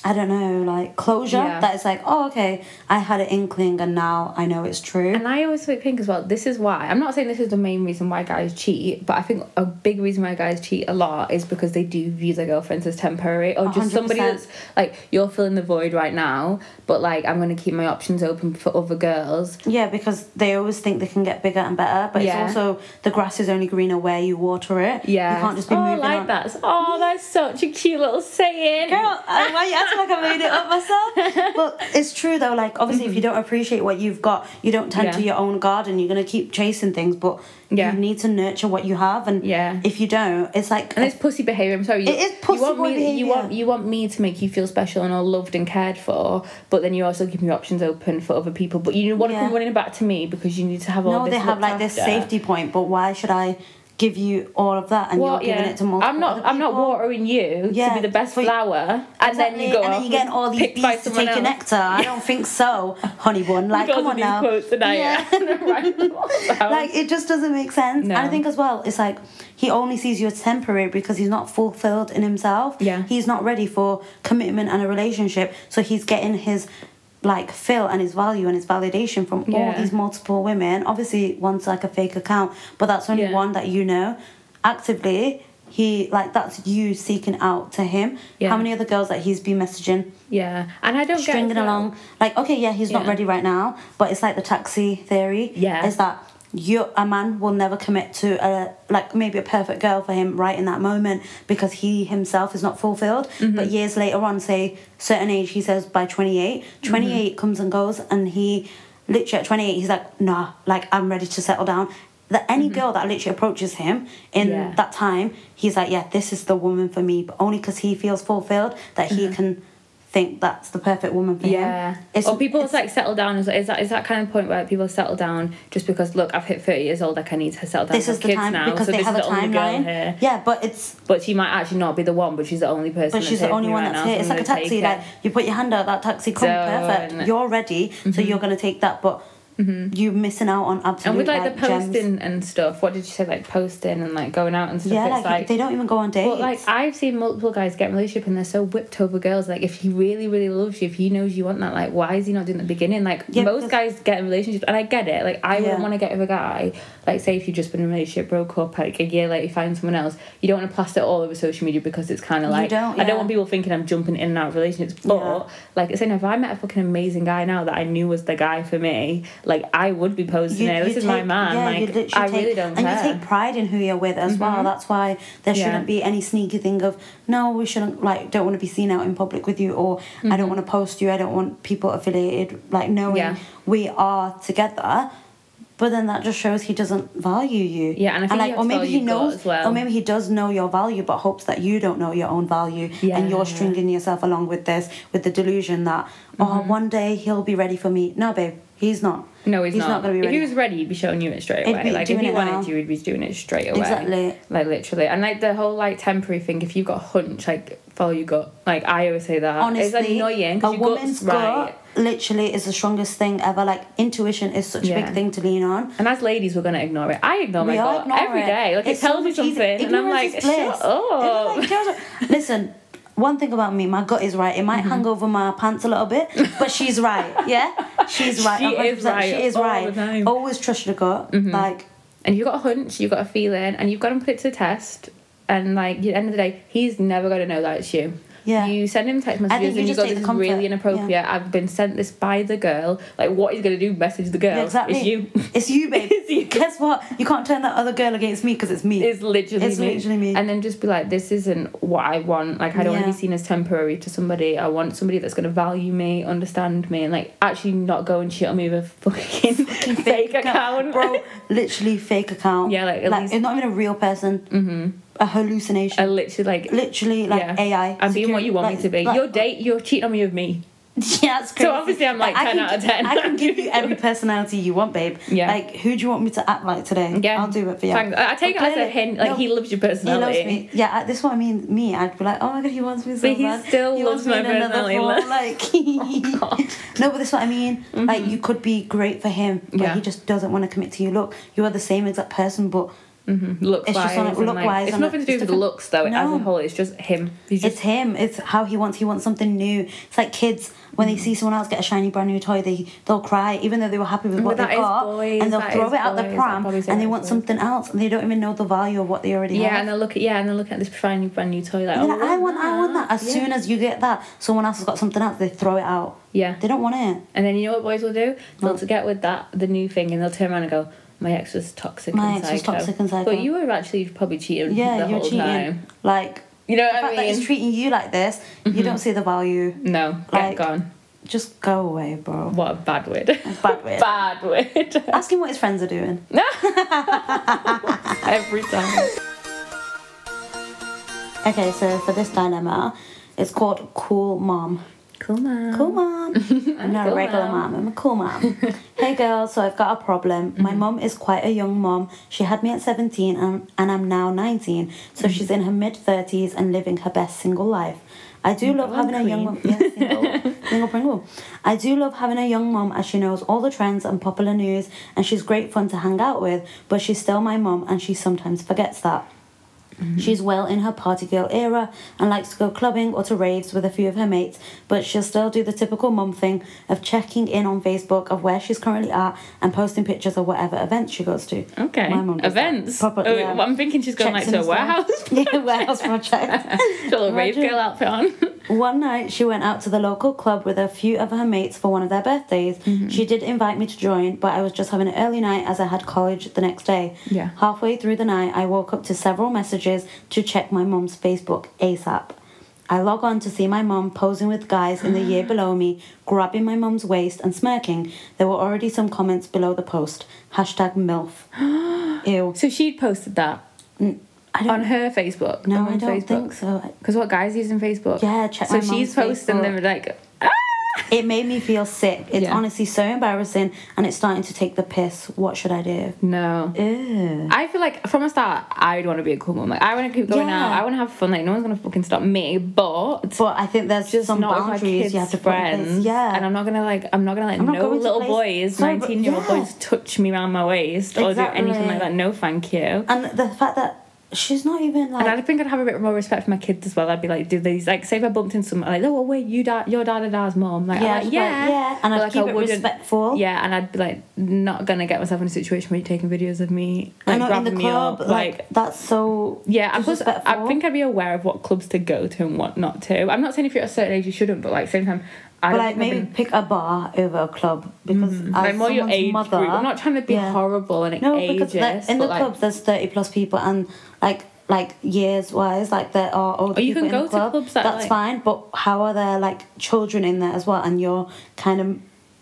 Speaker 2: I don't know, like closure.
Speaker 1: Yeah.
Speaker 2: That it's like, "Oh, okay, I had an inkling, and now I know it's true."
Speaker 1: And I always think as well, this is why. I'm not saying this is the main reason why guys cheat, but I think a big reason why guys cheat a lot is because they do view their girlfriends as temporary or just somebody
Speaker 2: 100%.
Speaker 1: that's like, you're filling the void right now, but like, I'm going to keep my options open for other girls.
Speaker 2: yeah, because they always think they can get bigger and better, but
Speaker 1: Yeah.
Speaker 2: it's also the grass is only greener where you water it.
Speaker 1: Yeah.
Speaker 2: you can't just be
Speaker 1: oh, I
Speaker 2: moving
Speaker 1: like
Speaker 2: on.
Speaker 1: that. Oh, that's such a cute little saying.
Speaker 2: Girl, I- why you acting like I made it up myself? But it's true though, like obviously if you don't appreciate what you've got, you don't tend to
Speaker 1: Mm-hmm. Yeah.
Speaker 2: your own garden, you're gonna keep chasing things, but
Speaker 1: Yeah.
Speaker 2: you need to nurture what you have and
Speaker 1: Yeah.
Speaker 2: if you don't, it's like
Speaker 1: And it's pussy behaviour. I'm sorry. You,
Speaker 2: It is
Speaker 1: you want
Speaker 2: pussy boy
Speaker 1: me, You
Speaker 2: behaviour.
Speaker 1: want you want me to make you feel special and all loved and cared for, but then you're also keeping your options open for other people. But you want to come
Speaker 2: Yeah.
Speaker 1: running back to me because you need to have all
Speaker 2: no,
Speaker 1: this.
Speaker 2: they have
Speaker 1: looked
Speaker 2: like this
Speaker 1: after.
Speaker 2: safety point, but why should I give you all of that and
Speaker 1: Well,
Speaker 2: you're giving
Speaker 1: yeah.
Speaker 2: it to multiple
Speaker 1: I'm not.
Speaker 2: other
Speaker 1: I'm not
Speaker 2: people?
Speaker 1: watering you to
Speaker 2: Yeah,
Speaker 1: be the best
Speaker 2: for-
Speaker 1: flower, and then
Speaker 2: Exactly,
Speaker 1: you go
Speaker 2: and
Speaker 1: off
Speaker 2: then you're getting all these
Speaker 1: picked by
Speaker 2: bees to
Speaker 1: someone
Speaker 2: take your
Speaker 1: else.
Speaker 2: nectar. I don't think so, honey bun. Like,
Speaker 1: Because
Speaker 2: come
Speaker 1: of
Speaker 2: on
Speaker 1: these
Speaker 2: now.
Speaker 1: quotes tonight, and write them all down.
Speaker 2: like it just doesn't make sense and i
Speaker 1: No.
Speaker 2: think as well it's like he only sees you as temporary because he's not fulfilled in himself
Speaker 1: Yeah.
Speaker 2: he's not ready for commitment and a relationship so he's getting his like fill and his value and his validation from all
Speaker 1: Yeah.
Speaker 2: these multiple women obviously one's like a fake account but that's only
Speaker 1: Yeah.
Speaker 2: one that you know actively he like that's you seeking out to him
Speaker 1: Yeah.
Speaker 2: how many other girls that he's been messaging
Speaker 1: yeah, and I don't get
Speaker 2: stringing
Speaker 1: as well-
Speaker 2: along. Like, okay, yeah, he's not
Speaker 1: Yeah.
Speaker 2: ready right now, but it's like the taxi theory.
Speaker 1: Yeah.
Speaker 2: Is that you a man will never commit to a like maybe a perfect girl for him right in that moment because he himself is not fulfilled.
Speaker 1: Mm-hmm.
Speaker 2: But years later on, say certain age, he says by 28,
Speaker 1: Mm-hmm.
Speaker 2: 28 comes and goes, and he literally at 28, he's like, nah, like I'm ready to settle down. that any girl that literally approaches him in
Speaker 1: Mm-hmm. Yeah.
Speaker 2: that time, he's like, yeah, this is the woman for me. But only because he feels fulfilled that he can think that's the perfect woman for
Speaker 1: Mm-hmm. Yeah.
Speaker 2: him. It's,
Speaker 1: or people
Speaker 2: it's-
Speaker 1: like settle down. Is, is that is that kind of point where people settle down just because look, I've hit thirty years old, like I need to settle down.
Speaker 2: this
Speaker 1: have
Speaker 2: is the
Speaker 1: kids
Speaker 2: time
Speaker 1: now,
Speaker 2: because
Speaker 1: so
Speaker 2: they
Speaker 1: this
Speaker 2: have a
Speaker 1: is the only girl
Speaker 2: timeline.
Speaker 1: here.
Speaker 2: Yeah, but it's
Speaker 1: But she might actually not be the one, but she's the only person.
Speaker 2: But
Speaker 1: that's
Speaker 2: she's
Speaker 1: here
Speaker 2: the
Speaker 1: for
Speaker 2: only
Speaker 1: me
Speaker 2: one
Speaker 1: right
Speaker 2: that's
Speaker 1: now,
Speaker 2: here.
Speaker 1: so
Speaker 2: It's
Speaker 1: I'm
Speaker 2: like a
Speaker 1: gonna
Speaker 2: taxi.
Speaker 1: take it.
Speaker 2: Like you put your hand out, that taxi comes perfect.
Speaker 1: Done.
Speaker 2: You're ready, so you're gonna take that. But you're missing out on absolute.
Speaker 1: Mm-hmm. and with like, the
Speaker 2: gems.
Speaker 1: posting and stuff, what did you say? Like posting and like going out and stuff.
Speaker 2: Yeah,
Speaker 1: it's
Speaker 2: like,
Speaker 1: like
Speaker 2: they don't even go on dates.
Speaker 1: But like I've seen multiple guys get in a relationship and they're so whipped over girls. Like if he really, really loves you, if he knows you want that, like why is he not doing it at the beginning? Like
Speaker 2: Yeah,
Speaker 1: most
Speaker 2: because-
Speaker 1: guys get in relationships and I get it. Like I
Speaker 2: Yeah.
Speaker 1: wouldn't want to get with a guy, like say if you've just been in a relationship, broke up, like a year later you find someone else, you don't want to plaster it all over social media because it's kinda like
Speaker 2: don't,
Speaker 1: I
Speaker 2: yeah.
Speaker 1: don't want people thinking I'm jumping in and out of relationships. But
Speaker 2: Yeah.
Speaker 1: like saying if I met a fucking amazing guy now that I knew was the guy for me, like I would be posting it. This is my
Speaker 2: take-
Speaker 1: man.
Speaker 2: you
Speaker 1: like
Speaker 2: literally
Speaker 1: I really don't
Speaker 2: And
Speaker 1: care. Mm-hmm.
Speaker 2: you take pride in who you're with as well. That's why there
Speaker 1: Yeah.
Speaker 2: shouldn't be any sneaky thing of no, we shouldn't like don't want to be seen out in public with you, or I don't want to post you. I don't want people affiliated. Like knowing
Speaker 1: Mm-hmm. Yeah.
Speaker 2: we are together. But then that just shows he doesn't value you.
Speaker 1: Yeah, and I think you have
Speaker 2: or
Speaker 1: to
Speaker 2: maybe
Speaker 1: value
Speaker 2: he
Speaker 1: your gut
Speaker 2: knows,
Speaker 1: as well.
Speaker 2: or maybe he does know your value, but hopes that you don't know your own value, and
Speaker 1: Yeah.
Speaker 2: you're stringing yourself along with this, with the delusion that oh, one day he'll be ready for me. No, babe, he's not.
Speaker 1: Mm-hmm. No, he's,
Speaker 2: he's
Speaker 1: not.
Speaker 2: going to be
Speaker 1: If
Speaker 2: ready.
Speaker 1: he was ready, he'd be showing you it straight
Speaker 2: He'd
Speaker 1: away.
Speaker 2: be
Speaker 1: Like if
Speaker 2: doing
Speaker 1: he
Speaker 2: it
Speaker 1: wanted
Speaker 2: now.
Speaker 1: you, he'd be doing it straight away.
Speaker 2: Exactly.
Speaker 1: Like literally, and like the whole like temporary thing. If you've got a hunch, like follow your gut. Like I always say that.
Speaker 2: honestly,
Speaker 1: it's annoying
Speaker 2: a
Speaker 1: because your gut's
Speaker 2: woman's
Speaker 1: right.
Speaker 2: gut literally is the strongest thing ever. Like intuition is such a
Speaker 1: Yeah.
Speaker 2: big thing to lean on.
Speaker 1: And as ladies, we're gonna ignore it. I ignore my
Speaker 2: we all
Speaker 1: gut
Speaker 2: ignore
Speaker 1: every
Speaker 2: it.
Speaker 1: day. Like
Speaker 2: It's
Speaker 1: it tells
Speaker 2: so
Speaker 1: me
Speaker 2: much easier.
Speaker 1: something, and I'm
Speaker 2: Ignorance
Speaker 1: like,
Speaker 2: is
Speaker 1: shut
Speaker 2: bliss.
Speaker 1: up.
Speaker 2: It's like, shut up. Listen. One thing about me, my gut is right. It might
Speaker 1: Mm-hmm.
Speaker 2: hang over my pants a little bit, but she's right. Yeah, she's right.
Speaker 1: She is
Speaker 2: 100%.
Speaker 1: right
Speaker 2: She is
Speaker 1: all
Speaker 2: right.
Speaker 1: the time. Mm-hmm.
Speaker 2: Always trust your gut. Like
Speaker 1: and you've got a hunch, you've got a feeling, and you've got to put it to the test. And like at the end of the day, he's never gonna know that it's you.
Speaker 2: Yeah.
Speaker 1: You send him text messages
Speaker 2: you
Speaker 1: and you
Speaker 2: just
Speaker 1: go,
Speaker 2: take
Speaker 1: "This
Speaker 2: the
Speaker 1: is
Speaker 2: comfort."
Speaker 1: really inappropriate. I've been sent this by the girl. Like, what he's gonna do? Message the girl?
Speaker 2: yeah, exactly.
Speaker 1: Oh, It's you.
Speaker 2: It's you, babe.
Speaker 1: It's you.
Speaker 2: Guess what? You can't turn that other girl against me because it's me.
Speaker 1: It's literally
Speaker 2: It's
Speaker 1: me.
Speaker 2: literally me.
Speaker 1: And then just be like, this isn't what I want. Like, I don't want
Speaker 2: Yeah.
Speaker 1: to be seen as temporary to somebody. I want somebody that's going to value me, understand me, and like actually not go and shit on me with a fucking, fake account.
Speaker 2: bro. Literally fake account.
Speaker 1: Yeah, like, at
Speaker 2: like
Speaker 1: least-
Speaker 2: it's not even a real person. Mm-hmm. A hallucination.
Speaker 1: I literally like.
Speaker 2: literally like
Speaker 1: yeah.
Speaker 2: AI.
Speaker 1: I'm being what you want me to be.
Speaker 2: Like,
Speaker 1: your date, you're cheating on me with me.
Speaker 2: yeah, that's crazy.
Speaker 1: obviously I'm, like,
Speaker 2: I
Speaker 1: 10
Speaker 2: can-
Speaker 1: out of 10.
Speaker 2: I can give you every personality you want, babe.
Speaker 1: Yeah.
Speaker 2: Like, who do you want me to act like today?
Speaker 1: Yeah,
Speaker 2: I'll do it for you.
Speaker 1: Thanks. I I take
Speaker 2: But
Speaker 1: it as a
Speaker 2: clearly-
Speaker 1: hint. Like
Speaker 2: no,
Speaker 1: he loves your
Speaker 2: He
Speaker 1: personality.
Speaker 2: loves me. Yeah, I, this is what I mean. Me, I'd be like, oh my god, he wants me so
Speaker 1: But he
Speaker 2: bad.
Speaker 1: still
Speaker 2: he
Speaker 1: loves
Speaker 2: wants me
Speaker 1: my Oh,
Speaker 2: in another
Speaker 1: personality.
Speaker 2: form. Like, no, but this is what I mean. Like, you could be great for him,
Speaker 1: Mm-hmm.
Speaker 2: but
Speaker 1: Yeah.
Speaker 2: he just doesn't want to commit to you. Look, you are the same exact person, but
Speaker 1: Looks
Speaker 2: It's just on
Speaker 1: wise
Speaker 2: it-
Speaker 1: and,
Speaker 2: look
Speaker 1: like-
Speaker 2: wise
Speaker 1: It's
Speaker 2: and
Speaker 1: nothing to
Speaker 2: it's
Speaker 1: do with the
Speaker 2: different.
Speaker 1: looks though. As
Speaker 2: No.
Speaker 1: a whole, it's just him. He's just
Speaker 2: it's him. It's how he wants. He wants something new. It's like kids when
Speaker 1: Mm-hmm.
Speaker 2: they see someone else get a shiny brand new toy, they they'll cry even though they were happy with what
Speaker 1: Mm, that
Speaker 2: they
Speaker 1: is
Speaker 2: got,
Speaker 1: boys,
Speaker 2: and they'll
Speaker 1: that
Speaker 2: throw
Speaker 1: is
Speaker 2: it out
Speaker 1: boys,
Speaker 2: the
Speaker 1: that
Speaker 2: pram,
Speaker 1: probably is
Speaker 2: and they
Speaker 1: what
Speaker 2: want
Speaker 1: it is.
Speaker 2: something else, and they don't even know the value of what they already
Speaker 1: yeah,
Speaker 2: have.
Speaker 1: and they're looking yeah, and they're looking at this brand new brand new toy like,
Speaker 2: They're
Speaker 1: oh,
Speaker 2: like, I want, I want that. As
Speaker 1: Yeah.
Speaker 2: soon as you get that, someone else has got something else. They throw it out.
Speaker 1: Yeah.
Speaker 2: They don't want it.
Speaker 1: And then you know what boys will do? They'll
Speaker 2: What?
Speaker 1: get with that the new thing and they'll turn around and go, My ex was toxic
Speaker 2: My
Speaker 1: and
Speaker 2: ex
Speaker 1: psycho.
Speaker 2: was toxic and psycho.
Speaker 1: But you were actually probably cheating
Speaker 2: Yeah,
Speaker 1: the
Speaker 2: you're
Speaker 1: whole
Speaker 2: cheating.
Speaker 1: time.
Speaker 2: Like
Speaker 1: You know
Speaker 2: the
Speaker 1: what
Speaker 2: fact
Speaker 1: I
Speaker 2: that he's
Speaker 1: mean?
Speaker 2: treating you like this, you
Speaker 1: mm-hmm.
Speaker 2: don't see the value.
Speaker 1: No,
Speaker 2: Like-
Speaker 1: get gone.
Speaker 2: Just go away, bro.
Speaker 1: What a bad word.
Speaker 2: Bad way.
Speaker 1: bad word.
Speaker 2: Ask him what his friends are doing.
Speaker 1: Every time.
Speaker 2: Okay, so for this dilemma, it's called Cool Mom.
Speaker 1: Cool man.
Speaker 2: Cool mom. I'm
Speaker 1: Mm.
Speaker 2: not
Speaker 1: cool
Speaker 2: a regular
Speaker 1: mom.
Speaker 2: mom. I'm a cool mom. hey girls, so I've got a problem.
Speaker 1: Mm-hmm.
Speaker 2: My mom is quite a young mom. She had me at 17 and, and I'm now 19. So
Speaker 1: Mm-hmm.
Speaker 2: she's in her mid 30s and living her best single life. I do love
Speaker 1: one,
Speaker 2: having a young mom. Yeah, single, single Pringle. I do love having a young mom as she knows all the trends and popular news and she's great fun to hang out with, but she's still my mom and she sometimes forgets that.
Speaker 1: Mm-hmm.
Speaker 2: She's well in her party girl era and likes to go clubbing or to raves with a few of her mates, but she'll still do the typical mum thing of checking in on Facebook of where she's currently at and posting pictures of whatever events she goes to.
Speaker 1: Okay.
Speaker 2: My mum does that.
Speaker 1: Events.
Speaker 2: Proper-
Speaker 1: oh,
Speaker 2: yeah.
Speaker 1: I'm thinking she's going
Speaker 2: Checks
Speaker 1: like to
Speaker 2: in
Speaker 1: a
Speaker 2: stuff.
Speaker 1: warehouse.
Speaker 2: yeah, warehouse project.
Speaker 1: She's got a little rave
Speaker 2: Imagine-
Speaker 1: girl outfit on.
Speaker 2: One night, she went out to the local club with a few of her mates for one of their birthdays. She did invite me to join, but I was just having an early night as I had college the next day.
Speaker 1: Yeah.
Speaker 2: Halfway through the night, I woke up to several messages to check my mum's Facebook ASAP. I log on to see my mum posing with guys in the year below me, grabbing my mum's waist and smirking. There were already some comments below the post. Hashtag MILF. Ew.
Speaker 1: So she'd posted that
Speaker 2: I
Speaker 1: on
Speaker 2: don't,
Speaker 1: her Facebook.
Speaker 2: no, I don't think so.
Speaker 1: Because what guys using Facebook?
Speaker 2: Yeah, check
Speaker 1: So
Speaker 2: my
Speaker 1: she's
Speaker 2: mum's
Speaker 1: posting them
Speaker 2: Facebook.
Speaker 1: like,
Speaker 2: It made me feel sick. It's
Speaker 1: Yeah.
Speaker 2: honestly so embarrassing and it's starting to take the piss. What should I do?
Speaker 1: no.
Speaker 2: Ew.
Speaker 1: I feel like from a start, I'd want to be a cool mom. Like I want to keep going
Speaker 2: Yeah.
Speaker 1: out. I want to have fun. Like no one's gonna fucking stop me. But
Speaker 2: But I think there's
Speaker 1: just
Speaker 2: some
Speaker 1: not with my
Speaker 2: boundaries
Speaker 1: kids'
Speaker 2: you have to put in place.
Speaker 1: friends.
Speaker 2: Yeah.
Speaker 1: and I'm not gonna like I'm not gonna let
Speaker 2: not
Speaker 1: no
Speaker 2: going to
Speaker 1: little
Speaker 2: place-
Speaker 1: boys,
Speaker 2: No, but-
Speaker 1: nineteen year old
Speaker 2: yeah.
Speaker 1: boys, touch me around my waist or do anything
Speaker 2: Exactly.
Speaker 1: like that. No, thank you.
Speaker 2: and the fact that she's not even like
Speaker 1: And I think I'd have a bit more respect for my kids as well. I'd be like, do these like say if I bumped into someone like, oh well, wait, you dad, your dad and dad's mom. Like, I'm
Speaker 2: Yeah, I'd
Speaker 1: like,
Speaker 2: be like,
Speaker 1: yeah,
Speaker 2: yeah, and
Speaker 1: But,
Speaker 2: I'd
Speaker 1: like,
Speaker 2: keep
Speaker 1: I
Speaker 2: it
Speaker 1: wouldn't-
Speaker 2: respectful.
Speaker 1: Yeah, and I'd be like, not gonna get myself in a situation where you're taking videos of me
Speaker 2: I
Speaker 1: like
Speaker 2: know in
Speaker 1: grabbing
Speaker 2: the
Speaker 1: me
Speaker 2: club,
Speaker 1: up,
Speaker 2: like,
Speaker 1: like
Speaker 2: that's so
Speaker 1: Yeah, and plus, I
Speaker 2: disrespectful.
Speaker 1: think I'd be aware of what clubs to go to and what not to. I'm not saying if you're at a certain age you shouldn't, but like same time, I
Speaker 2: But
Speaker 1: don't
Speaker 2: like
Speaker 1: think I've
Speaker 2: maybe
Speaker 1: been-
Speaker 2: pick a bar over a club because as
Speaker 1: like more your
Speaker 2: someone's
Speaker 1: age
Speaker 2: mother,
Speaker 1: group. I'm not trying to be
Speaker 2: Yeah.
Speaker 1: horrible and
Speaker 2: No,
Speaker 1: ageist,
Speaker 2: because like, in
Speaker 1: but
Speaker 2: the
Speaker 1: like,
Speaker 2: clubs there's thirty plus people and like like years wise, like there are older
Speaker 1: Or you
Speaker 2: people
Speaker 1: can
Speaker 2: in
Speaker 1: go
Speaker 2: the
Speaker 1: to
Speaker 2: club.
Speaker 1: clubs that are,
Speaker 2: that's
Speaker 1: like-
Speaker 2: fine, but how are there like children in there as well? And you're kind of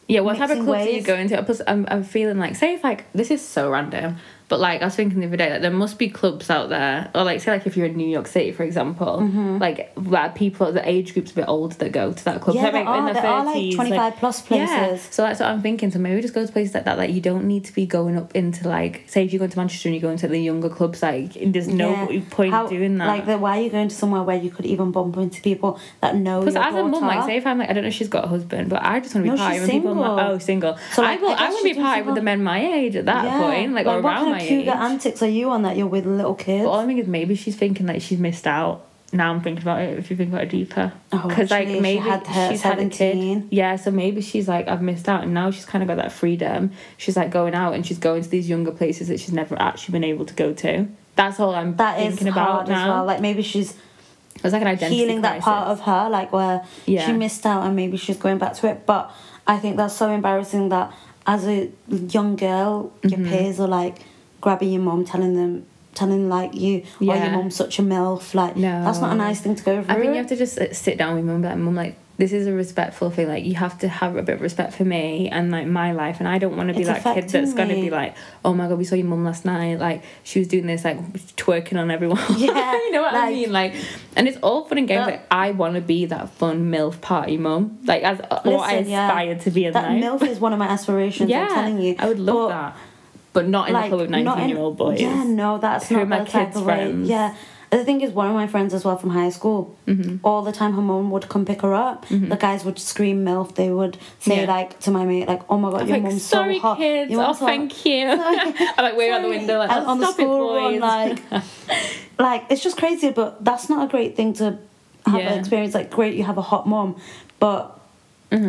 Speaker 1: yeah, what type of
Speaker 2: mixing
Speaker 1: clubs are you
Speaker 2: ways.
Speaker 1: going to? Plus, I'm, I'm feeling like, say if like this is so random, but like I was thinking the other day, like there must be clubs out there, or like say like if you're in New York City, for example,
Speaker 2: Mm-hmm.
Speaker 1: like where people the age group's a bit older that go to that club.
Speaker 2: Yeah,
Speaker 1: They're,
Speaker 2: there
Speaker 1: like,
Speaker 2: are-
Speaker 1: in their
Speaker 2: there are, like,
Speaker 1: 30s,
Speaker 2: 25 plus
Speaker 1: Yeah.
Speaker 2: places.
Speaker 1: So that's what I'm thinking. So maybe just go to places like that. Like you don't need to be going up into like say if you're going to Manchester and you're going to the younger clubs. Like there's no
Speaker 2: yeah,
Speaker 1: point
Speaker 2: how-
Speaker 1: doing that.
Speaker 2: Like, the, why are you going to somewhere where you could even bump into people that know?
Speaker 1: Because
Speaker 2: your
Speaker 1: as a mum, like,
Speaker 2: daughter?
Speaker 1: say if I'm like, I don't know if she's got a husband, but I just want to be
Speaker 2: No,
Speaker 1: partying
Speaker 2: she's
Speaker 1: with people. I'm like,
Speaker 2: single.
Speaker 1: oh, single.
Speaker 2: So, like,
Speaker 1: I will.
Speaker 2: I
Speaker 1: I,
Speaker 2: guess
Speaker 1: want
Speaker 2: she
Speaker 1: to be
Speaker 2: doesn't
Speaker 1: partying with the
Speaker 2: want-
Speaker 1: men my age at that point, like, or
Speaker 2: what
Speaker 1: around
Speaker 2: kind
Speaker 1: my
Speaker 2: of cougar
Speaker 1: age.
Speaker 2: antics are you on that you're with little kids?
Speaker 1: but all I think is maybe she's thinking like she's missed out. Now I'm thinking about it. If you think about it deeper,
Speaker 2: Oh,
Speaker 1: like
Speaker 2: actually, she had her
Speaker 1: she's had a
Speaker 2: 17.
Speaker 1: kid. Yeah, so maybe she's like I've missed out, and now she's kind of got that freedom. She's like going out and she's going to these younger places that she's never actually been able to go to. That's all I'm
Speaker 2: that is
Speaker 1: thinking about
Speaker 2: hard
Speaker 1: now.
Speaker 2: as well. Like maybe she's
Speaker 1: it's like an identity
Speaker 2: healing that
Speaker 1: crisis.
Speaker 2: part of her, like where
Speaker 1: Yeah.
Speaker 2: she missed out and maybe she's going back to it. But I think that's so embarrassing that as a young girl,
Speaker 1: Mm-hmm.
Speaker 2: your peers are like grabbing your mum, telling them, telling like you, oh,
Speaker 1: Yeah.
Speaker 2: your mum's such a milf. Like
Speaker 1: No.
Speaker 2: that's not a nice thing to go through.
Speaker 1: I think you have to just like, sit down with mum and be like, mum, like, this is a respectful thing. Like, you have to have a bit of respect for me and, like, my life. And I don't want to be
Speaker 2: It's
Speaker 1: that kid
Speaker 2: affecting
Speaker 1: that's going to
Speaker 2: me.
Speaker 1: be like, oh my God, we saw your mum last night. Like, she was doing this, like, twerking on everyone.
Speaker 2: Yeah,
Speaker 1: you know what I
Speaker 2: like-
Speaker 1: mean? Like, and it's all fun and games.
Speaker 2: That-
Speaker 1: like, I want to be that fun MILF party mum. Like, as uh, what I
Speaker 2: Listen, yeah.
Speaker 1: aspire to be in
Speaker 2: that
Speaker 1: life.
Speaker 2: milf is one of my aspirations.
Speaker 1: yeah.
Speaker 2: I'm telling you,
Speaker 1: I would love
Speaker 2: But,
Speaker 1: that. But not in the club of
Speaker 2: not in-
Speaker 1: 19 year old boys.
Speaker 2: Yeah, no, that's
Speaker 1: Who are
Speaker 2: not
Speaker 1: my
Speaker 2: the type
Speaker 1: kids'
Speaker 2: of way-
Speaker 1: friends.
Speaker 2: Yeah. The thing is, one of my friends as well from high school,
Speaker 1: Mm-hmm.
Speaker 2: all the time her mum would come pick her up. The guys would scream MILF. They would say,
Speaker 1: Yeah.
Speaker 2: like, to my mate, like, oh my god,
Speaker 1: I'm
Speaker 2: your
Speaker 1: like,
Speaker 2: mum's
Speaker 1: sorry,
Speaker 2: so hot.
Speaker 1: kids.
Speaker 2: Your
Speaker 1: Oh,
Speaker 2: mum's so hot."
Speaker 1: thank you. I'm like, wave out the
Speaker 2: Sorry.
Speaker 1: window, like,
Speaker 2: And
Speaker 1: oh,
Speaker 2: on the
Speaker 1: stop it,
Speaker 2: school
Speaker 1: boys.
Speaker 2: run, like, like it's just crazy. But that's not a great thing to have
Speaker 1: Yeah.
Speaker 2: an experience. Like, great, you have a hot mom, but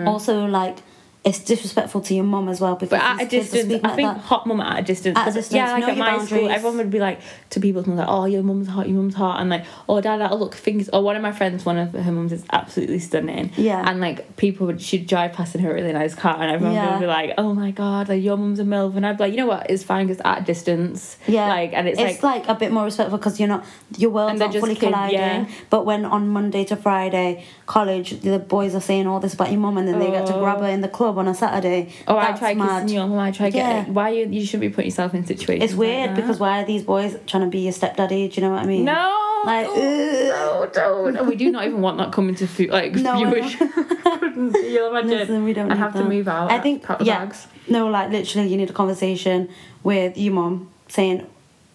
Speaker 2: also like it's disrespectful to your mom as well because
Speaker 1: Mm-hmm. But at a
Speaker 2: these kids are
Speaker 1: distance,
Speaker 2: speaking
Speaker 1: I
Speaker 2: like
Speaker 1: think
Speaker 2: that.
Speaker 1: hot mum at a distance.
Speaker 2: At a
Speaker 1: 'cause,
Speaker 2: distance,
Speaker 1: yeah, like
Speaker 2: know
Speaker 1: at
Speaker 2: your
Speaker 1: my school,
Speaker 2: boundaries.
Speaker 1: everyone would be like to people's mums, like, "Oh, your mum's hot, your mum's hot," and like, "Oh, dad, that look fingers." Or one of my friends, one of her mums is absolutely stunning.
Speaker 2: Yeah.
Speaker 1: And like people would, she'd drive past in her really nice car, and everyone
Speaker 2: Yeah.
Speaker 1: would be like, "Oh my god, like your mum's a milf," and I'd be like, "You know what? It's fine, because at a distance,
Speaker 2: Yeah,
Speaker 1: Like, and it's, like,
Speaker 2: a bit more respectful because you're not your world's
Speaker 1: And they're
Speaker 2: not
Speaker 1: just
Speaker 2: fully
Speaker 1: kids,
Speaker 2: colliding.
Speaker 1: yeah.
Speaker 2: But when on Monday to Friday college, the boys are saying all this about your mum, and then they get to
Speaker 1: Oh.
Speaker 2: grab her in the club on a Saturday.
Speaker 1: "Oh, I
Speaker 2: That's
Speaker 1: try
Speaker 2: mad.
Speaker 1: kissing your mum, I try
Speaker 2: Yeah.
Speaker 1: getting." Why you you shouldn't be putting yourself in situations?
Speaker 2: It's
Speaker 1: like
Speaker 2: weird
Speaker 1: that.
Speaker 2: because why are these boys trying to be your stepdaddy? Do you know what I mean?
Speaker 1: No.
Speaker 2: Like,
Speaker 1: no, don't. And we do not even want that coming to food. Like,
Speaker 2: No, I
Speaker 1: you
Speaker 2: know.
Speaker 1: wish. couldn't see, You'll imagine.
Speaker 2: Listen, we don't
Speaker 1: I
Speaker 2: need
Speaker 1: have to
Speaker 2: that.
Speaker 1: move out.
Speaker 2: I think
Speaker 1: pack the
Speaker 2: yeah,
Speaker 1: bags.
Speaker 2: No, like literally, you need a conversation with your mom saying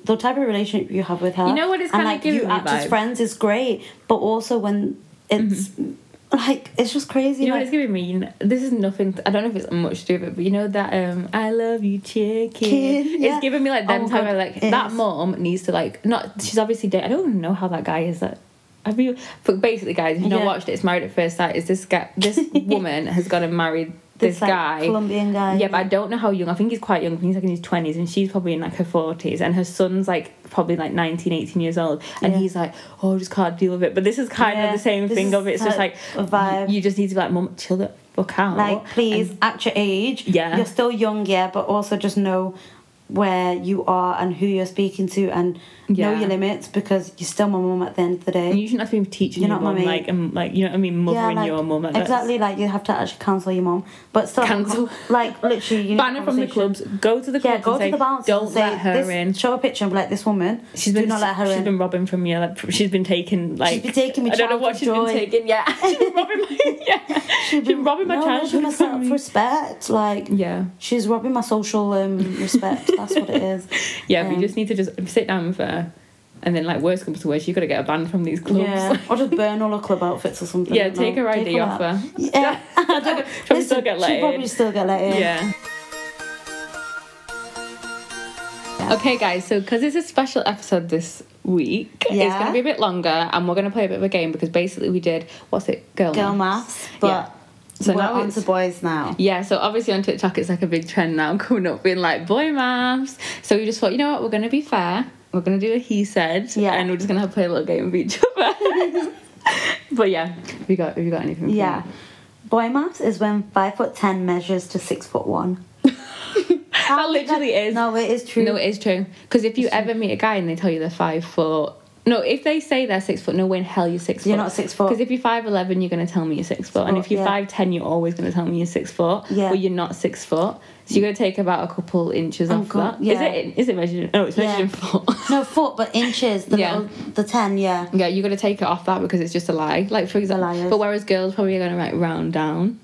Speaker 2: the type of relationship you have with her.
Speaker 1: You know what it's
Speaker 2: and
Speaker 1: kinda
Speaker 2: like
Speaker 1: giving
Speaker 2: you
Speaker 1: me
Speaker 2: act as
Speaker 1: vibes?
Speaker 2: friends is great, but also when it's like it's just crazy.
Speaker 1: Mm-hmm. You know what
Speaker 2: like,
Speaker 1: it's giving me? You know- this is nothing. I don't know if it's much to do with it, but you know that um, I love you, chicken.
Speaker 2: Kid, yeah.
Speaker 1: It's giving me like them
Speaker 2: Oh my
Speaker 1: time.
Speaker 2: God,
Speaker 1: Where, like
Speaker 2: it
Speaker 1: that
Speaker 2: is.
Speaker 1: mom needs to like not. She's obviously dating. I don't even know how that guy is. That have you? But basically, guys, if you've not
Speaker 2: Yeah.
Speaker 1: watched it, it's Married at First Sight. Is this guy? This woman has gone and married this,
Speaker 2: This, like,
Speaker 1: guy,
Speaker 2: Colombian guy,
Speaker 1: Yeah, but I
Speaker 2: yeah.
Speaker 1: don't know how young. I think he's quite young. I think he's like in his twenties, and she's probably in like her forties, and her son's like probably like 19, 18 years old, and
Speaker 2: Yeah.
Speaker 1: he's like, oh, I just can't deal with it. But this is kind
Speaker 2: Yeah,
Speaker 1: of the same
Speaker 2: this
Speaker 1: thing
Speaker 2: is
Speaker 1: of it. It's just
Speaker 2: like
Speaker 1: like
Speaker 2: a vibe.
Speaker 1: you- you just need to be like, mum, chill the fuck out.
Speaker 2: Like, please,
Speaker 1: And
Speaker 2: at your age,
Speaker 1: Yeah.
Speaker 2: you're still young, yeah, but also just know where you are and who you're speaking to and know
Speaker 1: Yeah.
Speaker 2: your limits because you're still my mum at the end of the day.
Speaker 1: And you shouldn't have to be teaching
Speaker 2: You're
Speaker 1: your
Speaker 2: not my
Speaker 1: mum,
Speaker 2: mate.
Speaker 1: like, um, like, you know what I mean, mothering your mum. Like, that's-
Speaker 2: exactly. Like you have to actually cancel your mum, but still
Speaker 1: Cancel.
Speaker 2: Like literally, you need
Speaker 1: Ban her from the
Speaker 2: conversation.
Speaker 1: clubs. Go to the
Speaker 2: Yeah,
Speaker 1: clubs
Speaker 2: go
Speaker 1: and say,
Speaker 2: to the bounce.
Speaker 1: don't
Speaker 2: and say,
Speaker 1: let her
Speaker 2: this,
Speaker 1: in.
Speaker 2: Show a picture and be like, this woman.
Speaker 1: She's
Speaker 2: do
Speaker 1: been
Speaker 2: not let her
Speaker 1: she's
Speaker 2: in.
Speaker 1: been robbing from you. Like, she's been taking like
Speaker 2: been taking my
Speaker 1: I don't know what she's
Speaker 2: childhood
Speaker 1: been taking.
Speaker 2: joy.
Speaker 1: Yeah, she's been robbing my yeah. She's been robbing my
Speaker 2: no,
Speaker 1: childhood from
Speaker 2: No, self
Speaker 1: me.
Speaker 2: respect. Like
Speaker 1: Yeah,
Speaker 2: she's robbing my social um, respect. That's what it is.
Speaker 1: yeah. we
Speaker 2: Um,
Speaker 1: just need to just sit down with her, and then like worst comes to worst, you have got to get a ban from these clubs.
Speaker 2: Yeah, or just burn all her club outfits or something. I
Speaker 1: Yeah,
Speaker 2: don't
Speaker 1: take
Speaker 2: know.
Speaker 1: her ID
Speaker 2: all
Speaker 1: off
Speaker 2: that.
Speaker 1: her.
Speaker 2: Yeah, I don't-
Speaker 1: Probably still get let
Speaker 2: she'll
Speaker 1: in.
Speaker 2: probably still get let in.
Speaker 1: Yeah. Okay, guys, so because it's a special episode this week, it's
Speaker 2: Yeah.
Speaker 1: going to be a bit longer and we're going to play a bit of a game because basically we did, what's it, Girl,
Speaker 2: girl
Speaker 1: Math.
Speaker 2: maths, but
Speaker 1: Yeah. So
Speaker 2: we're
Speaker 1: now
Speaker 2: on
Speaker 1: it's-
Speaker 2: to boys now.
Speaker 1: Yeah, so obviously on TikTok it's like a big trend now coming up being like boy maths. So we just thought, you know what, we're gonna be fair. We're gonna do a he said.
Speaker 2: Yeah.
Speaker 1: And we're just gonna have play a little game with each other. but yeah, have you got have you got anything? for me?
Speaker 2: Yeah. Boy maths is when five foot ten measures to six foot one.
Speaker 1: That literally is.
Speaker 2: No, it is true.
Speaker 1: No, it is true. Because if you ever meet a guy and they tell you they're five foot no, if they say they're six foot, no way in hell you're six foot.
Speaker 2: You're not six foot.
Speaker 1: Because if you're five eleven, you're gonna tell me you're six foot, and
Speaker 2: foot,
Speaker 1: if you're
Speaker 2: yeah.
Speaker 1: five ten, you're always gonna tell me you're six foot.
Speaker 2: Yeah.
Speaker 1: Or you're not six foot, so you're gonna take about a couple inches
Speaker 2: I'm
Speaker 1: off
Speaker 2: go-
Speaker 1: that. Is
Speaker 2: Oh, yeah.
Speaker 1: it? Is it measured? in- Oh, it's measured in foot.
Speaker 2: No, foot, but inches. The
Speaker 1: Yeah.
Speaker 2: little, the ten, yeah.
Speaker 1: Yeah, you're gonna take it off that because it's just a lie. Like for
Speaker 2: liars.
Speaker 1: example, but whereas girls probably are gonna like round down.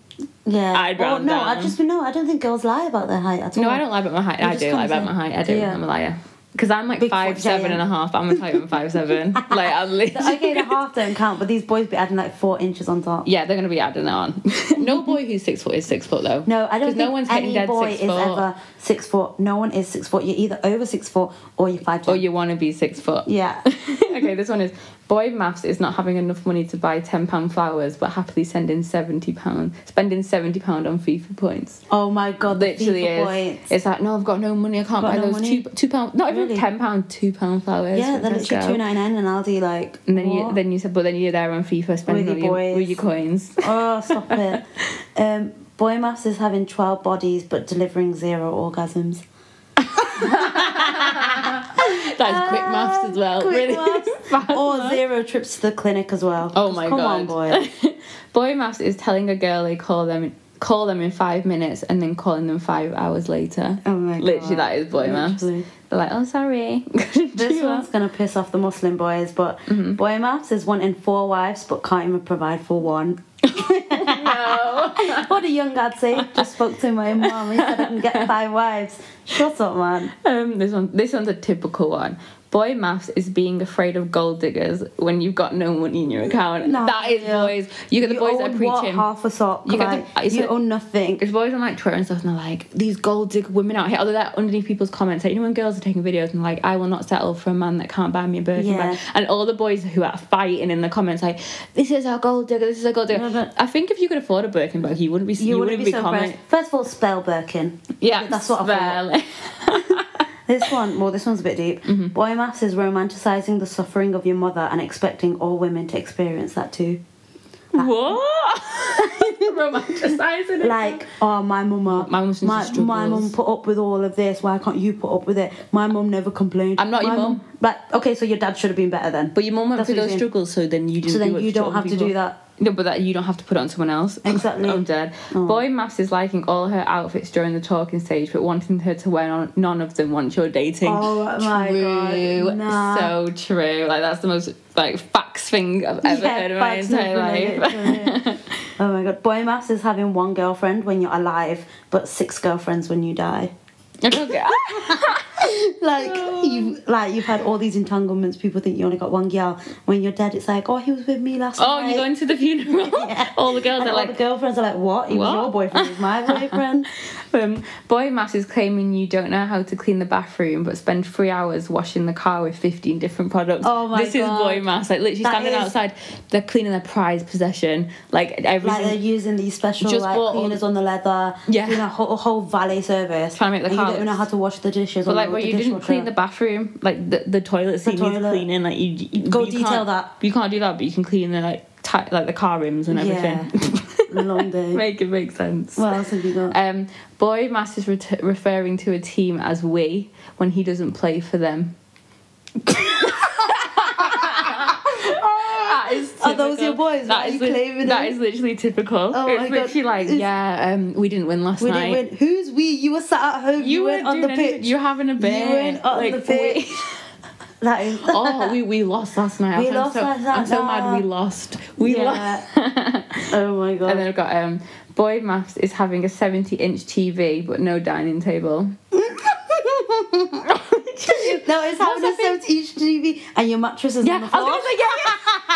Speaker 2: Yeah.
Speaker 1: I'd
Speaker 2: Oh,
Speaker 1: round
Speaker 2: no, I
Speaker 1: down.
Speaker 2: just no, I don't think girls lie about their height at all.
Speaker 1: No, I don't lie about my height. I
Speaker 2: just
Speaker 1: do lie about
Speaker 2: confident.
Speaker 1: my height. I do.
Speaker 2: Yeah.
Speaker 1: I'm a liar. Because I'm like
Speaker 2: Big
Speaker 1: five
Speaker 2: foot
Speaker 1: seven and
Speaker 2: giant.
Speaker 1: a half. But I'm gonna tell you I'm five seven. Like I'm literally.
Speaker 2: Okay, the half don't count, but these boys be adding like four inches on top.
Speaker 1: Yeah, they're gonna be adding that on. no boy who's six foot is six foot though.
Speaker 2: No, I don't
Speaker 1: 'Cause
Speaker 2: think any boy is ever six foot. No one is six foot. You're either over six foot or you're five.
Speaker 1: Or you want to be six foot.
Speaker 2: yeah.
Speaker 1: okay, this one is boy maths is not having enough money to buy ten pound flowers, but happily sending seventy pound, spending seventy pound on FIFA points.
Speaker 2: Oh my god, the
Speaker 1: literally
Speaker 2: FIFA
Speaker 1: is.
Speaker 2: Boys.
Speaker 1: It's like no, I've got no money. I can't
Speaker 2: Got
Speaker 1: buy
Speaker 2: no
Speaker 1: those
Speaker 2: money.
Speaker 1: two two pound, not even
Speaker 2: Really?
Speaker 1: ten pound, two pound flowers.
Speaker 2: Yeah, they're
Speaker 1: from
Speaker 2: literally
Speaker 1: Tesco.
Speaker 2: two ninety nine, and Aldi like.
Speaker 1: And then you
Speaker 2: what?
Speaker 1: then you said, but then you're there on FIFA spending
Speaker 2: With
Speaker 1: all
Speaker 2: your
Speaker 1: your,
Speaker 2: boys.
Speaker 1: with your coins.
Speaker 2: oh, stop it. Um, boy maths is having 12 bodies but delivering zero orgasms.
Speaker 1: That's quick maths as well.
Speaker 2: Ah, Quick
Speaker 1: really
Speaker 2: maths.
Speaker 1: fast
Speaker 2: or
Speaker 1: maths.
Speaker 2: zero trips to the clinic as well.
Speaker 1: Oh
Speaker 2: 'Cause
Speaker 1: my
Speaker 2: come
Speaker 1: god,
Speaker 2: on, boy.
Speaker 1: boy maths is telling a girl they call them in, call them in five minutes and then calling them five hours later.
Speaker 2: Oh my
Speaker 1: Literally,
Speaker 2: God.
Speaker 1: that is boy maths.
Speaker 2: Literally.
Speaker 1: They're like, oh sorry.
Speaker 2: This one's gonna piss off the Muslim boys, but
Speaker 1: Mm-hmm.
Speaker 2: boy maths is wanting four wives but can't even provide for one.
Speaker 1: no.
Speaker 2: What a young lad say. Just spoke to my mum. He said I can get five wives. Shut up, man.
Speaker 1: Um, this one, this one's a typical one. Boy maths is being afraid of gold diggers when you've got no money in your account.
Speaker 2: No,
Speaker 1: that is
Speaker 2: yeah.
Speaker 1: boys. You get the boys that
Speaker 2: own
Speaker 1: are
Speaker 2: what,
Speaker 1: preaching.
Speaker 2: half a sock.
Speaker 1: You
Speaker 2: You,
Speaker 1: get the-
Speaker 2: like,
Speaker 1: it's
Speaker 2: you
Speaker 1: like-
Speaker 2: own nothing.
Speaker 1: It's boys on like Twitter and stuff, and they're like, these gold digger women out here. Although that underneath people's comments, like, you know, when girls are taking videos and like, I will not settle for a man that can't buy me a Birkin
Speaker 2: Yeah.
Speaker 1: bag. And all the boys who are fighting in the comments, like, this is our gold digger, this is our gold digger.
Speaker 2: No, but-
Speaker 1: I think if you could afford a Birkin bag, you wouldn't be, you,
Speaker 2: You,
Speaker 1: wouldn't, be, commenting.
Speaker 2: impressed. First of all, spell Birkin.
Speaker 1: Yeah,
Speaker 2: that's what I thought.
Speaker 1: barely.
Speaker 2: This one, well, this one's a bit deep.
Speaker 1: Mm-hmm.
Speaker 2: Boy maths is romanticising the suffering of your mother and expecting all women to experience that too.
Speaker 1: What? Romanticizing it.
Speaker 2: Like, oh, my mama,
Speaker 1: My mum's
Speaker 2: my,
Speaker 1: struggles.
Speaker 2: my mum put up with all of this. Why can't you put up with it? My mum never complained.
Speaker 1: I'm not your
Speaker 2: My
Speaker 1: mum.
Speaker 2: Like, okay, so your dad should have been better then.
Speaker 1: But your mum went
Speaker 2: That's
Speaker 1: through
Speaker 2: what
Speaker 1: those
Speaker 2: he's saying.
Speaker 1: struggles, so then you didn't.
Speaker 2: so
Speaker 1: do
Speaker 2: then
Speaker 1: what
Speaker 2: you
Speaker 1: she
Speaker 2: don't
Speaker 1: told
Speaker 2: have to
Speaker 1: people.
Speaker 2: do that.
Speaker 1: No, but that you don't have to put it on someone else.
Speaker 2: Exactly. Oh.
Speaker 1: I'm dead. Boy maths is liking all her outfits during the talking stage, but wanting her to wear on, none of them once you're dating.
Speaker 2: Oh my God,
Speaker 1: True.
Speaker 2: nah.
Speaker 1: So true. Like that's the most like facts thing I've ever
Speaker 2: Yeah,
Speaker 1: heard in my
Speaker 2: facts and
Speaker 1: entire life.
Speaker 2: relate to it. oh my god, boy maths is having one girlfriend when you're alive, but six girlfriends when you die.
Speaker 1: I don't get-
Speaker 2: Like you, like you've had all these entanglements. People think you only got one girl. When you're dead, it's like, oh, he was with me last
Speaker 1: oh,
Speaker 2: night.
Speaker 1: you're going to the funeral. All the girls
Speaker 2: And
Speaker 1: are
Speaker 2: all
Speaker 1: like,
Speaker 2: the girlfriends are like, what? He
Speaker 1: What?
Speaker 2: was your boyfriend. He was my boyfriend.
Speaker 1: Um, boy Mass is claiming you don't know how to clean the bathroom, but spend three hours washing the car with 15 different products.
Speaker 2: Oh my
Speaker 1: This
Speaker 2: God.
Speaker 1: is Boy Mass. Like, literally
Speaker 2: That
Speaker 1: standing
Speaker 2: is-
Speaker 1: outside, they're cleaning their prized possession. Like,
Speaker 2: like
Speaker 1: everything.
Speaker 2: they're using these special
Speaker 1: Just
Speaker 2: like
Speaker 1: bought all-
Speaker 2: cleaners on the leather.
Speaker 1: Yeah.
Speaker 2: doing a whole, a whole valet service.
Speaker 1: Trying to make the
Speaker 2: and you
Speaker 1: car
Speaker 2: don't
Speaker 1: look-
Speaker 2: know how to wash the dishes.
Speaker 1: but
Speaker 2: or
Speaker 1: like,
Speaker 2: the
Speaker 1: where you didn't
Speaker 2: dishwasher.
Speaker 1: clean the bathroom, like the, the toilet seat needs
Speaker 2: toilet.
Speaker 1: cleaning. Like you, you
Speaker 2: Go
Speaker 1: but you
Speaker 2: detail
Speaker 1: can't-
Speaker 2: that.
Speaker 1: You can't do that, but you can clean the like ti- like the car rims and
Speaker 2: Yeah.
Speaker 1: everything.
Speaker 2: long day.
Speaker 1: Make it make sense.
Speaker 2: What else have you got?
Speaker 1: Um, Boy Mass is ret- referring to a team as we when he doesn't play for them. That is
Speaker 2: Are those
Speaker 1: typical.
Speaker 2: your boys? Why are you
Speaker 1: lit-
Speaker 2: claiming
Speaker 1: that
Speaker 2: them?
Speaker 1: is literally typical.
Speaker 2: Oh
Speaker 1: it's
Speaker 2: my God.
Speaker 1: literally like,
Speaker 2: It's-
Speaker 1: yeah, um, we didn't win last
Speaker 2: we
Speaker 1: night.
Speaker 2: didn't win. Who's we? You were sat at home. You, weren't on
Speaker 1: doing
Speaker 2: the
Speaker 1: anything.
Speaker 2: pitch.
Speaker 1: You were having a beer.
Speaker 2: weren't on the pitch.
Speaker 1: we-
Speaker 2: that is.
Speaker 1: oh, we, we lost last night.
Speaker 2: We
Speaker 1: I'm
Speaker 2: lost
Speaker 1: so,
Speaker 2: last night.
Speaker 1: I'm so mad we lost. We
Speaker 2: Yeah.
Speaker 1: lost.
Speaker 2: oh my god.
Speaker 1: And then I've got um, Boy Maths is having a 70 inch TV but no dining table.
Speaker 2: no, it's having a
Speaker 1: What's that thing?
Speaker 2: 70 inch TV and your mattress is
Speaker 1: Yeah,
Speaker 2: on the
Speaker 1: I
Speaker 2: floor.
Speaker 1: was gonna say, yeah.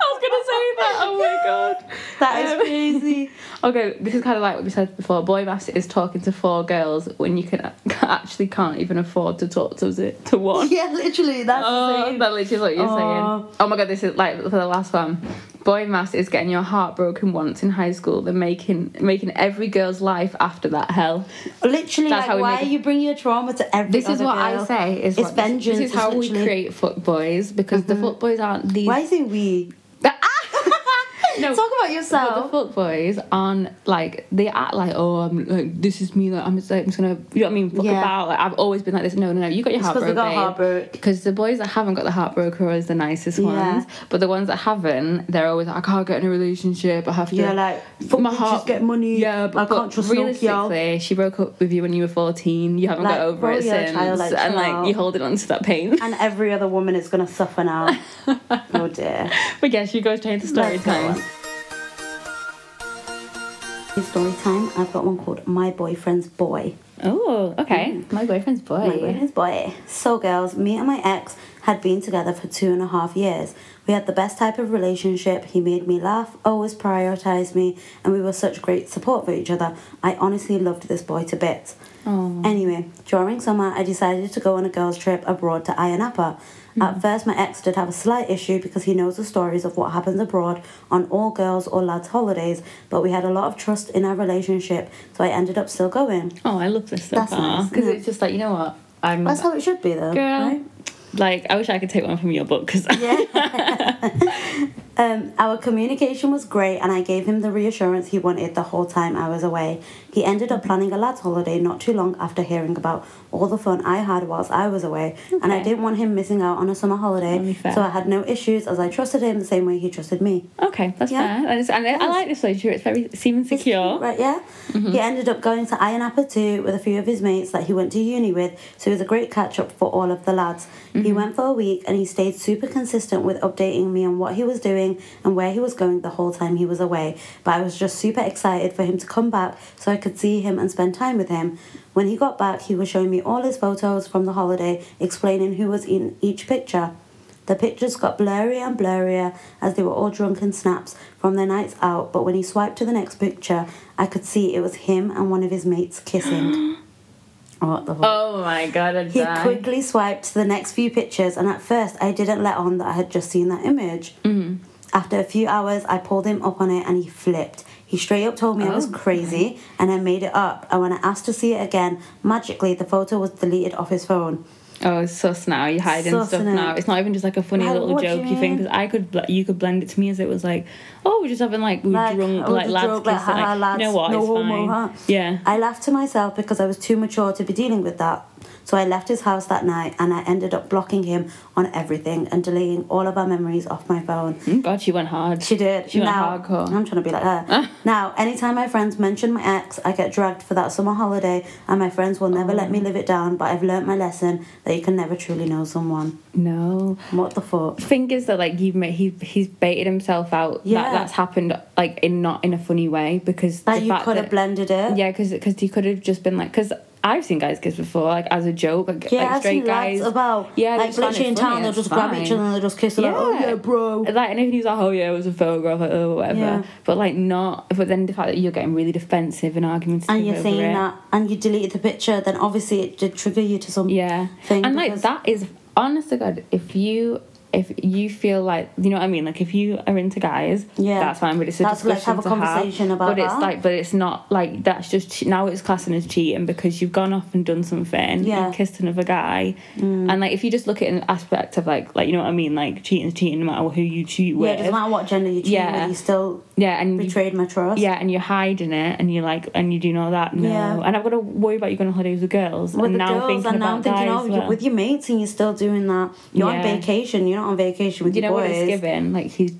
Speaker 1: I was gonna say that. Oh my god.
Speaker 2: That is
Speaker 1: Um,
Speaker 2: crazy.
Speaker 1: Okay, this is kind of like what we said before. Boy Maths is talking to four girls when you can actually can't even afford to talk to to one.
Speaker 2: yeah, literally. That's
Speaker 1: Oh,
Speaker 2: insane.
Speaker 1: that literally is what you're
Speaker 2: Oh.
Speaker 1: saying. Oh my god, this is like for the last one. Boy mass is getting your heart broken once in high school, then making making every girl's life after that hell.
Speaker 2: Literally,
Speaker 1: That's
Speaker 2: like,
Speaker 1: how we
Speaker 2: why
Speaker 1: make it-
Speaker 2: you bring your trauma to every
Speaker 1: This is
Speaker 2: other
Speaker 1: what I
Speaker 2: girl?
Speaker 1: say is
Speaker 2: It's
Speaker 1: what this-
Speaker 2: vengeance,
Speaker 1: This is Mm-hmm. how
Speaker 2: it's
Speaker 1: we
Speaker 2: literally-
Speaker 1: create footboys because the footboys aren't these. Ah!
Speaker 2: Why is it we?
Speaker 1: No.
Speaker 2: Talk about
Speaker 1: But
Speaker 2: yourself.
Speaker 1: the fuckboys aren't like they act like oh I'm like this is me like I'm just, like, I'm just gonna you know what I mean fuck
Speaker 2: Yeah.
Speaker 1: about like I've always been like this no no no you got your
Speaker 2: It's
Speaker 1: heart
Speaker 2: 'cause they
Speaker 1: broken
Speaker 2: got heartbroke.
Speaker 1: because the boys that haven't got the heartbroken are always the nicest
Speaker 2: Yeah.
Speaker 1: ones but the ones that haven't they're always like I can't get in a relationship I have to
Speaker 2: Yeah, like, fuck bitches, get money,
Speaker 1: yeah but,
Speaker 2: I can't
Speaker 1: but
Speaker 2: trust no
Speaker 1: realistically she broke up with you when you were 14 you haven't
Speaker 2: Like,
Speaker 1: got over
Speaker 2: bro,
Speaker 1: it
Speaker 2: you're a
Speaker 1: since
Speaker 2: child, like,
Speaker 1: and
Speaker 2: chill
Speaker 1: like
Speaker 2: out.
Speaker 1: you're holding on to that pain
Speaker 2: and every other woman is gonna suffer now. oh dear.
Speaker 1: but yeah she goes straight into story
Speaker 2: Let's go
Speaker 1: time
Speaker 2: on. In Story time. I've got one called My Boyfriend's Boy.
Speaker 1: oh okay my boyfriend's boy
Speaker 2: Mm. My boyfriend's boy. So, girls, me and my ex had been together for two and a half years. We had the best type of relationship. He made me laugh, always prioritized me, and we were such great support for each other. I honestly loved this boy to bits.
Speaker 1: Aw.
Speaker 2: Anyway, during summer, I decided to go on a girls' trip abroad to Ayia Napa. At first, my ex did have a slight issue because he knows the stories of what happens abroad on all girls' or lads' holidays, but we had a lot of trust in our relationship, so I ended up still going.
Speaker 1: Oh, I love this so
Speaker 2: That's
Speaker 1: far
Speaker 2: nice,
Speaker 1: because
Speaker 2: isn't it?
Speaker 1: it's just like you know what I'm
Speaker 2: That's how it should be, though.
Speaker 1: girl.
Speaker 2: right?
Speaker 1: Like I wish I could take one from your book because
Speaker 2: Um, our communication was great, and I gave him the reassurance he wanted the whole time I was away. He ended up planning a lads' holiday not too long after hearing about all the fun I had whilst I was away, and I
Speaker 1: Okay.
Speaker 2: didn't want him missing out on a summer
Speaker 1: That'd
Speaker 2: holiday,
Speaker 1: be fair.
Speaker 2: so I had no issues as I trusted him the same way he trusted me.
Speaker 1: okay, that's
Speaker 2: Yeah.
Speaker 1: fair. And, it's, and I- I
Speaker 2: Yes.
Speaker 1: like this relationship. It's very seeming
Speaker 2: It's
Speaker 1: secure.
Speaker 2: cute, right? Yeah. He ended up going to Ayanapa too with a few of his mates that he went to uni with, so it was a great catch up for all of the lads. He went for a week and he stayed super consistent with updating me on what he was doing and where he was going the whole time he was away. But I was just super excited for him to come back so I could see him and spend time with him. When he got back, he was showing me all his photos from the holiday, explaining who was in each picture. The pictures got blurrier and blurrier as they were all drunken snaps from their nights out, but when he swiped to the next picture, I could see it was him and one of his mates kissing. what the fuck?
Speaker 1: Oh my god, I'd
Speaker 2: He
Speaker 1: die.
Speaker 2: quickly swiped to the next few pictures, and at first I didn't let on that I had just seen that image.
Speaker 1: Mm-hmm.
Speaker 2: Mm. After a few hours, I pulled him up on it and he flipped. He straight up told me I was
Speaker 1: Oh,
Speaker 2: crazy and I made it up. And when I asked to see it again, magically the photo was deleted off his phone.
Speaker 1: Oh, it's sus now. You're hiding
Speaker 2: Sus,
Speaker 1: stuff
Speaker 2: innit?
Speaker 1: now. It's not even just like a funny
Speaker 2: Like,
Speaker 1: little
Speaker 2: what do you
Speaker 1: jokey thing
Speaker 2: mean?
Speaker 1: because I could bl- you could blend it to me as it was like, oh, we're just having like we were
Speaker 2: Like,
Speaker 1: drunk
Speaker 2: oh,
Speaker 1: like
Speaker 2: the
Speaker 1: lads
Speaker 2: drunk, like,
Speaker 1: kissing.
Speaker 2: haha,
Speaker 1: Like,
Speaker 2: lads,
Speaker 1: you know what?
Speaker 2: no
Speaker 1: it's
Speaker 2: homo,
Speaker 1: fine.
Speaker 2: huh?
Speaker 1: Yeah.
Speaker 2: I laughed to myself because I was too mature to be dealing with that. So I left his house that night and I ended up blocking him on everything and deleting all of our memories off my phone.
Speaker 1: Mm, God, she went hard.
Speaker 2: She did.
Speaker 1: She went
Speaker 2: now,
Speaker 1: hardcore. Ah.
Speaker 2: I'm trying to be like her. now, anytime my friends mention my ex, I get dragged for that summer holiday and my friends will never
Speaker 1: Oh.
Speaker 2: let me live it down, but I've learnt my lesson that you can never truly know someone.
Speaker 1: No.
Speaker 2: What the fuck?
Speaker 1: thing is that like you've made he he's baited himself out
Speaker 2: Yeah.
Speaker 1: that that's happened like in not in a funny way because
Speaker 2: That
Speaker 1: the
Speaker 2: you
Speaker 1: fact
Speaker 2: could have
Speaker 1: that-
Speaker 2: blended it.
Speaker 1: yeah because because he could have just been like because I've seen guys kiss before like as a joke like,
Speaker 2: Yeah,
Speaker 1: like
Speaker 2: I've
Speaker 1: straight
Speaker 2: seen
Speaker 1: guys
Speaker 2: lads about.
Speaker 1: yeah they
Speaker 2: like
Speaker 1: just find
Speaker 2: literally
Speaker 1: it
Speaker 2: in
Speaker 1: funny,
Speaker 2: town, they'll
Speaker 1: it's
Speaker 2: just grab each
Speaker 1: fine.
Speaker 2: other and they'll just kiss. Like, oh yeah, bro.
Speaker 1: Like, and if he's like, oh yeah, it was a photograph, like, oh whatever.
Speaker 2: Yeah.
Speaker 1: But like, not. But then the fact that you're getting really defensive and argumentative
Speaker 2: and you're
Speaker 1: over
Speaker 2: saying
Speaker 1: it.
Speaker 2: that, and you deleted the picture, then obviously it did trigger you to some
Speaker 1: yeah
Speaker 2: thing.
Speaker 1: and like
Speaker 2: because-
Speaker 1: that is honest to god if you if you feel like you know what I mean, like if you are into guys,
Speaker 2: Yeah.
Speaker 1: that's fine. But it's a
Speaker 2: That's- let's
Speaker 1: discussion
Speaker 2: have a
Speaker 1: to
Speaker 2: conversation about
Speaker 1: But it's
Speaker 2: that.
Speaker 1: like, but it's not like that's just che- now it's classing as cheating because you've gone off and done something,
Speaker 2: Yeah. Mm.
Speaker 1: and kissed another guy, and like if you just look at an aspect of like like you know what I mean, like cheating's cheating no matter who you cheat
Speaker 2: Yeah, it
Speaker 1: with.
Speaker 2: doesn't matter what gender you cheat
Speaker 1: Yeah.
Speaker 2: with, you still
Speaker 1: yeah, and you,
Speaker 2: betrayed my trust.
Speaker 1: yeah, and you're hiding it, and you're like, and you do know that. No,
Speaker 2: Yeah.
Speaker 1: and I've got to worry about you going on holidays with girls,
Speaker 2: With
Speaker 1: and
Speaker 2: the
Speaker 1: now
Speaker 2: girls,
Speaker 1: thinking
Speaker 2: and now I'm
Speaker 1: about guys.
Speaker 2: thinking, oh,
Speaker 1: as
Speaker 2: you're
Speaker 1: well.
Speaker 2: with your mates and you're still doing that. You're on
Speaker 1: Yeah.
Speaker 2: vacation. You're not on vacation with
Speaker 1: you
Speaker 2: your
Speaker 1: know what
Speaker 2: boys.
Speaker 1: it's given? Like he's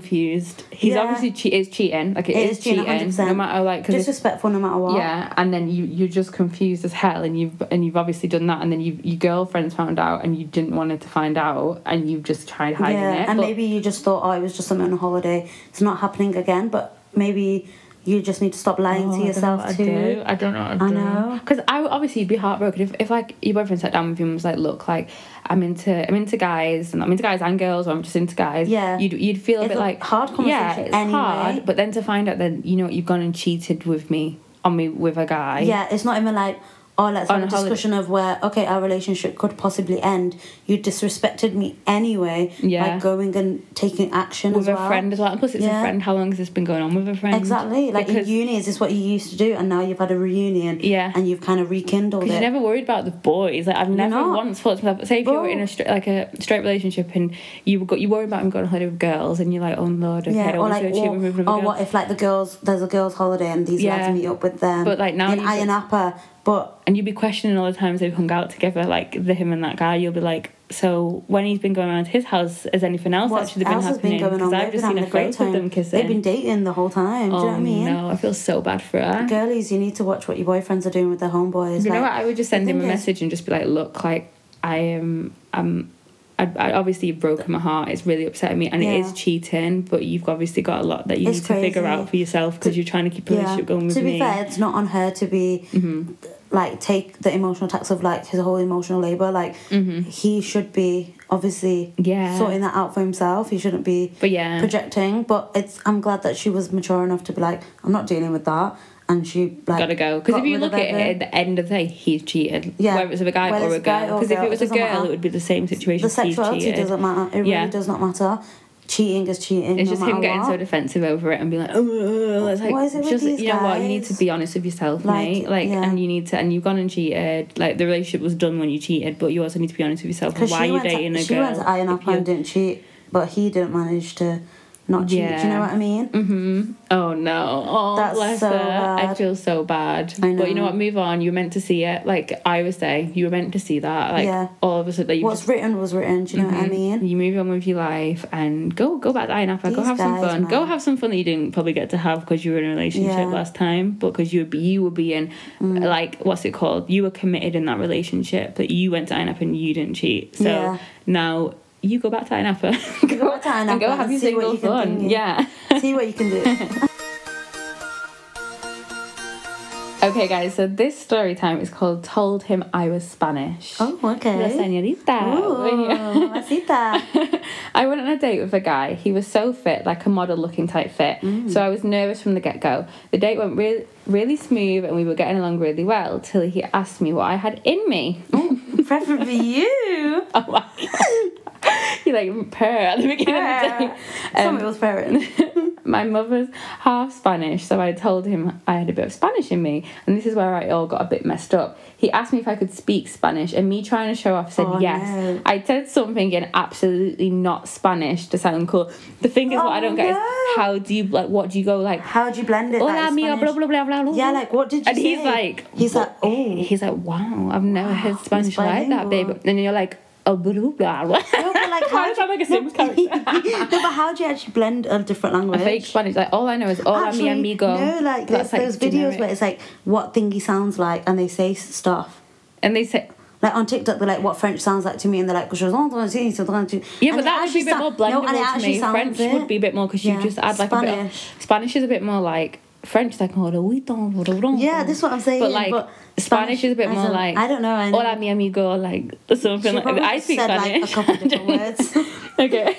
Speaker 1: confused. He's
Speaker 2: Yeah.
Speaker 1: obviously che- is cheating. Like
Speaker 2: It
Speaker 1: it
Speaker 2: is
Speaker 1: is
Speaker 2: cheating,
Speaker 1: cheating.
Speaker 2: 100%.
Speaker 1: No matter like because
Speaker 2: Disrespectful, no matter what.
Speaker 1: Yeah, and then you you're just confused as hell, and you've and you've obviously done that, and then you your girlfriend's found out, and you didn't want her to find out, and you've just tried hiding
Speaker 2: yeah,
Speaker 1: it.
Speaker 2: and
Speaker 1: but
Speaker 2: maybe you just thought, oh, it was just something on a holiday. It's not happening again, but maybe you just need to stop lying
Speaker 1: Oh,
Speaker 2: to yourself
Speaker 1: I don't know what
Speaker 2: too.
Speaker 1: I do. I don't know. What
Speaker 2: I
Speaker 1: I
Speaker 2: know.
Speaker 1: Because I would obviously be heartbroken if, if like your boyfriend sat down with you and was like, "Look, like I'm into I'm into guys and I'm into guys and girls, or I'm just into guys."
Speaker 2: Yeah.
Speaker 1: You'd you'd feel a
Speaker 2: It's
Speaker 1: bit
Speaker 2: a
Speaker 1: like
Speaker 2: hard
Speaker 1: Yeah,
Speaker 2: conversation
Speaker 1: it's
Speaker 2: anyway.
Speaker 1: hard. But then to find out that you know what, you've gone and cheated with me on me with a guy.
Speaker 2: Yeah, it's not even like, oh, let's
Speaker 1: On
Speaker 2: have a
Speaker 1: a holiday.
Speaker 2: discussion of where, okay, our relationship could possibly end. You disrespected me anyway
Speaker 1: Yeah.
Speaker 2: by going and taking action
Speaker 1: With
Speaker 2: as well.
Speaker 1: a friend as well. And plus, it's
Speaker 2: Yeah.
Speaker 1: a friend. How long has this been going on with a friend?
Speaker 2: Exactly. Like
Speaker 1: because
Speaker 2: in uni, is this what you used to do? And now you've had a reunion.
Speaker 1: Yeah.
Speaker 2: And you've kind of rekindled it.
Speaker 1: Because you're never worried about the boys. Like I've never
Speaker 2: not.
Speaker 1: once thought to myself, say if you were in
Speaker 2: Bro.
Speaker 1: a straight, like a straight relationship and you were got you worry about him going on holiday with girls and you're like, oh lord, okay,
Speaker 2: yeah,
Speaker 1: I
Speaker 2: or
Speaker 1: want
Speaker 2: like,
Speaker 1: to
Speaker 2: or,
Speaker 1: cheat with another
Speaker 2: or
Speaker 1: girl.
Speaker 2: what if like the girls, there's a girls' holiday and these
Speaker 1: Yeah.
Speaker 2: lads meet up with them.
Speaker 1: But, like, now
Speaker 2: in
Speaker 1: you just-
Speaker 2: Iron Appa, but
Speaker 1: and you'd be questioning all the times they've hung out together, like the him and that guy. You'll be like, so when he's been going around to his house, has anything else
Speaker 2: what
Speaker 1: actually been
Speaker 2: else has
Speaker 1: happening?
Speaker 2: been going
Speaker 1: Because
Speaker 2: on? They've
Speaker 1: I've just
Speaker 2: been
Speaker 1: seen
Speaker 2: having
Speaker 1: a
Speaker 2: a great
Speaker 1: photo of
Speaker 2: time.
Speaker 1: them kissing.
Speaker 2: They've been dating the whole time. Do you know what I
Speaker 1: Oh,
Speaker 2: mean?
Speaker 1: No, I feel so bad for her.
Speaker 2: Girlies, you need to watch what your boyfriends are doing with their homeboys.
Speaker 1: You know
Speaker 2: like,
Speaker 1: what? I would just
Speaker 2: the
Speaker 1: send him a
Speaker 2: thing is-
Speaker 1: message and just be like, "Look, like I am, um, I, I obviously you've broken my heart. It's really upsetting me, and
Speaker 2: Yeah.
Speaker 1: it is cheating. But you've obviously got a lot that you
Speaker 2: It's
Speaker 1: need to figure
Speaker 2: crazy.
Speaker 1: out for yourself because you're trying to keep a
Speaker 2: Yeah.
Speaker 1: relationship going with
Speaker 2: to be
Speaker 1: me. Mm-hmm.
Speaker 2: fair, it's not on her to be like take the emotional tax of like his whole emotional labor. Like he should be obviously
Speaker 1: Mm-hmm. Yeah.
Speaker 2: sorting that out for himself. He shouldn't be
Speaker 1: But yeah.
Speaker 2: projecting. But it's I'm glad that she was mature enough to be like I'm not dealing with that, and she like
Speaker 1: Gotta go. Because
Speaker 2: got
Speaker 1: if you
Speaker 2: rid
Speaker 1: look
Speaker 2: of
Speaker 1: at it, at the end of the day, he's cheated.
Speaker 2: Yeah.
Speaker 1: Whether it's with a guy
Speaker 2: Whether
Speaker 1: or
Speaker 2: it's
Speaker 1: a
Speaker 2: a guy
Speaker 1: girl.
Speaker 2: or a
Speaker 1: Because if
Speaker 2: girl,
Speaker 1: it was
Speaker 2: it
Speaker 1: a
Speaker 2: doesn't
Speaker 1: girl,
Speaker 2: matter.
Speaker 1: it would be the same situation.
Speaker 2: the
Speaker 1: if he's
Speaker 2: sexuality
Speaker 1: cheated.
Speaker 2: doesn't matter. It
Speaker 1: Yeah.
Speaker 2: really does not matter. Cheating is cheating.
Speaker 1: It's
Speaker 2: no
Speaker 1: just him
Speaker 2: matter
Speaker 1: getting
Speaker 2: what.
Speaker 1: so defensive over it and being like, oh, it's like,
Speaker 2: What is it with
Speaker 1: just,
Speaker 2: these
Speaker 1: you know what, you need to
Speaker 2: guys?
Speaker 1: be honest with yourself,
Speaker 2: Like,
Speaker 1: mate. Like,
Speaker 2: yeah.
Speaker 1: and you need to, and you've gone and cheated. Like, the relationship was done when you cheated, but you also need to be honest with yourself.
Speaker 2: Because
Speaker 1: Why
Speaker 2: she
Speaker 1: are you
Speaker 2: went
Speaker 1: dating
Speaker 2: to,
Speaker 1: a
Speaker 2: she
Speaker 1: girl?
Speaker 2: went to
Speaker 1: if
Speaker 2: Iron Up and
Speaker 1: you're-
Speaker 2: didn't cheat, but he didn't manage to not cheat. Do you know
Speaker 1: Yeah.
Speaker 2: what I mean?
Speaker 1: Oh no! Oh,
Speaker 2: That's
Speaker 1: bless
Speaker 2: so
Speaker 1: her. I
Speaker 2: bad.
Speaker 1: feel so bad.
Speaker 2: I
Speaker 1: But you
Speaker 2: know.
Speaker 1: know what? Move on. You were meant to see it. Like I was saying, you were meant to see that. Like
Speaker 2: Yeah.
Speaker 1: all of a sudden, that you
Speaker 2: What's
Speaker 1: just
Speaker 2: written was written. Do you know
Speaker 1: Mm-hmm.
Speaker 2: what I mean?
Speaker 1: you move on with your life and go go back to Iron Apple. Go
Speaker 2: These
Speaker 1: have some
Speaker 2: guys,
Speaker 1: fun. Go
Speaker 2: man.
Speaker 1: have some fun that you didn't probably get to have because you were in a relationship
Speaker 2: Yeah. Mm.
Speaker 1: last time. But because you were be- you were being like what's it called? You were committed in that relationship that you went to Iron Apple and you didn't cheat. So
Speaker 2: Yeah.
Speaker 1: now you go back to Iron Apple.
Speaker 2: Go back to Iron
Speaker 1: and
Speaker 2: Apple
Speaker 1: go have
Speaker 2: and
Speaker 1: your
Speaker 2: see what
Speaker 1: single
Speaker 2: you can do.
Speaker 1: fun. Yeah.
Speaker 2: See what you can do.
Speaker 1: Okay, guys. So this story time is called "Told Him I Was Spanish."
Speaker 2: Oh,
Speaker 1: La
Speaker 2: okay.
Speaker 1: señorita.
Speaker 2: Ooh, I see that.
Speaker 1: I went on a date with a guy. He was so fit, like a model looking type fit. So I was nervous from the get go. The date went really, really smooth and we were getting along really well till he asked me what I had in me.
Speaker 2: Preferably you.
Speaker 1: Oh my god. He like purr at the beginning of the
Speaker 2: Yeah.
Speaker 1: date. Um,
Speaker 2: Some of it was parent.
Speaker 1: My mother's half Spanish, so I told him I had a bit of Spanish in me, and this is where I all got a bit messed up. He asked me if I could speak Spanish, and me trying to show off said
Speaker 2: Oh,
Speaker 1: yes.
Speaker 2: no.
Speaker 1: I said something in absolutely not Spanish to sound cool. The thing is, what
Speaker 2: Oh,
Speaker 1: I don't get
Speaker 2: no.
Speaker 1: is how do you like? What do you go like?
Speaker 2: How would you blend it?
Speaker 1: Um, Hola,
Speaker 2: That is
Speaker 1: amigo, blah
Speaker 2: Spanish.
Speaker 1: blah blah blah. blah.
Speaker 2: Yeah, like what did you
Speaker 1: And he's
Speaker 2: say?
Speaker 1: like-
Speaker 2: he's like, oh,
Speaker 1: he's like, wow, I've never heard
Speaker 2: he's
Speaker 1: Spanish like that, babe.
Speaker 2: bilingual.
Speaker 1: And you're like, oh, blah blah blah. blah.
Speaker 2: No, but like,
Speaker 1: I
Speaker 2: how
Speaker 1: sound like a Sims character.
Speaker 2: no, but how do you actually blend a different language?
Speaker 1: A fake Spanish. Like all I know is hola,
Speaker 2: Actually,
Speaker 1: mi amigo.
Speaker 2: No, like
Speaker 1: That's,
Speaker 2: there's those videos
Speaker 1: generic.
Speaker 2: where it's like what thingy sounds like, and they say s- stuff.
Speaker 1: and they say.
Speaker 2: Like on TikTok, they're like, "What French sounds like to me," and they're like, "Je suis en train de- je suis en train de-"
Speaker 1: Yeah,
Speaker 2: And
Speaker 1: but
Speaker 2: it
Speaker 1: that would be
Speaker 2: actually
Speaker 1: a bit more
Speaker 2: sound- no,
Speaker 1: blendable
Speaker 2: and it
Speaker 1: to
Speaker 2: actually
Speaker 1: me.
Speaker 2: sounds
Speaker 1: French
Speaker 2: it.
Speaker 1: would be a bit more because
Speaker 2: Yeah.
Speaker 1: you just add like a bit. Of,
Speaker 2: Spanish.
Speaker 1: Spanish is a bit more like French, is like "Oh, hola, we don't, we don't.
Speaker 2: Yeah, this is what I'm saying.
Speaker 1: But like Spanish, is a bit
Speaker 2: I
Speaker 1: more
Speaker 2: don't-
Speaker 1: like
Speaker 2: I don't know. I
Speaker 1: hola, mi amigo, like something
Speaker 2: She
Speaker 1: like
Speaker 2: probably
Speaker 1: I
Speaker 2: just
Speaker 1: speak
Speaker 2: said,
Speaker 1: Spanish.
Speaker 2: Like, a couple different words.
Speaker 1: okay.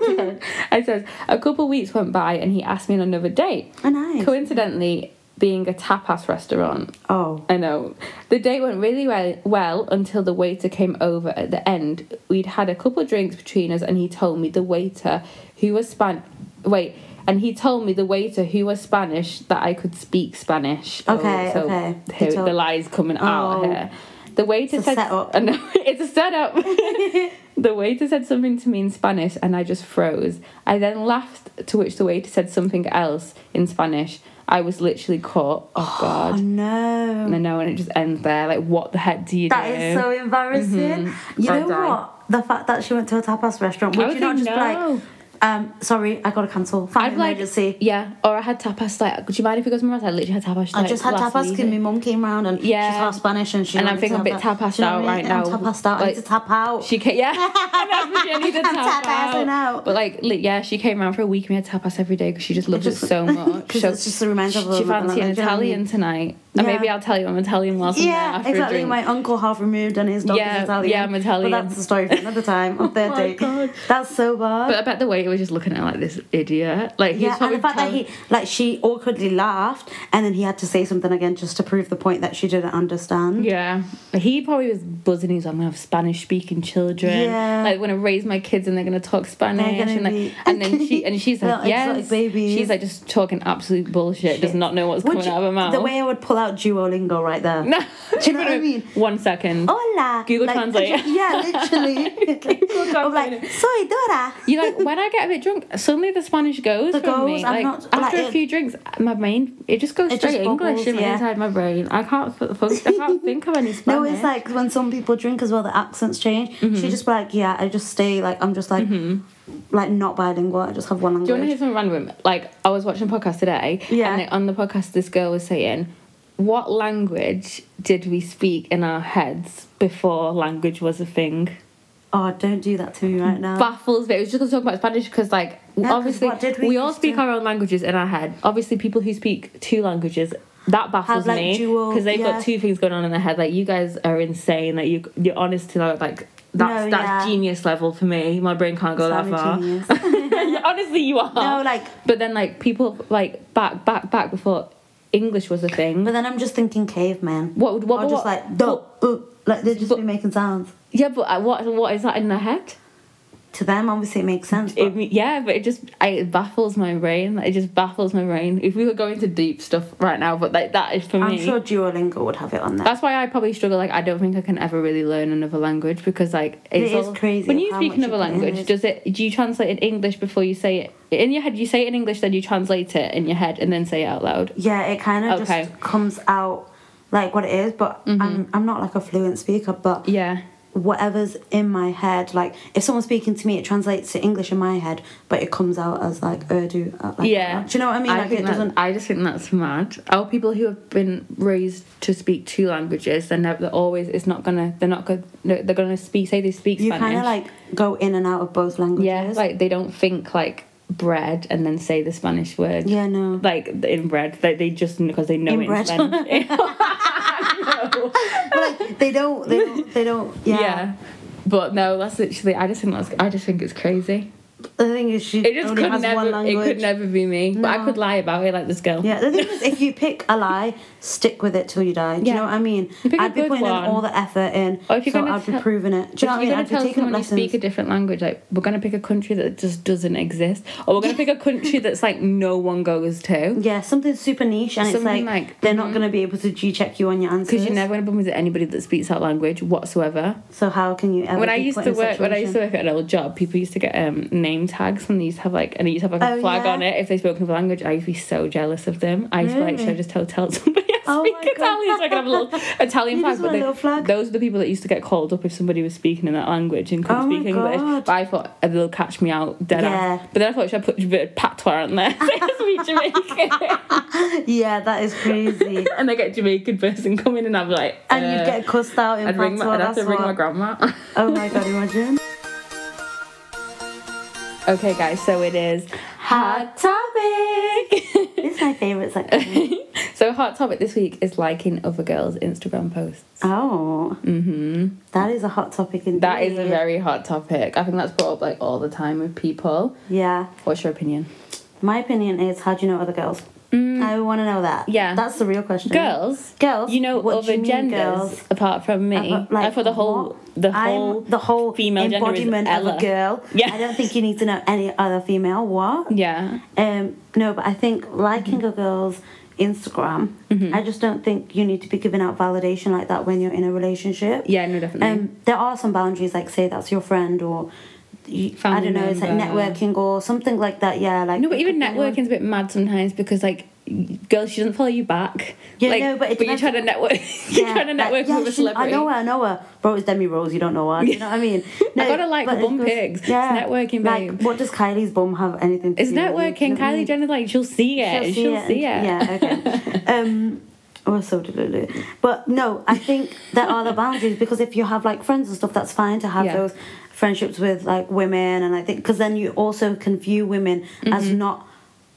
Speaker 1: I says a couple weeks went by and he asked me on another date.
Speaker 2: Oh, nice.
Speaker 1: Coincidentally, being a tapas restaurant.
Speaker 2: oh,
Speaker 1: I know. The date went really well, well until the waiter came over at the end. We'd had a couple of drinks between us, and he told me the waiter who was Span. Wait, and he told me the waiter who was Spanish that I could speak Spanish. Oh,
Speaker 2: Okay, okay.
Speaker 1: here-
Speaker 2: He told-
Speaker 1: the lies coming out
Speaker 2: Oh.
Speaker 1: here. The waiter
Speaker 2: It's a
Speaker 1: said,
Speaker 2: setup.
Speaker 1: I know, it's a setup. The waiter said something to me in Spanish and I just froze. I then laughed, to which the waiter said something else in Spanish. I was literally caught off
Speaker 2: Oh
Speaker 1: guard.
Speaker 2: no.
Speaker 1: And I know, and it just ends there. Like, what the heck do you
Speaker 2: That
Speaker 1: do?
Speaker 2: is so embarrassing. You
Speaker 1: I'd
Speaker 2: know
Speaker 1: Mm-hmm. die.
Speaker 2: what? The fact that she went to a tapas restaurant,
Speaker 1: I
Speaker 2: would
Speaker 1: would
Speaker 2: you not
Speaker 1: say no.
Speaker 2: just be like, um, sorry, I gotta cancel. Family
Speaker 1: I'd like,
Speaker 2: emergency.
Speaker 1: yeah, or I had tapas. Like, do you mind if we go somewhere else? I literally had tapas.
Speaker 2: I
Speaker 1: like,
Speaker 2: just had
Speaker 1: last
Speaker 2: tapas
Speaker 1: week.
Speaker 2: because my mum came round and
Speaker 1: Yeah.
Speaker 2: she's half Spanish and she
Speaker 1: And I
Speaker 2: wanted
Speaker 1: think
Speaker 2: to
Speaker 1: I'm a bit
Speaker 2: have that.
Speaker 1: tapassed
Speaker 2: Do you know
Speaker 1: out
Speaker 2: what I mean?
Speaker 1: right now.
Speaker 2: I'm tapassed out. I need
Speaker 1: Like-
Speaker 2: to tap out.
Speaker 1: She came, yeah. And that's what Jenny did
Speaker 2: I'm
Speaker 1: tap out.
Speaker 2: tapassing out.
Speaker 1: But like, li- yeah, she came around for a week and we had tapas every day because she just loves it,
Speaker 2: just-
Speaker 1: so much.
Speaker 2: 'Cause
Speaker 1: so
Speaker 2: it's just a reminder of
Speaker 1: she, she
Speaker 2: them and
Speaker 1: fancy
Speaker 2: like,
Speaker 1: an
Speaker 2: do you know what I mean?
Speaker 1: Italian tonight. And
Speaker 2: Yeah.
Speaker 1: maybe I'll tell you I'm Italian whilst I'm there
Speaker 2: yeah,
Speaker 1: after a
Speaker 2: exactly.
Speaker 1: drink.
Speaker 2: My uncle half removed and his dog
Speaker 1: Yeah,
Speaker 2: is Italian.
Speaker 1: yeah, I'm Italian. Oh
Speaker 2: But that's the story for another time on third
Speaker 1: my
Speaker 2: date.
Speaker 1: God.
Speaker 2: That's so bad.
Speaker 1: but I bet the waiter was just looking at her like this idiot. Like he's
Speaker 2: yeah, and
Speaker 1: probably
Speaker 2: the fact that
Speaker 1: telling-
Speaker 2: he, like, she awkwardly laughed, and then he had to say something again just to prove the point that she didn't understand.
Speaker 1: Yeah, he probably was buzzing. He's like, "I'm gonna have Spanish speaking children.
Speaker 2: Yeah.
Speaker 1: Like, when I raise my kids, and they're gonna talk Spanish."
Speaker 2: gonna
Speaker 1: and, like,
Speaker 2: be-
Speaker 1: and then she and she's like,
Speaker 2: Little exotic
Speaker 1: "Yes,
Speaker 2: babies.
Speaker 1: She's like just talking absolute bullshit. Does not know what's
Speaker 2: Would
Speaker 1: coming
Speaker 2: you-
Speaker 1: out of her mouth.
Speaker 2: The way I would pull out Duolingo right there.
Speaker 1: no,
Speaker 2: Do you know what I mean? Oh.
Speaker 1: One second.
Speaker 2: Hola.
Speaker 1: Google
Speaker 2: Like,
Speaker 1: Translate.
Speaker 2: Yeah, literally. I'm
Speaker 1: Translate
Speaker 2: like, soy Dora.
Speaker 1: You like when I get a bit drunk, suddenly the Spanish goes
Speaker 2: The
Speaker 1: from
Speaker 2: goes,
Speaker 1: me.
Speaker 2: I'm
Speaker 1: Like
Speaker 2: not-
Speaker 1: after
Speaker 2: like,
Speaker 1: a
Speaker 2: it-
Speaker 1: few drinks, my brain it just goes
Speaker 2: It
Speaker 1: straight
Speaker 2: just bubbles,
Speaker 1: English in-
Speaker 2: yeah.
Speaker 1: inside my brain. I can't f- fun- I can't think of any Spanish.
Speaker 2: No, it's like when some people drink as well, the accents change.
Speaker 1: Mm-hmm.
Speaker 2: She just be like, yeah, I just stay like I'm just like, like not bilingual. I just have one
Speaker 1: Do you want to
Speaker 2: language.
Speaker 1: hear something random? Like, I was watching a podcast today,
Speaker 2: Yeah.
Speaker 1: and like, on the podcast, this girl was saying, What language did we speak in our heads before language was a thing?
Speaker 2: Oh, don't do that to me right now.
Speaker 1: Baffles me. It was just talking about Spanish because, like,
Speaker 2: Uh-huh. Yeah, 'cause
Speaker 1: obviously,
Speaker 2: what did we
Speaker 1: we, all
Speaker 2: used
Speaker 1: speak
Speaker 2: to-
Speaker 1: our own languages in our head. Obviously, people who speak two languages. That baffles
Speaker 2: like,
Speaker 1: me
Speaker 2: dual-
Speaker 1: because they've
Speaker 2: yeah.
Speaker 1: got two things going on in their head. Like you guys are insane. Like you, you're honest to like, like that's
Speaker 2: No,
Speaker 1: that's
Speaker 2: yeah.
Speaker 1: genius level for me. My brain can't go
Speaker 2: Sound
Speaker 1: that far.
Speaker 2: genius.
Speaker 1: Honestly, you are.
Speaker 2: No, like-
Speaker 1: But then, like people, like back, back, back before English was a thing.
Speaker 2: but then I'm just thinking caveman.
Speaker 1: What would- what-
Speaker 2: Or just
Speaker 1: what-
Speaker 2: like duh, uh, like they'd just be making sounds.
Speaker 1: yeah, but uh, what what is that in the head?
Speaker 2: To them, obviously, it makes sense. But
Speaker 1: It, yeah, but it just I, it baffles my brain. Like, It just baffles my brain. If we were going to deep stuff right now, but like that is for
Speaker 2: I'm
Speaker 1: me.
Speaker 2: sure Duolingo would have it on there.
Speaker 1: That's why I probably struggle. Like I don't think I can ever really learn another language because like it's
Speaker 2: It is
Speaker 1: all-
Speaker 2: crazy
Speaker 1: When you
Speaker 2: how
Speaker 1: speak
Speaker 2: much you
Speaker 1: another
Speaker 2: put in
Speaker 1: language,
Speaker 2: it.
Speaker 1: does it? Do you translate it in English before you say it in your head? You say it in English, then you translate it in your head, and then say it out loud.
Speaker 2: yeah, it kind of
Speaker 1: Okay. Mm-hmm.
Speaker 2: just comes out like what it is. But I'm I'm not like a fluent speaker, but
Speaker 1: Yeah.
Speaker 2: whatever's in my head. Like if someone's speaking to me, it translates to English in my head, but it comes out as like Urdu. uh, Like,
Speaker 1: yeah.
Speaker 2: Do you know what I mean? like
Speaker 1: think
Speaker 2: it
Speaker 1: that-
Speaker 2: doesn't.
Speaker 1: I just think that's mad. Our people who have been raised to speak two languages, they're, never, they're always. It's not gonna. They're not good. They're gonna speak. Say they speak
Speaker 2: You
Speaker 1: Spanish.
Speaker 2: kind of like go in and out of both languages.
Speaker 1: yeah, like they don't think like bread and then say the Spanish word.
Speaker 2: Yeah, no.
Speaker 1: Like in bread, they they just because they know
Speaker 2: In
Speaker 1: it's
Speaker 2: bread.
Speaker 1: Spanish.
Speaker 2: But, like, they don't. They don't. They don't. Yeah.
Speaker 1: yeah. But no, that's literally. I just think that's. I just think it's crazy.
Speaker 2: The thing is, she
Speaker 1: It just
Speaker 2: only
Speaker 1: could
Speaker 2: has one
Speaker 1: never. It
Speaker 2: language.
Speaker 1: could never be me. But I
Speaker 2: No.
Speaker 1: could lie about it like this girl.
Speaker 2: Yeah, the thing is, if you pick a lie, stick with it till you die. Do
Speaker 1: Yeah.
Speaker 2: you know what I mean?
Speaker 1: You pick a
Speaker 2: I'd be
Speaker 1: good
Speaker 2: putting
Speaker 1: one.
Speaker 2: in all the effort in,
Speaker 1: Or if you're
Speaker 2: so
Speaker 1: gonna
Speaker 2: I'd be
Speaker 1: tell-
Speaker 2: proving it. Do you know what I
Speaker 1: If
Speaker 2: mean?
Speaker 1: you're
Speaker 2: I'd be
Speaker 1: gonna tell
Speaker 2: taking up
Speaker 1: someone you
Speaker 2: lessons.
Speaker 1: speak a different language, like we're gonna pick a country that just doesn't exist, or we're gonna pick a country that's like no one goes to,
Speaker 2: yeah, something super niche, and
Speaker 1: Something
Speaker 2: it's like,
Speaker 1: like- mm-hmm.
Speaker 2: they're not going to be able to g check you on your answers.
Speaker 1: because you're never gonna bump into anybody that speaks that language whatsoever.
Speaker 2: So how can you ever?
Speaker 1: When I
Speaker 2: be
Speaker 1: used
Speaker 2: put
Speaker 1: to
Speaker 2: in
Speaker 1: work, when I used to
Speaker 2: situation?
Speaker 1: work at an old job, people used to get um, name tags, and they used to have like, and they used to have like a
Speaker 2: Oh,
Speaker 1: flag
Speaker 2: yeah.
Speaker 1: on it if they spoke another language. I used to be so jealous of them. I used to be like,
Speaker 2: Really?
Speaker 1: should I just tell tell somebody I
Speaker 2: Oh
Speaker 1: speak
Speaker 2: my God.
Speaker 1: Italian so I can have a little Italian
Speaker 2: You
Speaker 1: flag?
Speaker 2: just want a little flag?
Speaker 1: those are the people that used to get called up if somebody was speaking in that language and couldn't
Speaker 2: Oh my
Speaker 1: speak English.
Speaker 2: God.
Speaker 1: But I thought "Oh, they'll catch me out dead
Speaker 2: Yeah.
Speaker 1: ass. But then I thought should I put a bit of patois on there? Sweet Jamaican,
Speaker 2: Yeah, that is crazy.
Speaker 1: and I get Jamaican person coming and I'm like,
Speaker 2: and
Speaker 1: uh,
Speaker 2: you'd get cussed out in
Speaker 1: I'd ring
Speaker 2: France.
Speaker 1: my, I'd have to ring my grandma.
Speaker 2: Oh my god, imagine.
Speaker 1: Okay, guys, so it is hot topic.
Speaker 2: It's my favourite section.
Speaker 1: so, hot topic this week is liking other girls' Instagram posts.
Speaker 2: Oh. Mm-hmm. That is a hot topic indeed.
Speaker 1: That is a very hot topic. I think that's brought up like all the time with people.
Speaker 2: Yeah.
Speaker 1: What's your opinion?
Speaker 2: My opinion is how do you know other girls? I want to know that.
Speaker 1: Mm. Yeah.
Speaker 2: That's the real question.
Speaker 1: Girls,
Speaker 2: Girls?
Speaker 1: you know
Speaker 2: What do
Speaker 1: other
Speaker 2: you mean,
Speaker 1: genders
Speaker 2: girls?
Speaker 1: apart from me.
Speaker 2: Uh, like,
Speaker 1: I thought the whole,
Speaker 2: what?
Speaker 1: the whole,
Speaker 2: I'm the whole
Speaker 1: female gender is
Speaker 2: embodiment of
Speaker 1: Ella.
Speaker 2: a girl.
Speaker 1: Yeah.
Speaker 2: I don't think you need to know any other female. What?
Speaker 1: yeah,
Speaker 2: Um, no, but I think liking a girl's Instagram.
Speaker 1: Mm-hmm.
Speaker 2: I just don't think you need to be giving out validation like that when you're in a relationship.
Speaker 1: Yeah, no, definitely.
Speaker 2: Um, there are some boundaries, like say that's your friend or. You, I
Speaker 1: Family
Speaker 2: don't know, it's like
Speaker 1: member.
Speaker 2: networking or something like that. Yeah, like
Speaker 1: no, but
Speaker 2: it
Speaker 1: even
Speaker 2: could be anyone.
Speaker 1: networking's a bit mad sometimes because like, girl, she doesn't follow you back.
Speaker 2: Yeah,
Speaker 1: like,
Speaker 2: no, but it
Speaker 1: you're
Speaker 2: depends-
Speaker 1: trying to network. you're trying to
Speaker 2: like,
Speaker 1: network
Speaker 2: yeah,
Speaker 1: with a
Speaker 2: she- I
Speaker 1: celebrity.
Speaker 2: know her, I know her. Bro, it's Demi Rose, you don't know her. Do you know what I mean?
Speaker 1: I gotta like
Speaker 2: but it
Speaker 1: bum
Speaker 2: goes-
Speaker 1: pics. It's networking, babe.
Speaker 2: Like, what does Kylie's bum have anything to
Speaker 1: It's
Speaker 2: do with? Do you
Speaker 1: networking.
Speaker 2: know what I mean?
Speaker 1: Kylie Jenner, like, she'll see it. She'll, see it.
Speaker 2: and- Yeah, okay. um, or so delulu. But no, I think there are the boundaries because if you have like friends and stuff, that's fine to have
Speaker 1: Yeah.
Speaker 2: those friendships with like women, and I think because then you also can view women as not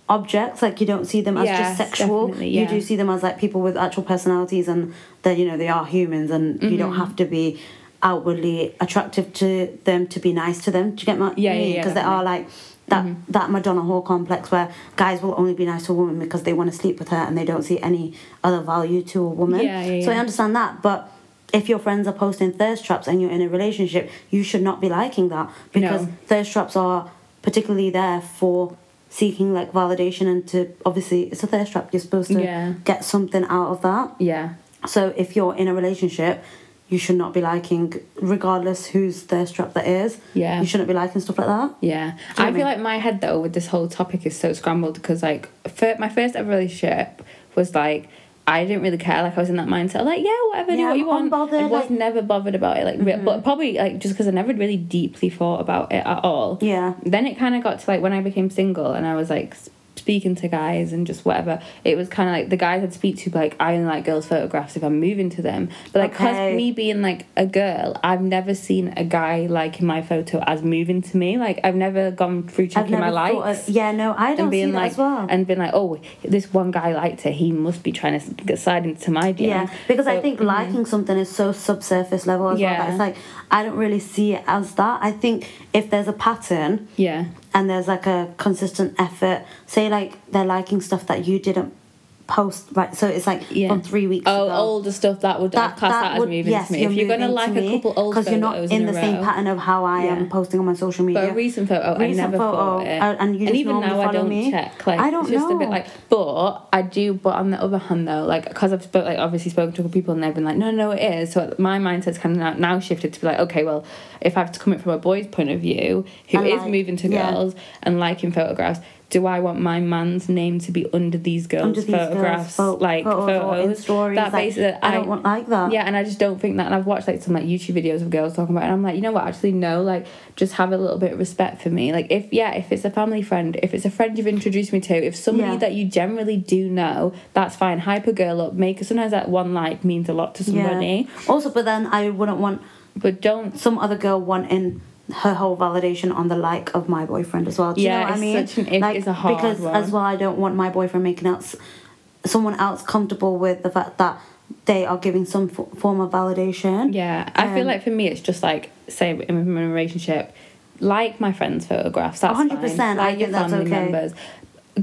Speaker 2: objects like you don't see them as
Speaker 1: Mm-hmm. Yes,
Speaker 2: just sexual
Speaker 1: definitely,
Speaker 2: you
Speaker 1: yeah.
Speaker 2: do see them as like people with actual personalities and that you know they are humans and you
Speaker 1: Mm-hmm.
Speaker 2: don't have to be outwardly attractive to them to be nice to them do you get my
Speaker 1: Yeah, yeah, yeah,
Speaker 2: because they
Speaker 1: definitely.
Speaker 2: are like that
Speaker 1: Mm-hmm.
Speaker 2: that Madonna Hall complex where guys will only be nice to a woman because they want to sleep with her and they don't see any other value to a woman.
Speaker 1: Yeah, yeah,
Speaker 2: so I
Speaker 1: yeah.
Speaker 2: understand that, but if your friends are posting thirst traps and you're in a relationship, you should not be liking that because
Speaker 1: No.
Speaker 2: thirst traps are particularly there for seeking like validation and to obviously it's a thirst trap you're supposed to
Speaker 1: Yeah.
Speaker 2: get something out of that.
Speaker 1: Yeah.
Speaker 2: So if you're in a relationship, you should not be liking regardless whose thirst trap that is.
Speaker 1: Yeah.
Speaker 2: You shouldn't be liking stuff like that.
Speaker 1: Yeah.
Speaker 2: Do you know what I
Speaker 1: I
Speaker 2: mean?
Speaker 1: feel like my head though with this whole topic is so scrambled because like fir- my first ever relationship was like I didn't really care. Like I was in that mindset, like yeah, whatever, do
Speaker 2: Yeah,
Speaker 1: what you
Speaker 2: I'm Mm-hmm.
Speaker 1: want. I
Speaker 2: unbothered,
Speaker 1: was
Speaker 2: like-
Speaker 1: never bothered about it. Like, re- but probably like just because I never really deeply thought about it at all.
Speaker 2: Yeah.
Speaker 1: Then it kind of got to like when I became single and I was like s- speaking to guys and just whatever. It was kind of like the guys I'd speak to, like I only like girls' photographs if I'm moving to them. But like, cause
Speaker 2: Okay.
Speaker 1: me me being like a girl, I've never seen a guy liking my photo as moving to me. Like I've never gone through checking my
Speaker 2: thought
Speaker 1: likes
Speaker 2: Of, yeah, no, I
Speaker 1: and
Speaker 2: don't
Speaker 1: being
Speaker 2: see that
Speaker 1: like
Speaker 2: as well.
Speaker 1: and being like, oh, this one guy liked it. He must be trying to get slide into my DMs.
Speaker 2: yeah, because I
Speaker 1: So- mm-hmm.
Speaker 2: think liking something is so subsurface level as well. That
Speaker 1: Yeah.
Speaker 2: it's like I don't really see it as that. I think if there's a pattern
Speaker 1: yeah,
Speaker 2: and there's like a consistent effort, say like they're liking stuff that you didn't post, right? So it's like
Speaker 1: yeah.
Speaker 2: from three weeks
Speaker 1: Oh,
Speaker 2: ago.
Speaker 1: older stuff that would I'd class that, as moving to me. If you're gonna like a couple old
Speaker 2: because you're not
Speaker 1: photos
Speaker 2: in
Speaker 1: a
Speaker 2: the same
Speaker 1: row,
Speaker 2: pattern of how I am
Speaker 1: Yeah.
Speaker 2: posting on my social media.
Speaker 1: But a recent photo, oh,
Speaker 2: Recent
Speaker 1: I never
Speaker 2: photo,
Speaker 1: thought it.
Speaker 2: uh, and you just
Speaker 1: even
Speaker 2: normally
Speaker 1: now, I
Speaker 2: follow
Speaker 1: don't
Speaker 2: me?
Speaker 1: check. Like,
Speaker 2: I don't
Speaker 1: it's just a bit
Speaker 2: know.
Speaker 1: like, but I do. But on the other hand, though, like, because I've spoke, like, obviously spoken to people, and they've been like, no, no, it is. So my mindset's kind of now, now shifted to be like, okay, well, if I have to come in from a boy's point of view, who is
Speaker 2: And like-
Speaker 1: moving to
Speaker 2: yeah.
Speaker 1: girls and liking photographs. Do I want my man's name to be under these girls'
Speaker 2: Under these girls'
Speaker 1: photographs,
Speaker 2: pho-
Speaker 1: like
Speaker 2: photos or in
Speaker 1: photos?
Speaker 2: stories,
Speaker 1: that
Speaker 2: like,
Speaker 1: basically,
Speaker 2: I don't want like that.
Speaker 1: Yeah, and I just don't think that. And I've watched like some like YouTube videos of girls talking about, it, and I'm like, you know what? Actually, no. Like, just have a little bit of respect for me. Like, if yeah, if it's a family friend, if it's a friend you've introduced me to, if somebody
Speaker 2: Yeah.
Speaker 1: that you generally do know, that's fine. Hype a girl up. Make sometimes that one like means a lot to somebody,
Speaker 2: Yeah. Also, but then I wouldn't want
Speaker 1: but don't.
Speaker 2: some other girl wanting her whole validation on the like of my boyfriend as well. Do
Speaker 1: Yeah,
Speaker 2: you know what
Speaker 1: it's
Speaker 2: I mean?
Speaker 1: such an- it is a hard
Speaker 2: because
Speaker 1: one.
Speaker 2: as well, I don't want my boyfriend making else someone else comfortable with the fact that they are giving some f- form of validation.
Speaker 1: Yeah, I feel
Speaker 2: Um,
Speaker 1: like for me, it's just like say in a relationship, like my friends' photographs. That's
Speaker 2: 100%,
Speaker 1: Fine.
Speaker 2: I
Speaker 1: Like your
Speaker 2: think that's
Speaker 1: family
Speaker 2: okay.
Speaker 1: members.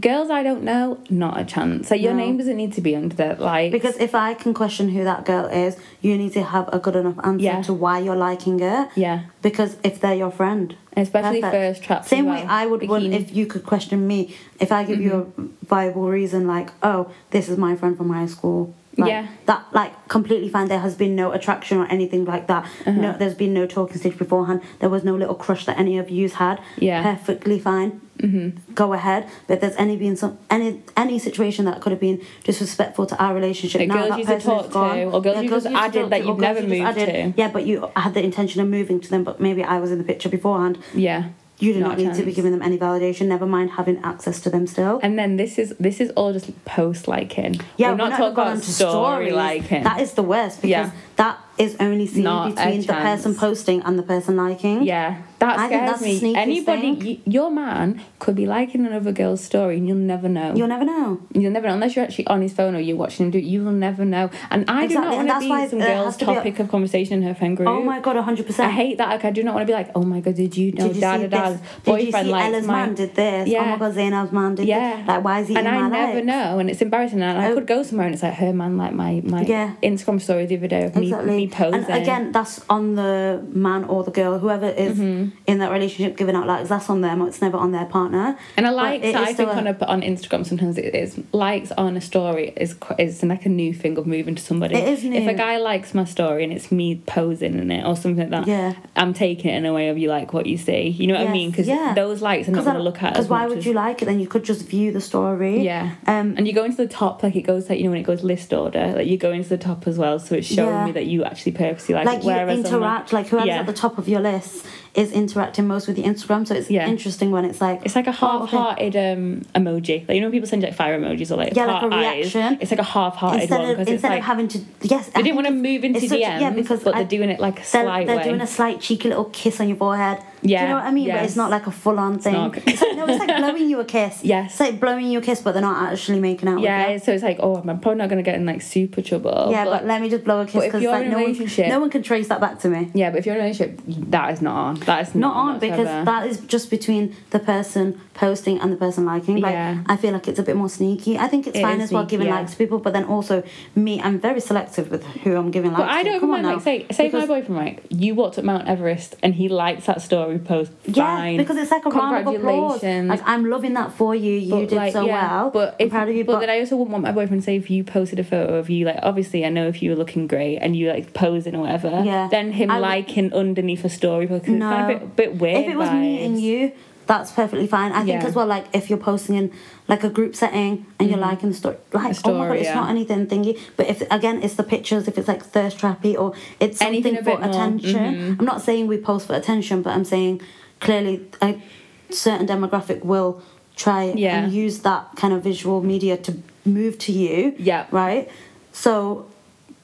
Speaker 1: Girls I don't know, not a chance. Like your
Speaker 2: No.
Speaker 1: name doesn't need to be under that like
Speaker 2: Because if I can question who that girl is, you need to have a good enough answer
Speaker 1: Yeah.
Speaker 2: to why you're liking her.
Speaker 1: Yeah.
Speaker 2: Because if they're your friend.
Speaker 1: Especially
Speaker 2: Perfect.
Speaker 1: first traps as
Speaker 2: Same way
Speaker 1: well.
Speaker 2: I would want
Speaker 1: Bikini.
Speaker 2: if you could question me. If I give you
Speaker 1: Mm-hmm.
Speaker 2: a viable reason, like, oh, this is my friend from high school. Like,
Speaker 1: Yeah.
Speaker 2: That, like, completely fine. There has been no attraction or anything like that.
Speaker 1: Uh-huh.
Speaker 2: No, there's been no talking stage beforehand. There was no little crush that any of yous had.
Speaker 1: Yeah.
Speaker 2: Perfectly fine. Mm-hmm. Go ahead. But if there's any been some any any situation that could have been disrespectful to our relationship,
Speaker 1: Like,
Speaker 2: now
Speaker 1: girls
Speaker 2: that
Speaker 1: you used to
Speaker 2: person is
Speaker 1: talk to,
Speaker 2: gone.
Speaker 1: or girls you just
Speaker 2: used to
Speaker 1: added
Speaker 2: talk
Speaker 1: that
Speaker 2: to, or
Speaker 1: you've
Speaker 2: girls
Speaker 1: never
Speaker 2: you just
Speaker 1: moved to.
Speaker 2: Yeah, but you had the intention of moving to them, but maybe I was in the picture beforehand.
Speaker 1: Yeah.
Speaker 2: You do not,
Speaker 1: a
Speaker 2: need to be
Speaker 1: chance.
Speaker 2: giving them any validation, never mind having access to them still.
Speaker 1: And then this is this is all just post liking. we're not,
Speaker 2: even
Speaker 1: talking
Speaker 2: gone
Speaker 1: about
Speaker 2: onto
Speaker 1: story
Speaker 2: stories.
Speaker 1: liking.
Speaker 2: That is the worst because
Speaker 1: Yeah.
Speaker 2: that is only seen
Speaker 1: Not a
Speaker 2: between the
Speaker 1: chance.
Speaker 2: person posting and the person liking.
Speaker 1: yeah, that
Speaker 2: I
Speaker 1: scares
Speaker 2: think that's the
Speaker 1: me.
Speaker 2: sneakiest
Speaker 1: Anybody,
Speaker 2: thing.
Speaker 1: y- your man could be liking another girl's story, and you'll never know.
Speaker 2: You'll never know.
Speaker 1: You'll never know unless you're actually on his phone or you're watching him do. it, You will never know. And I
Speaker 2: Exactly,
Speaker 1: do
Speaker 2: and
Speaker 1: not want
Speaker 2: that's
Speaker 1: to
Speaker 2: why
Speaker 1: be some
Speaker 2: there
Speaker 1: girl's
Speaker 2: has to be a-
Speaker 1: topic of conversation in her friend group.
Speaker 2: Oh my god, 100%.
Speaker 1: I hate that. Like, I do not want to be like, oh my god, did you know?
Speaker 2: Did you
Speaker 1: da da da.
Speaker 2: see this
Speaker 1: man's boyfriend
Speaker 2: Did you see
Speaker 1: likes
Speaker 2: Ella's
Speaker 1: my-
Speaker 2: man did this? Oh
Speaker 1: Yeah.
Speaker 2: my god, Zainab's man did
Speaker 1: yeah.
Speaker 2: this. Like, why is he
Speaker 1: And
Speaker 2: in
Speaker 1: I
Speaker 2: my
Speaker 1: never
Speaker 2: likes?
Speaker 1: know, and it's embarrassing. And I
Speaker 2: Oh.
Speaker 1: could go somewhere, and it's like her man, like my my
Speaker 2: Yeah.
Speaker 1: Instagram story the other day of me
Speaker 2: Exactly.
Speaker 1: me posing.
Speaker 2: And again, that's on the man or the girl, whoever is
Speaker 1: Mm-hmm.
Speaker 2: in that relationship giving out likes. That's on them. It's never on their partner.
Speaker 1: And a
Speaker 2: But
Speaker 1: likes,
Speaker 2: it is
Speaker 1: I
Speaker 2: still
Speaker 1: think, on a, on Instagram sometimes it is likes on a story is qu- is like a new thing of moving to somebody.
Speaker 2: It is
Speaker 1: If
Speaker 2: new.
Speaker 1: a guy likes my story and it's me posing in it or something like that,
Speaker 2: Yeah.
Speaker 1: I'm taking it in a way of you like what you see. You know what I
Speaker 2: Yes,
Speaker 1: mean? Because
Speaker 2: yeah.
Speaker 1: those likes are not going to look at.
Speaker 2: Because
Speaker 1: as
Speaker 2: why
Speaker 1: much
Speaker 2: would
Speaker 1: as-
Speaker 2: you like it? Then you could just view the story.
Speaker 1: Yeah.
Speaker 2: Um,
Speaker 1: and you go into the top, like it goes like you know when it goes list order, like you go into the top as well. So it's showing
Speaker 2: Yeah.
Speaker 1: me that you actually purposely like,
Speaker 2: like
Speaker 1: it.
Speaker 2: you
Speaker 1: whereas I'm
Speaker 2: interact, like whoever's
Speaker 1: Yeah.
Speaker 2: at the top of your list is interacting most with your Instagram. So it's
Speaker 1: Yeah.
Speaker 2: interesting when it's like
Speaker 1: It's like a
Speaker 2: oh, okay.
Speaker 1: half-hearted um, emoji. Like you know when people send you like fire emojis or like
Speaker 2: Yeah, like a
Speaker 1: heart eyes.
Speaker 2: reaction.
Speaker 1: It's like a half-hearted
Speaker 2: Instead
Speaker 1: one
Speaker 2: of
Speaker 1: because
Speaker 2: instead
Speaker 1: it's like
Speaker 2: of having to yes,
Speaker 1: they didn't want to move into
Speaker 2: it's
Speaker 1: DMs,
Speaker 2: such- yeah, because
Speaker 1: but
Speaker 2: I-
Speaker 1: they're doing it like a
Speaker 2: They're,
Speaker 1: slight
Speaker 2: they're
Speaker 1: way.
Speaker 2: doing a slight cheeky little kiss on your forehead. Do
Speaker 1: Yeah,
Speaker 2: you know what I mean? But
Speaker 1: yes.
Speaker 2: it's not like a full on thing.
Speaker 1: not.
Speaker 2: It's like, no, it's like blowing you a kiss.
Speaker 1: Yes.
Speaker 2: It's like blowing you a kiss, but they're not actually making out
Speaker 1: yeah,
Speaker 2: with
Speaker 1: so it's like oh, I'm probably not gonna get in like super trouble.
Speaker 2: you. Yeah, but let me just blow a kiss
Speaker 1: but if
Speaker 2: because
Speaker 1: you're
Speaker 2: like
Speaker 1: in a
Speaker 2: no one,
Speaker 1: relationship-
Speaker 2: no one can trace that back to me.
Speaker 1: yeah, but if you're in a relationship, that is not on. That is
Speaker 2: Not
Speaker 1: not,
Speaker 2: on because
Speaker 1: whatsoever.
Speaker 2: that is just between the person posting and the person liking. Like
Speaker 1: Yeah.
Speaker 2: I feel like it's a bit more sneaky. I think it's
Speaker 1: It
Speaker 2: fine
Speaker 1: is
Speaker 2: as well
Speaker 1: sneaky,
Speaker 2: giving
Speaker 1: yeah.
Speaker 2: likes to people, but then also me, I'm very selective with who I'm giving likes.
Speaker 1: But I
Speaker 2: to.
Speaker 1: don't even
Speaker 2: Come on
Speaker 1: mind, like,
Speaker 2: now.
Speaker 1: say, say
Speaker 2: Because-
Speaker 1: my boyfriend, like, you walked up Mount Everest and he likes that story post.
Speaker 2: Yeah,
Speaker 1: Fine.
Speaker 2: because it's like a round of applause.
Speaker 1: Congratulations.
Speaker 2: Like I'm loving that for you. You
Speaker 1: But,
Speaker 2: did
Speaker 1: like,
Speaker 2: so
Speaker 1: yeah,
Speaker 2: well.
Speaker 1: But
Speaker 2: I'm
Speaker 1: if,
Speaker 2: proud of you.
Speaker 1: But, then I also wouldn't want my boyfriend to say if you posted a photo of you, like obviously I know if you were looking great and you like posing or whatever.
Speaker 2: Yeah.
Speaker 1: Then him
Speaker 2: I would-
Speaker 1: liking underneath a story because
Speaker 2: No.
Speaker 1: it's kind of a bit, bit weird.
Speaker 2: if it was me and
Speaker 1: vibes.
Speaker 2: you, that's perfectly fine. I think
Speaker 1: Yeah.
Speaker 2: as well, like if you're posting in like a group setting and you're liking the story, like oh my
Speaker 1: Mm-hmm. story,
Speaker 2: god, it's
Speaker 1: yeah.
Speaker 2: not anything thingy. But if again, it's the pictures. If it's like thirst trappy or it's
Speaker 1: Anything
Speaker 2: something
Speaker 1: a
Speaker 2: for
Speaker 1: bit more, Mm-hmm.
Speaker 2: attention. I'm not saying we post for attention, but I'm saying clearly a certain demographic will try
Speaker 1: Yeah.
Speaker 2: and use that kind of visual media to move to you.
Speaker 1: Yeah.
Speaker 2: Right. So.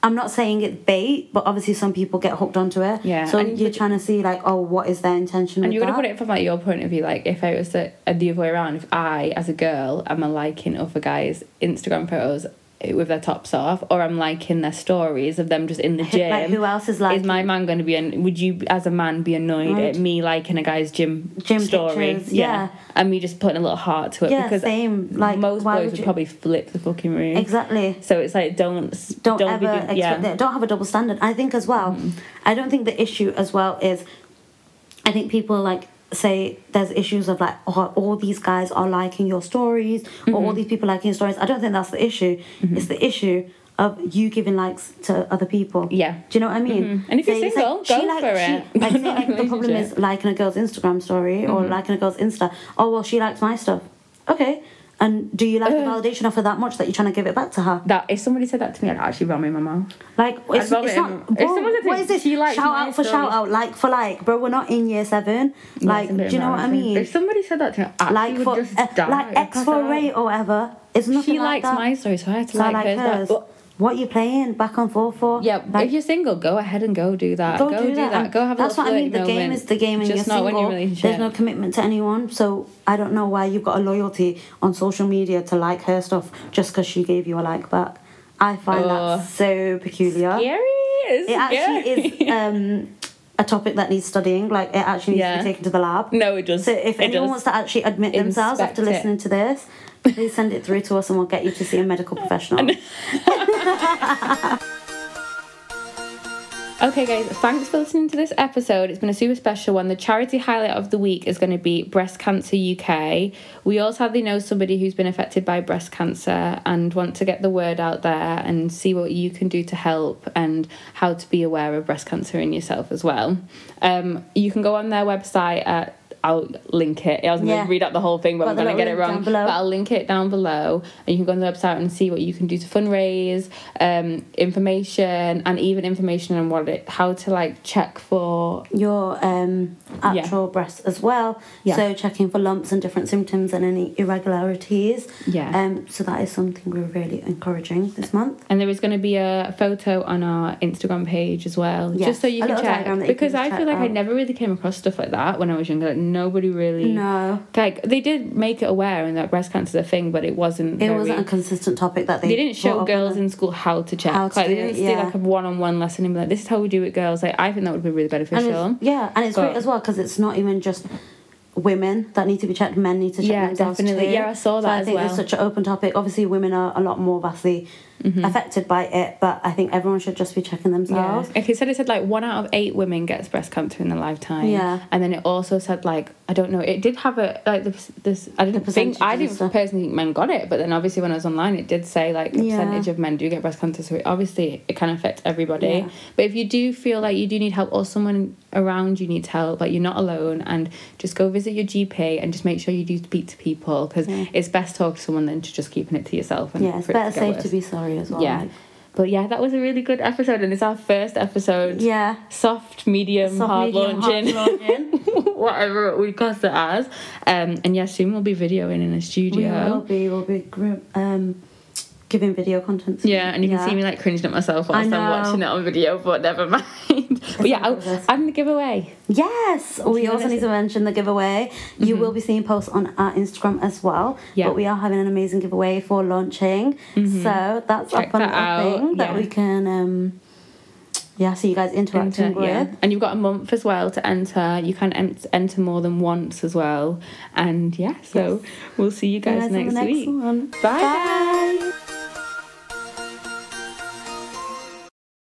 Speaker 2: I'm not saying it's bait, but obviously some people get hooked onto it.
Speaker 1: Yeah,
Speaker 2: So
Speaker 1: and-
Speaker 2: you're trying to see like, oh, what is their intention?
Speaker 1: And
Speaker 2: with
Speaker 1: you're gonna
Speaker 2: that?
Speaker 1: put it from like your point of view, like if I was the, uh, the other way around, if I as a girl am a liking other guys' Instagram photos with their tops off, or I'm liking their stories of them just in the gym.
Speaker 2: Like, who else is liking-
Speaker 1: Is my man gonna be? An, would you as a man be annoyed
Speaker 2: Right.
Speaker 1: at me liking a guy's gym
Speaker 2: Gym
Speaker 1: story?
Speaker 2: pictures, yeah.
Speaker 1: and me just putting a little heart to it
Speaker 2: Yeah,
Speaker 1: because
Speaker 2: same. Like,
Speaker 1: most
Speaker 2: why
Speaker 1: boys
Speaker 2: would
Speaker 1: would
Speaker 2: you-
Speaker 1: probably flip the fucking room.
Speaker 2: Exactly.
Speaker 1: So it's like don't s-
Speaker 2: Don't,
Speaker 1: be
Speaker 2: ever
Speaker 1: doing-
Speaker 2: expect
Speaker 1: yeah. Mm-hmm.
Speaker 2: that. Don't have a double standard. I think as well. I don't think the issue as well is. I think people like say there's issues of like oh, all these guys are liking your stories or
Speaker 1: Mm-hmm.
Speaker 2: all these people liking your stories. I don't think that's the issue. It's the issue of you giving likes to other people.
Speaker 1: Yeah. Mm-hmm.
Speaker 2: Do you know what I mean?
Speaker 1: And if you're
Speaker 2: Say it's
Speaker 1: single,
Speaker 2: like,
Speaker 1: go
Speaker 2: she like,
Speaker 1: for
Speaker 2: she,
Speaker 1: it.
Speaker 2: Like, say, like, the problem is
Speaker 1: Relationship.
Speaker 2: liking a girl's Instagram story or
Speaker 1: Mm-hmm.
Speaker 2: liking a girl's Insta. Oh well, she likes my stuff. Okay. And do you like the validation of her that much that you're trying to give it back to her?
Speaker 1: That if somebody said that to me, I'd actually vomit in my mouth.
Speaker 2: Like it's,
Speaker 1: love
Speaker 2: it's
Speaker 1: it.
Speaker 2: not.
Speaker 1: If
Speaker 2: Bro,
Speaker 1: someone said to
Speaker 2: what
Speaker 1: me,
Speaker 2: is this?
Speaker 1: "She likes
Speaker 2: shout
Speaker 1: my
Speaker 2: out for
Speaker 1: stories."
Speaker 2: shout out, like for like, bro. We're not in year seven. Like,
Speaker 1: That's a bit
Speaker 2: do you know what I
Speaker 1: embarrassing.
Speaker 2: mean?
Speaker 1: If somebody said that to me, I
Speaker 2: Like
Speaker 1: would
Speaker 2: for
Speaker 1: just
Speaker 2: uh,
Speaker 1: die.
Speaker 2: like X
Speaker 1: Pass
Speaker 2: for
Speaker 1: out.
Speaker 2: Ray or whatever. It's nothing
Speaker 1: She likes
Speaker 2: like that.
Speaker 1: my story, so I had to
Speaker 2: So I
Speaker 1: like, hers. back. But,
Speaker 2: What you playing back and forth for?
Speaker 1: yeah,
Speaker 2: Like,
Speaker 1: if you're single, go ahead and go do that. Go, do, that.
Speaker 2: and
Speaker 1: Go have a
Speaker 2: That's
Speaker 1: little
Speaker 2: what I mean. The
Speaker 1: flirt
Speaker 2: game
Speaker 1: moment.
Speaker 2: is the game, and
Speaker 1: just
Speaker 2: you're
Speaker 1: not
Speaker 2: single.
Speaker 1: when you're in a relationship.
Speaker 2: There's no commitment to anyone, so I don't know why you've got a loyalty on social media to like her stuff just because she gave you a like back. I find
Speaker 1: Ugh.
Speaker 2: that so peculiar
Speaker 1: Scary. It's
Speaker 2: it
Speaker 1: scary.
Speaker 2: actually is um, a topic that needs studying. Like it actually needs
Speaker 1: Yeah.
Speaker 2: to be taken to the lab.
Speaker 1: No, it does.
Speaker 2: So if
Speaker 1: It
Speaker 2: anyone
Speaker 1: does.
Speaker 2: wants to actually admit themselves after
Speaker 1: Inspect it.
Speaker 2: listening to this, please send it through to us and we'll get you to see a medical professional.
Speaker 1: Okay, guys, thanks for listening to this episode. It's been a super special one. The charity highlight of the week is going to be Breast Cancer UK. We all sadly know somebody who's been affected by breast cancer and want to get the word out there and see what you can do to help and how to be aware of breast cancer in yourself as well. Um, you can go on their website at I'll link it. I was going to
Speaker 2: Yeah.
Speaker 1: read out the whole thing, but
Speaker 2: Got
Speaker 1: I'm
Speaker 2: the
Speaker 1: going to
Speaker 2: little
Speaker 1: get it
Speaker 2: link
Speaker 1: wrong.
Speaker 2: down below.
Speaker 1: But I'll link it down below and you can go on the website and see what you can do to fundraise um information and even information on what it how to like check for
Speaker 2: Your um,
Speaker 1: Yeah.
Speaker 2: actual breasts as well.
Speaker 1: Yeah.
Speaker 2: So checking for lumps and different symptoms and any irregularities.
Speaker 1: Yeah.
Speaker 2: Um, so that is something we're really encouraging this month.
Speaker 1: and there is going to be a photo on our Instagram page as well,
Speaker 2: Yes,
Speaker 1: just so you
Speaker 2: a
Speaker 1: can
Speaker 2: little
Speaker 1: check.
Speaker 2: diagram that you
Speaker 1: because
Speaker 2: can
Speaker 1: I
Speaker 2: just
Speaker 1: feel
Speaker 2: check
Speaker 1: like I
Speaker 2: out.
Speaker 1: never really came across stuff like that when I was younger. Like nobody really,
Speaker 2: No.
Speaker 1: like they did make it aware and that breast cancer's a thing, but it wasn't.
Speaker 2: It
Speaker 1: very-
Speaker 2: wasn't a consistent topic that they
Speaker 1: They didn't
Speaker 2: brought
Speaker 1: show
Speaker 2: up on
Speaker 1: girls
Speaker 2: the-
Speaker 1: in school how to check.
Speaker 2: How to
Speaker 1: like they
Speaker 2: do
Speaker 1: didn't
Speaker 2: it,
Speaker 1: do
Speaker 2: yeah.
Speaker 1: like a one-on-one lesson and be like, "This is how we do it, girls." Like I think that would be really beneficial.
Speaker 2: And it's, yeah, and it's
Speaker 1: But-
Speaker 2: great as well because it's not even just women that need to be checked, men need to check
Speaker 1: Yeah,
Speaker 2: themselves
Speaker 1: definitely.
Speaker 2: too.
Speaker 1: Yeah, I saw
Speaker 2: So
Speaker 1: that
Speaker 2: I
Speaker 1: as
Speaker 2: think it's
Speaker 1: well.
Speaker 2: such an open topic. Obviously, women are a lot more vastly
Speaker 1: Mm-hmm.
Speaker 2: affected by it, but I think everyone should just be checking
Speaker 1: Yeah.
Speaker 2: themselves.
Speaker 1: If it said it said like one out of eight women gets breast cancer in their lifetime.
Speaker 2: Yeah.
Speaker 1: And then it also said like I don't know. It did have a like this. this I didn't think I
Speaker 2: percentages and
Speaker 1: didn't
Speaker 2: stuff.
Speaker 1: personally think men got it, but then obviously when I was online, it did say like a
Speaker 2: Yeah.
Speaker 1: percentage of men do get breast cancer. So it obviously it can affect everybody.
Speaker 2: Yeah.
Speaker 1: But if you do feel like you do need help or someone around you needs help, like you're not alone, and just go visit your GP and just make sure you do speak to people because
Speaker 2: Yeah.
Speaker 1: it's best to talk to someone than to just keeping it to yourself. And
Speaker 2: Yeah, it's
Speaker 1: for it
Speaker 2: better
Speaker 1: get
Speaker 2: safe to
Speaker 1: worse.
Speaker 2: be sorry as well.
Speaker 1: Yeah.
Speaker 2: like.
Speaker 1: But yeah, that was a really good episode, and it's our first episode.
Speaker 2: yeah.
Speaker 1: Soft, medium,
Speaker 2: Soft,
Speaker 1: hard
Speaker 2: medium, hard
Speaker 1: launching,
Speaker 2: launching.
Speaker 1: whatever we cast it as. Um, and yeah, soon we'll be videoing in a
Speaker 2: we will
Speaker 1: studio.
Speaker 2: be, we'll be gr- um, giving video content. soon.
Speaker 1: Yeah, and you can
Speaker 2: Yeah.
Speaker 1: see me like cringing at myself
Speaker 2: I
Speaker 1: whilst I'm
Speaker 2: know.
Speaker 1: watching it on video, but never mind. but yeah,
Speaker 2: all good.
Speaker 1: I'll, and the giveaway.
Speaker 2: Yes, we
Speaker 1: you
Speaker 2: also
Speaker 1: wanna- Mm-hmm.
Speaker 2: need to mention the giveaway. You will be seeing posts on our Instagram as
Speaker 1: Yeah.
Speaker 2: well.
Speaker 1: Mm-hmm.
Speaker 2: But we are having an amazing giveaway for launching. So that's
Speaker 1: Check
Speaker 2: up on
Speaker 1: that
Speaker 2: a
Speaker 1: out,
Speaker 2: thing that
Speaker 1: yeah.
Speaker 2: we can um yeah, so you guys interacting
Speaker 1: Enter,
Speaker 2: with.
Speaker 1: yeah. And you've got a month as well to enter. You can em- enter more than once as well. And yeah, so we'll see you
Speaker 2: See you
Speaker 1: guys
Speaker 2: in the
Speaker 1: next
Speaker 2: next
Speaker 1: week.
Speaker 2: one.
Speaker 1: Bye.
Speaker 2: Bye.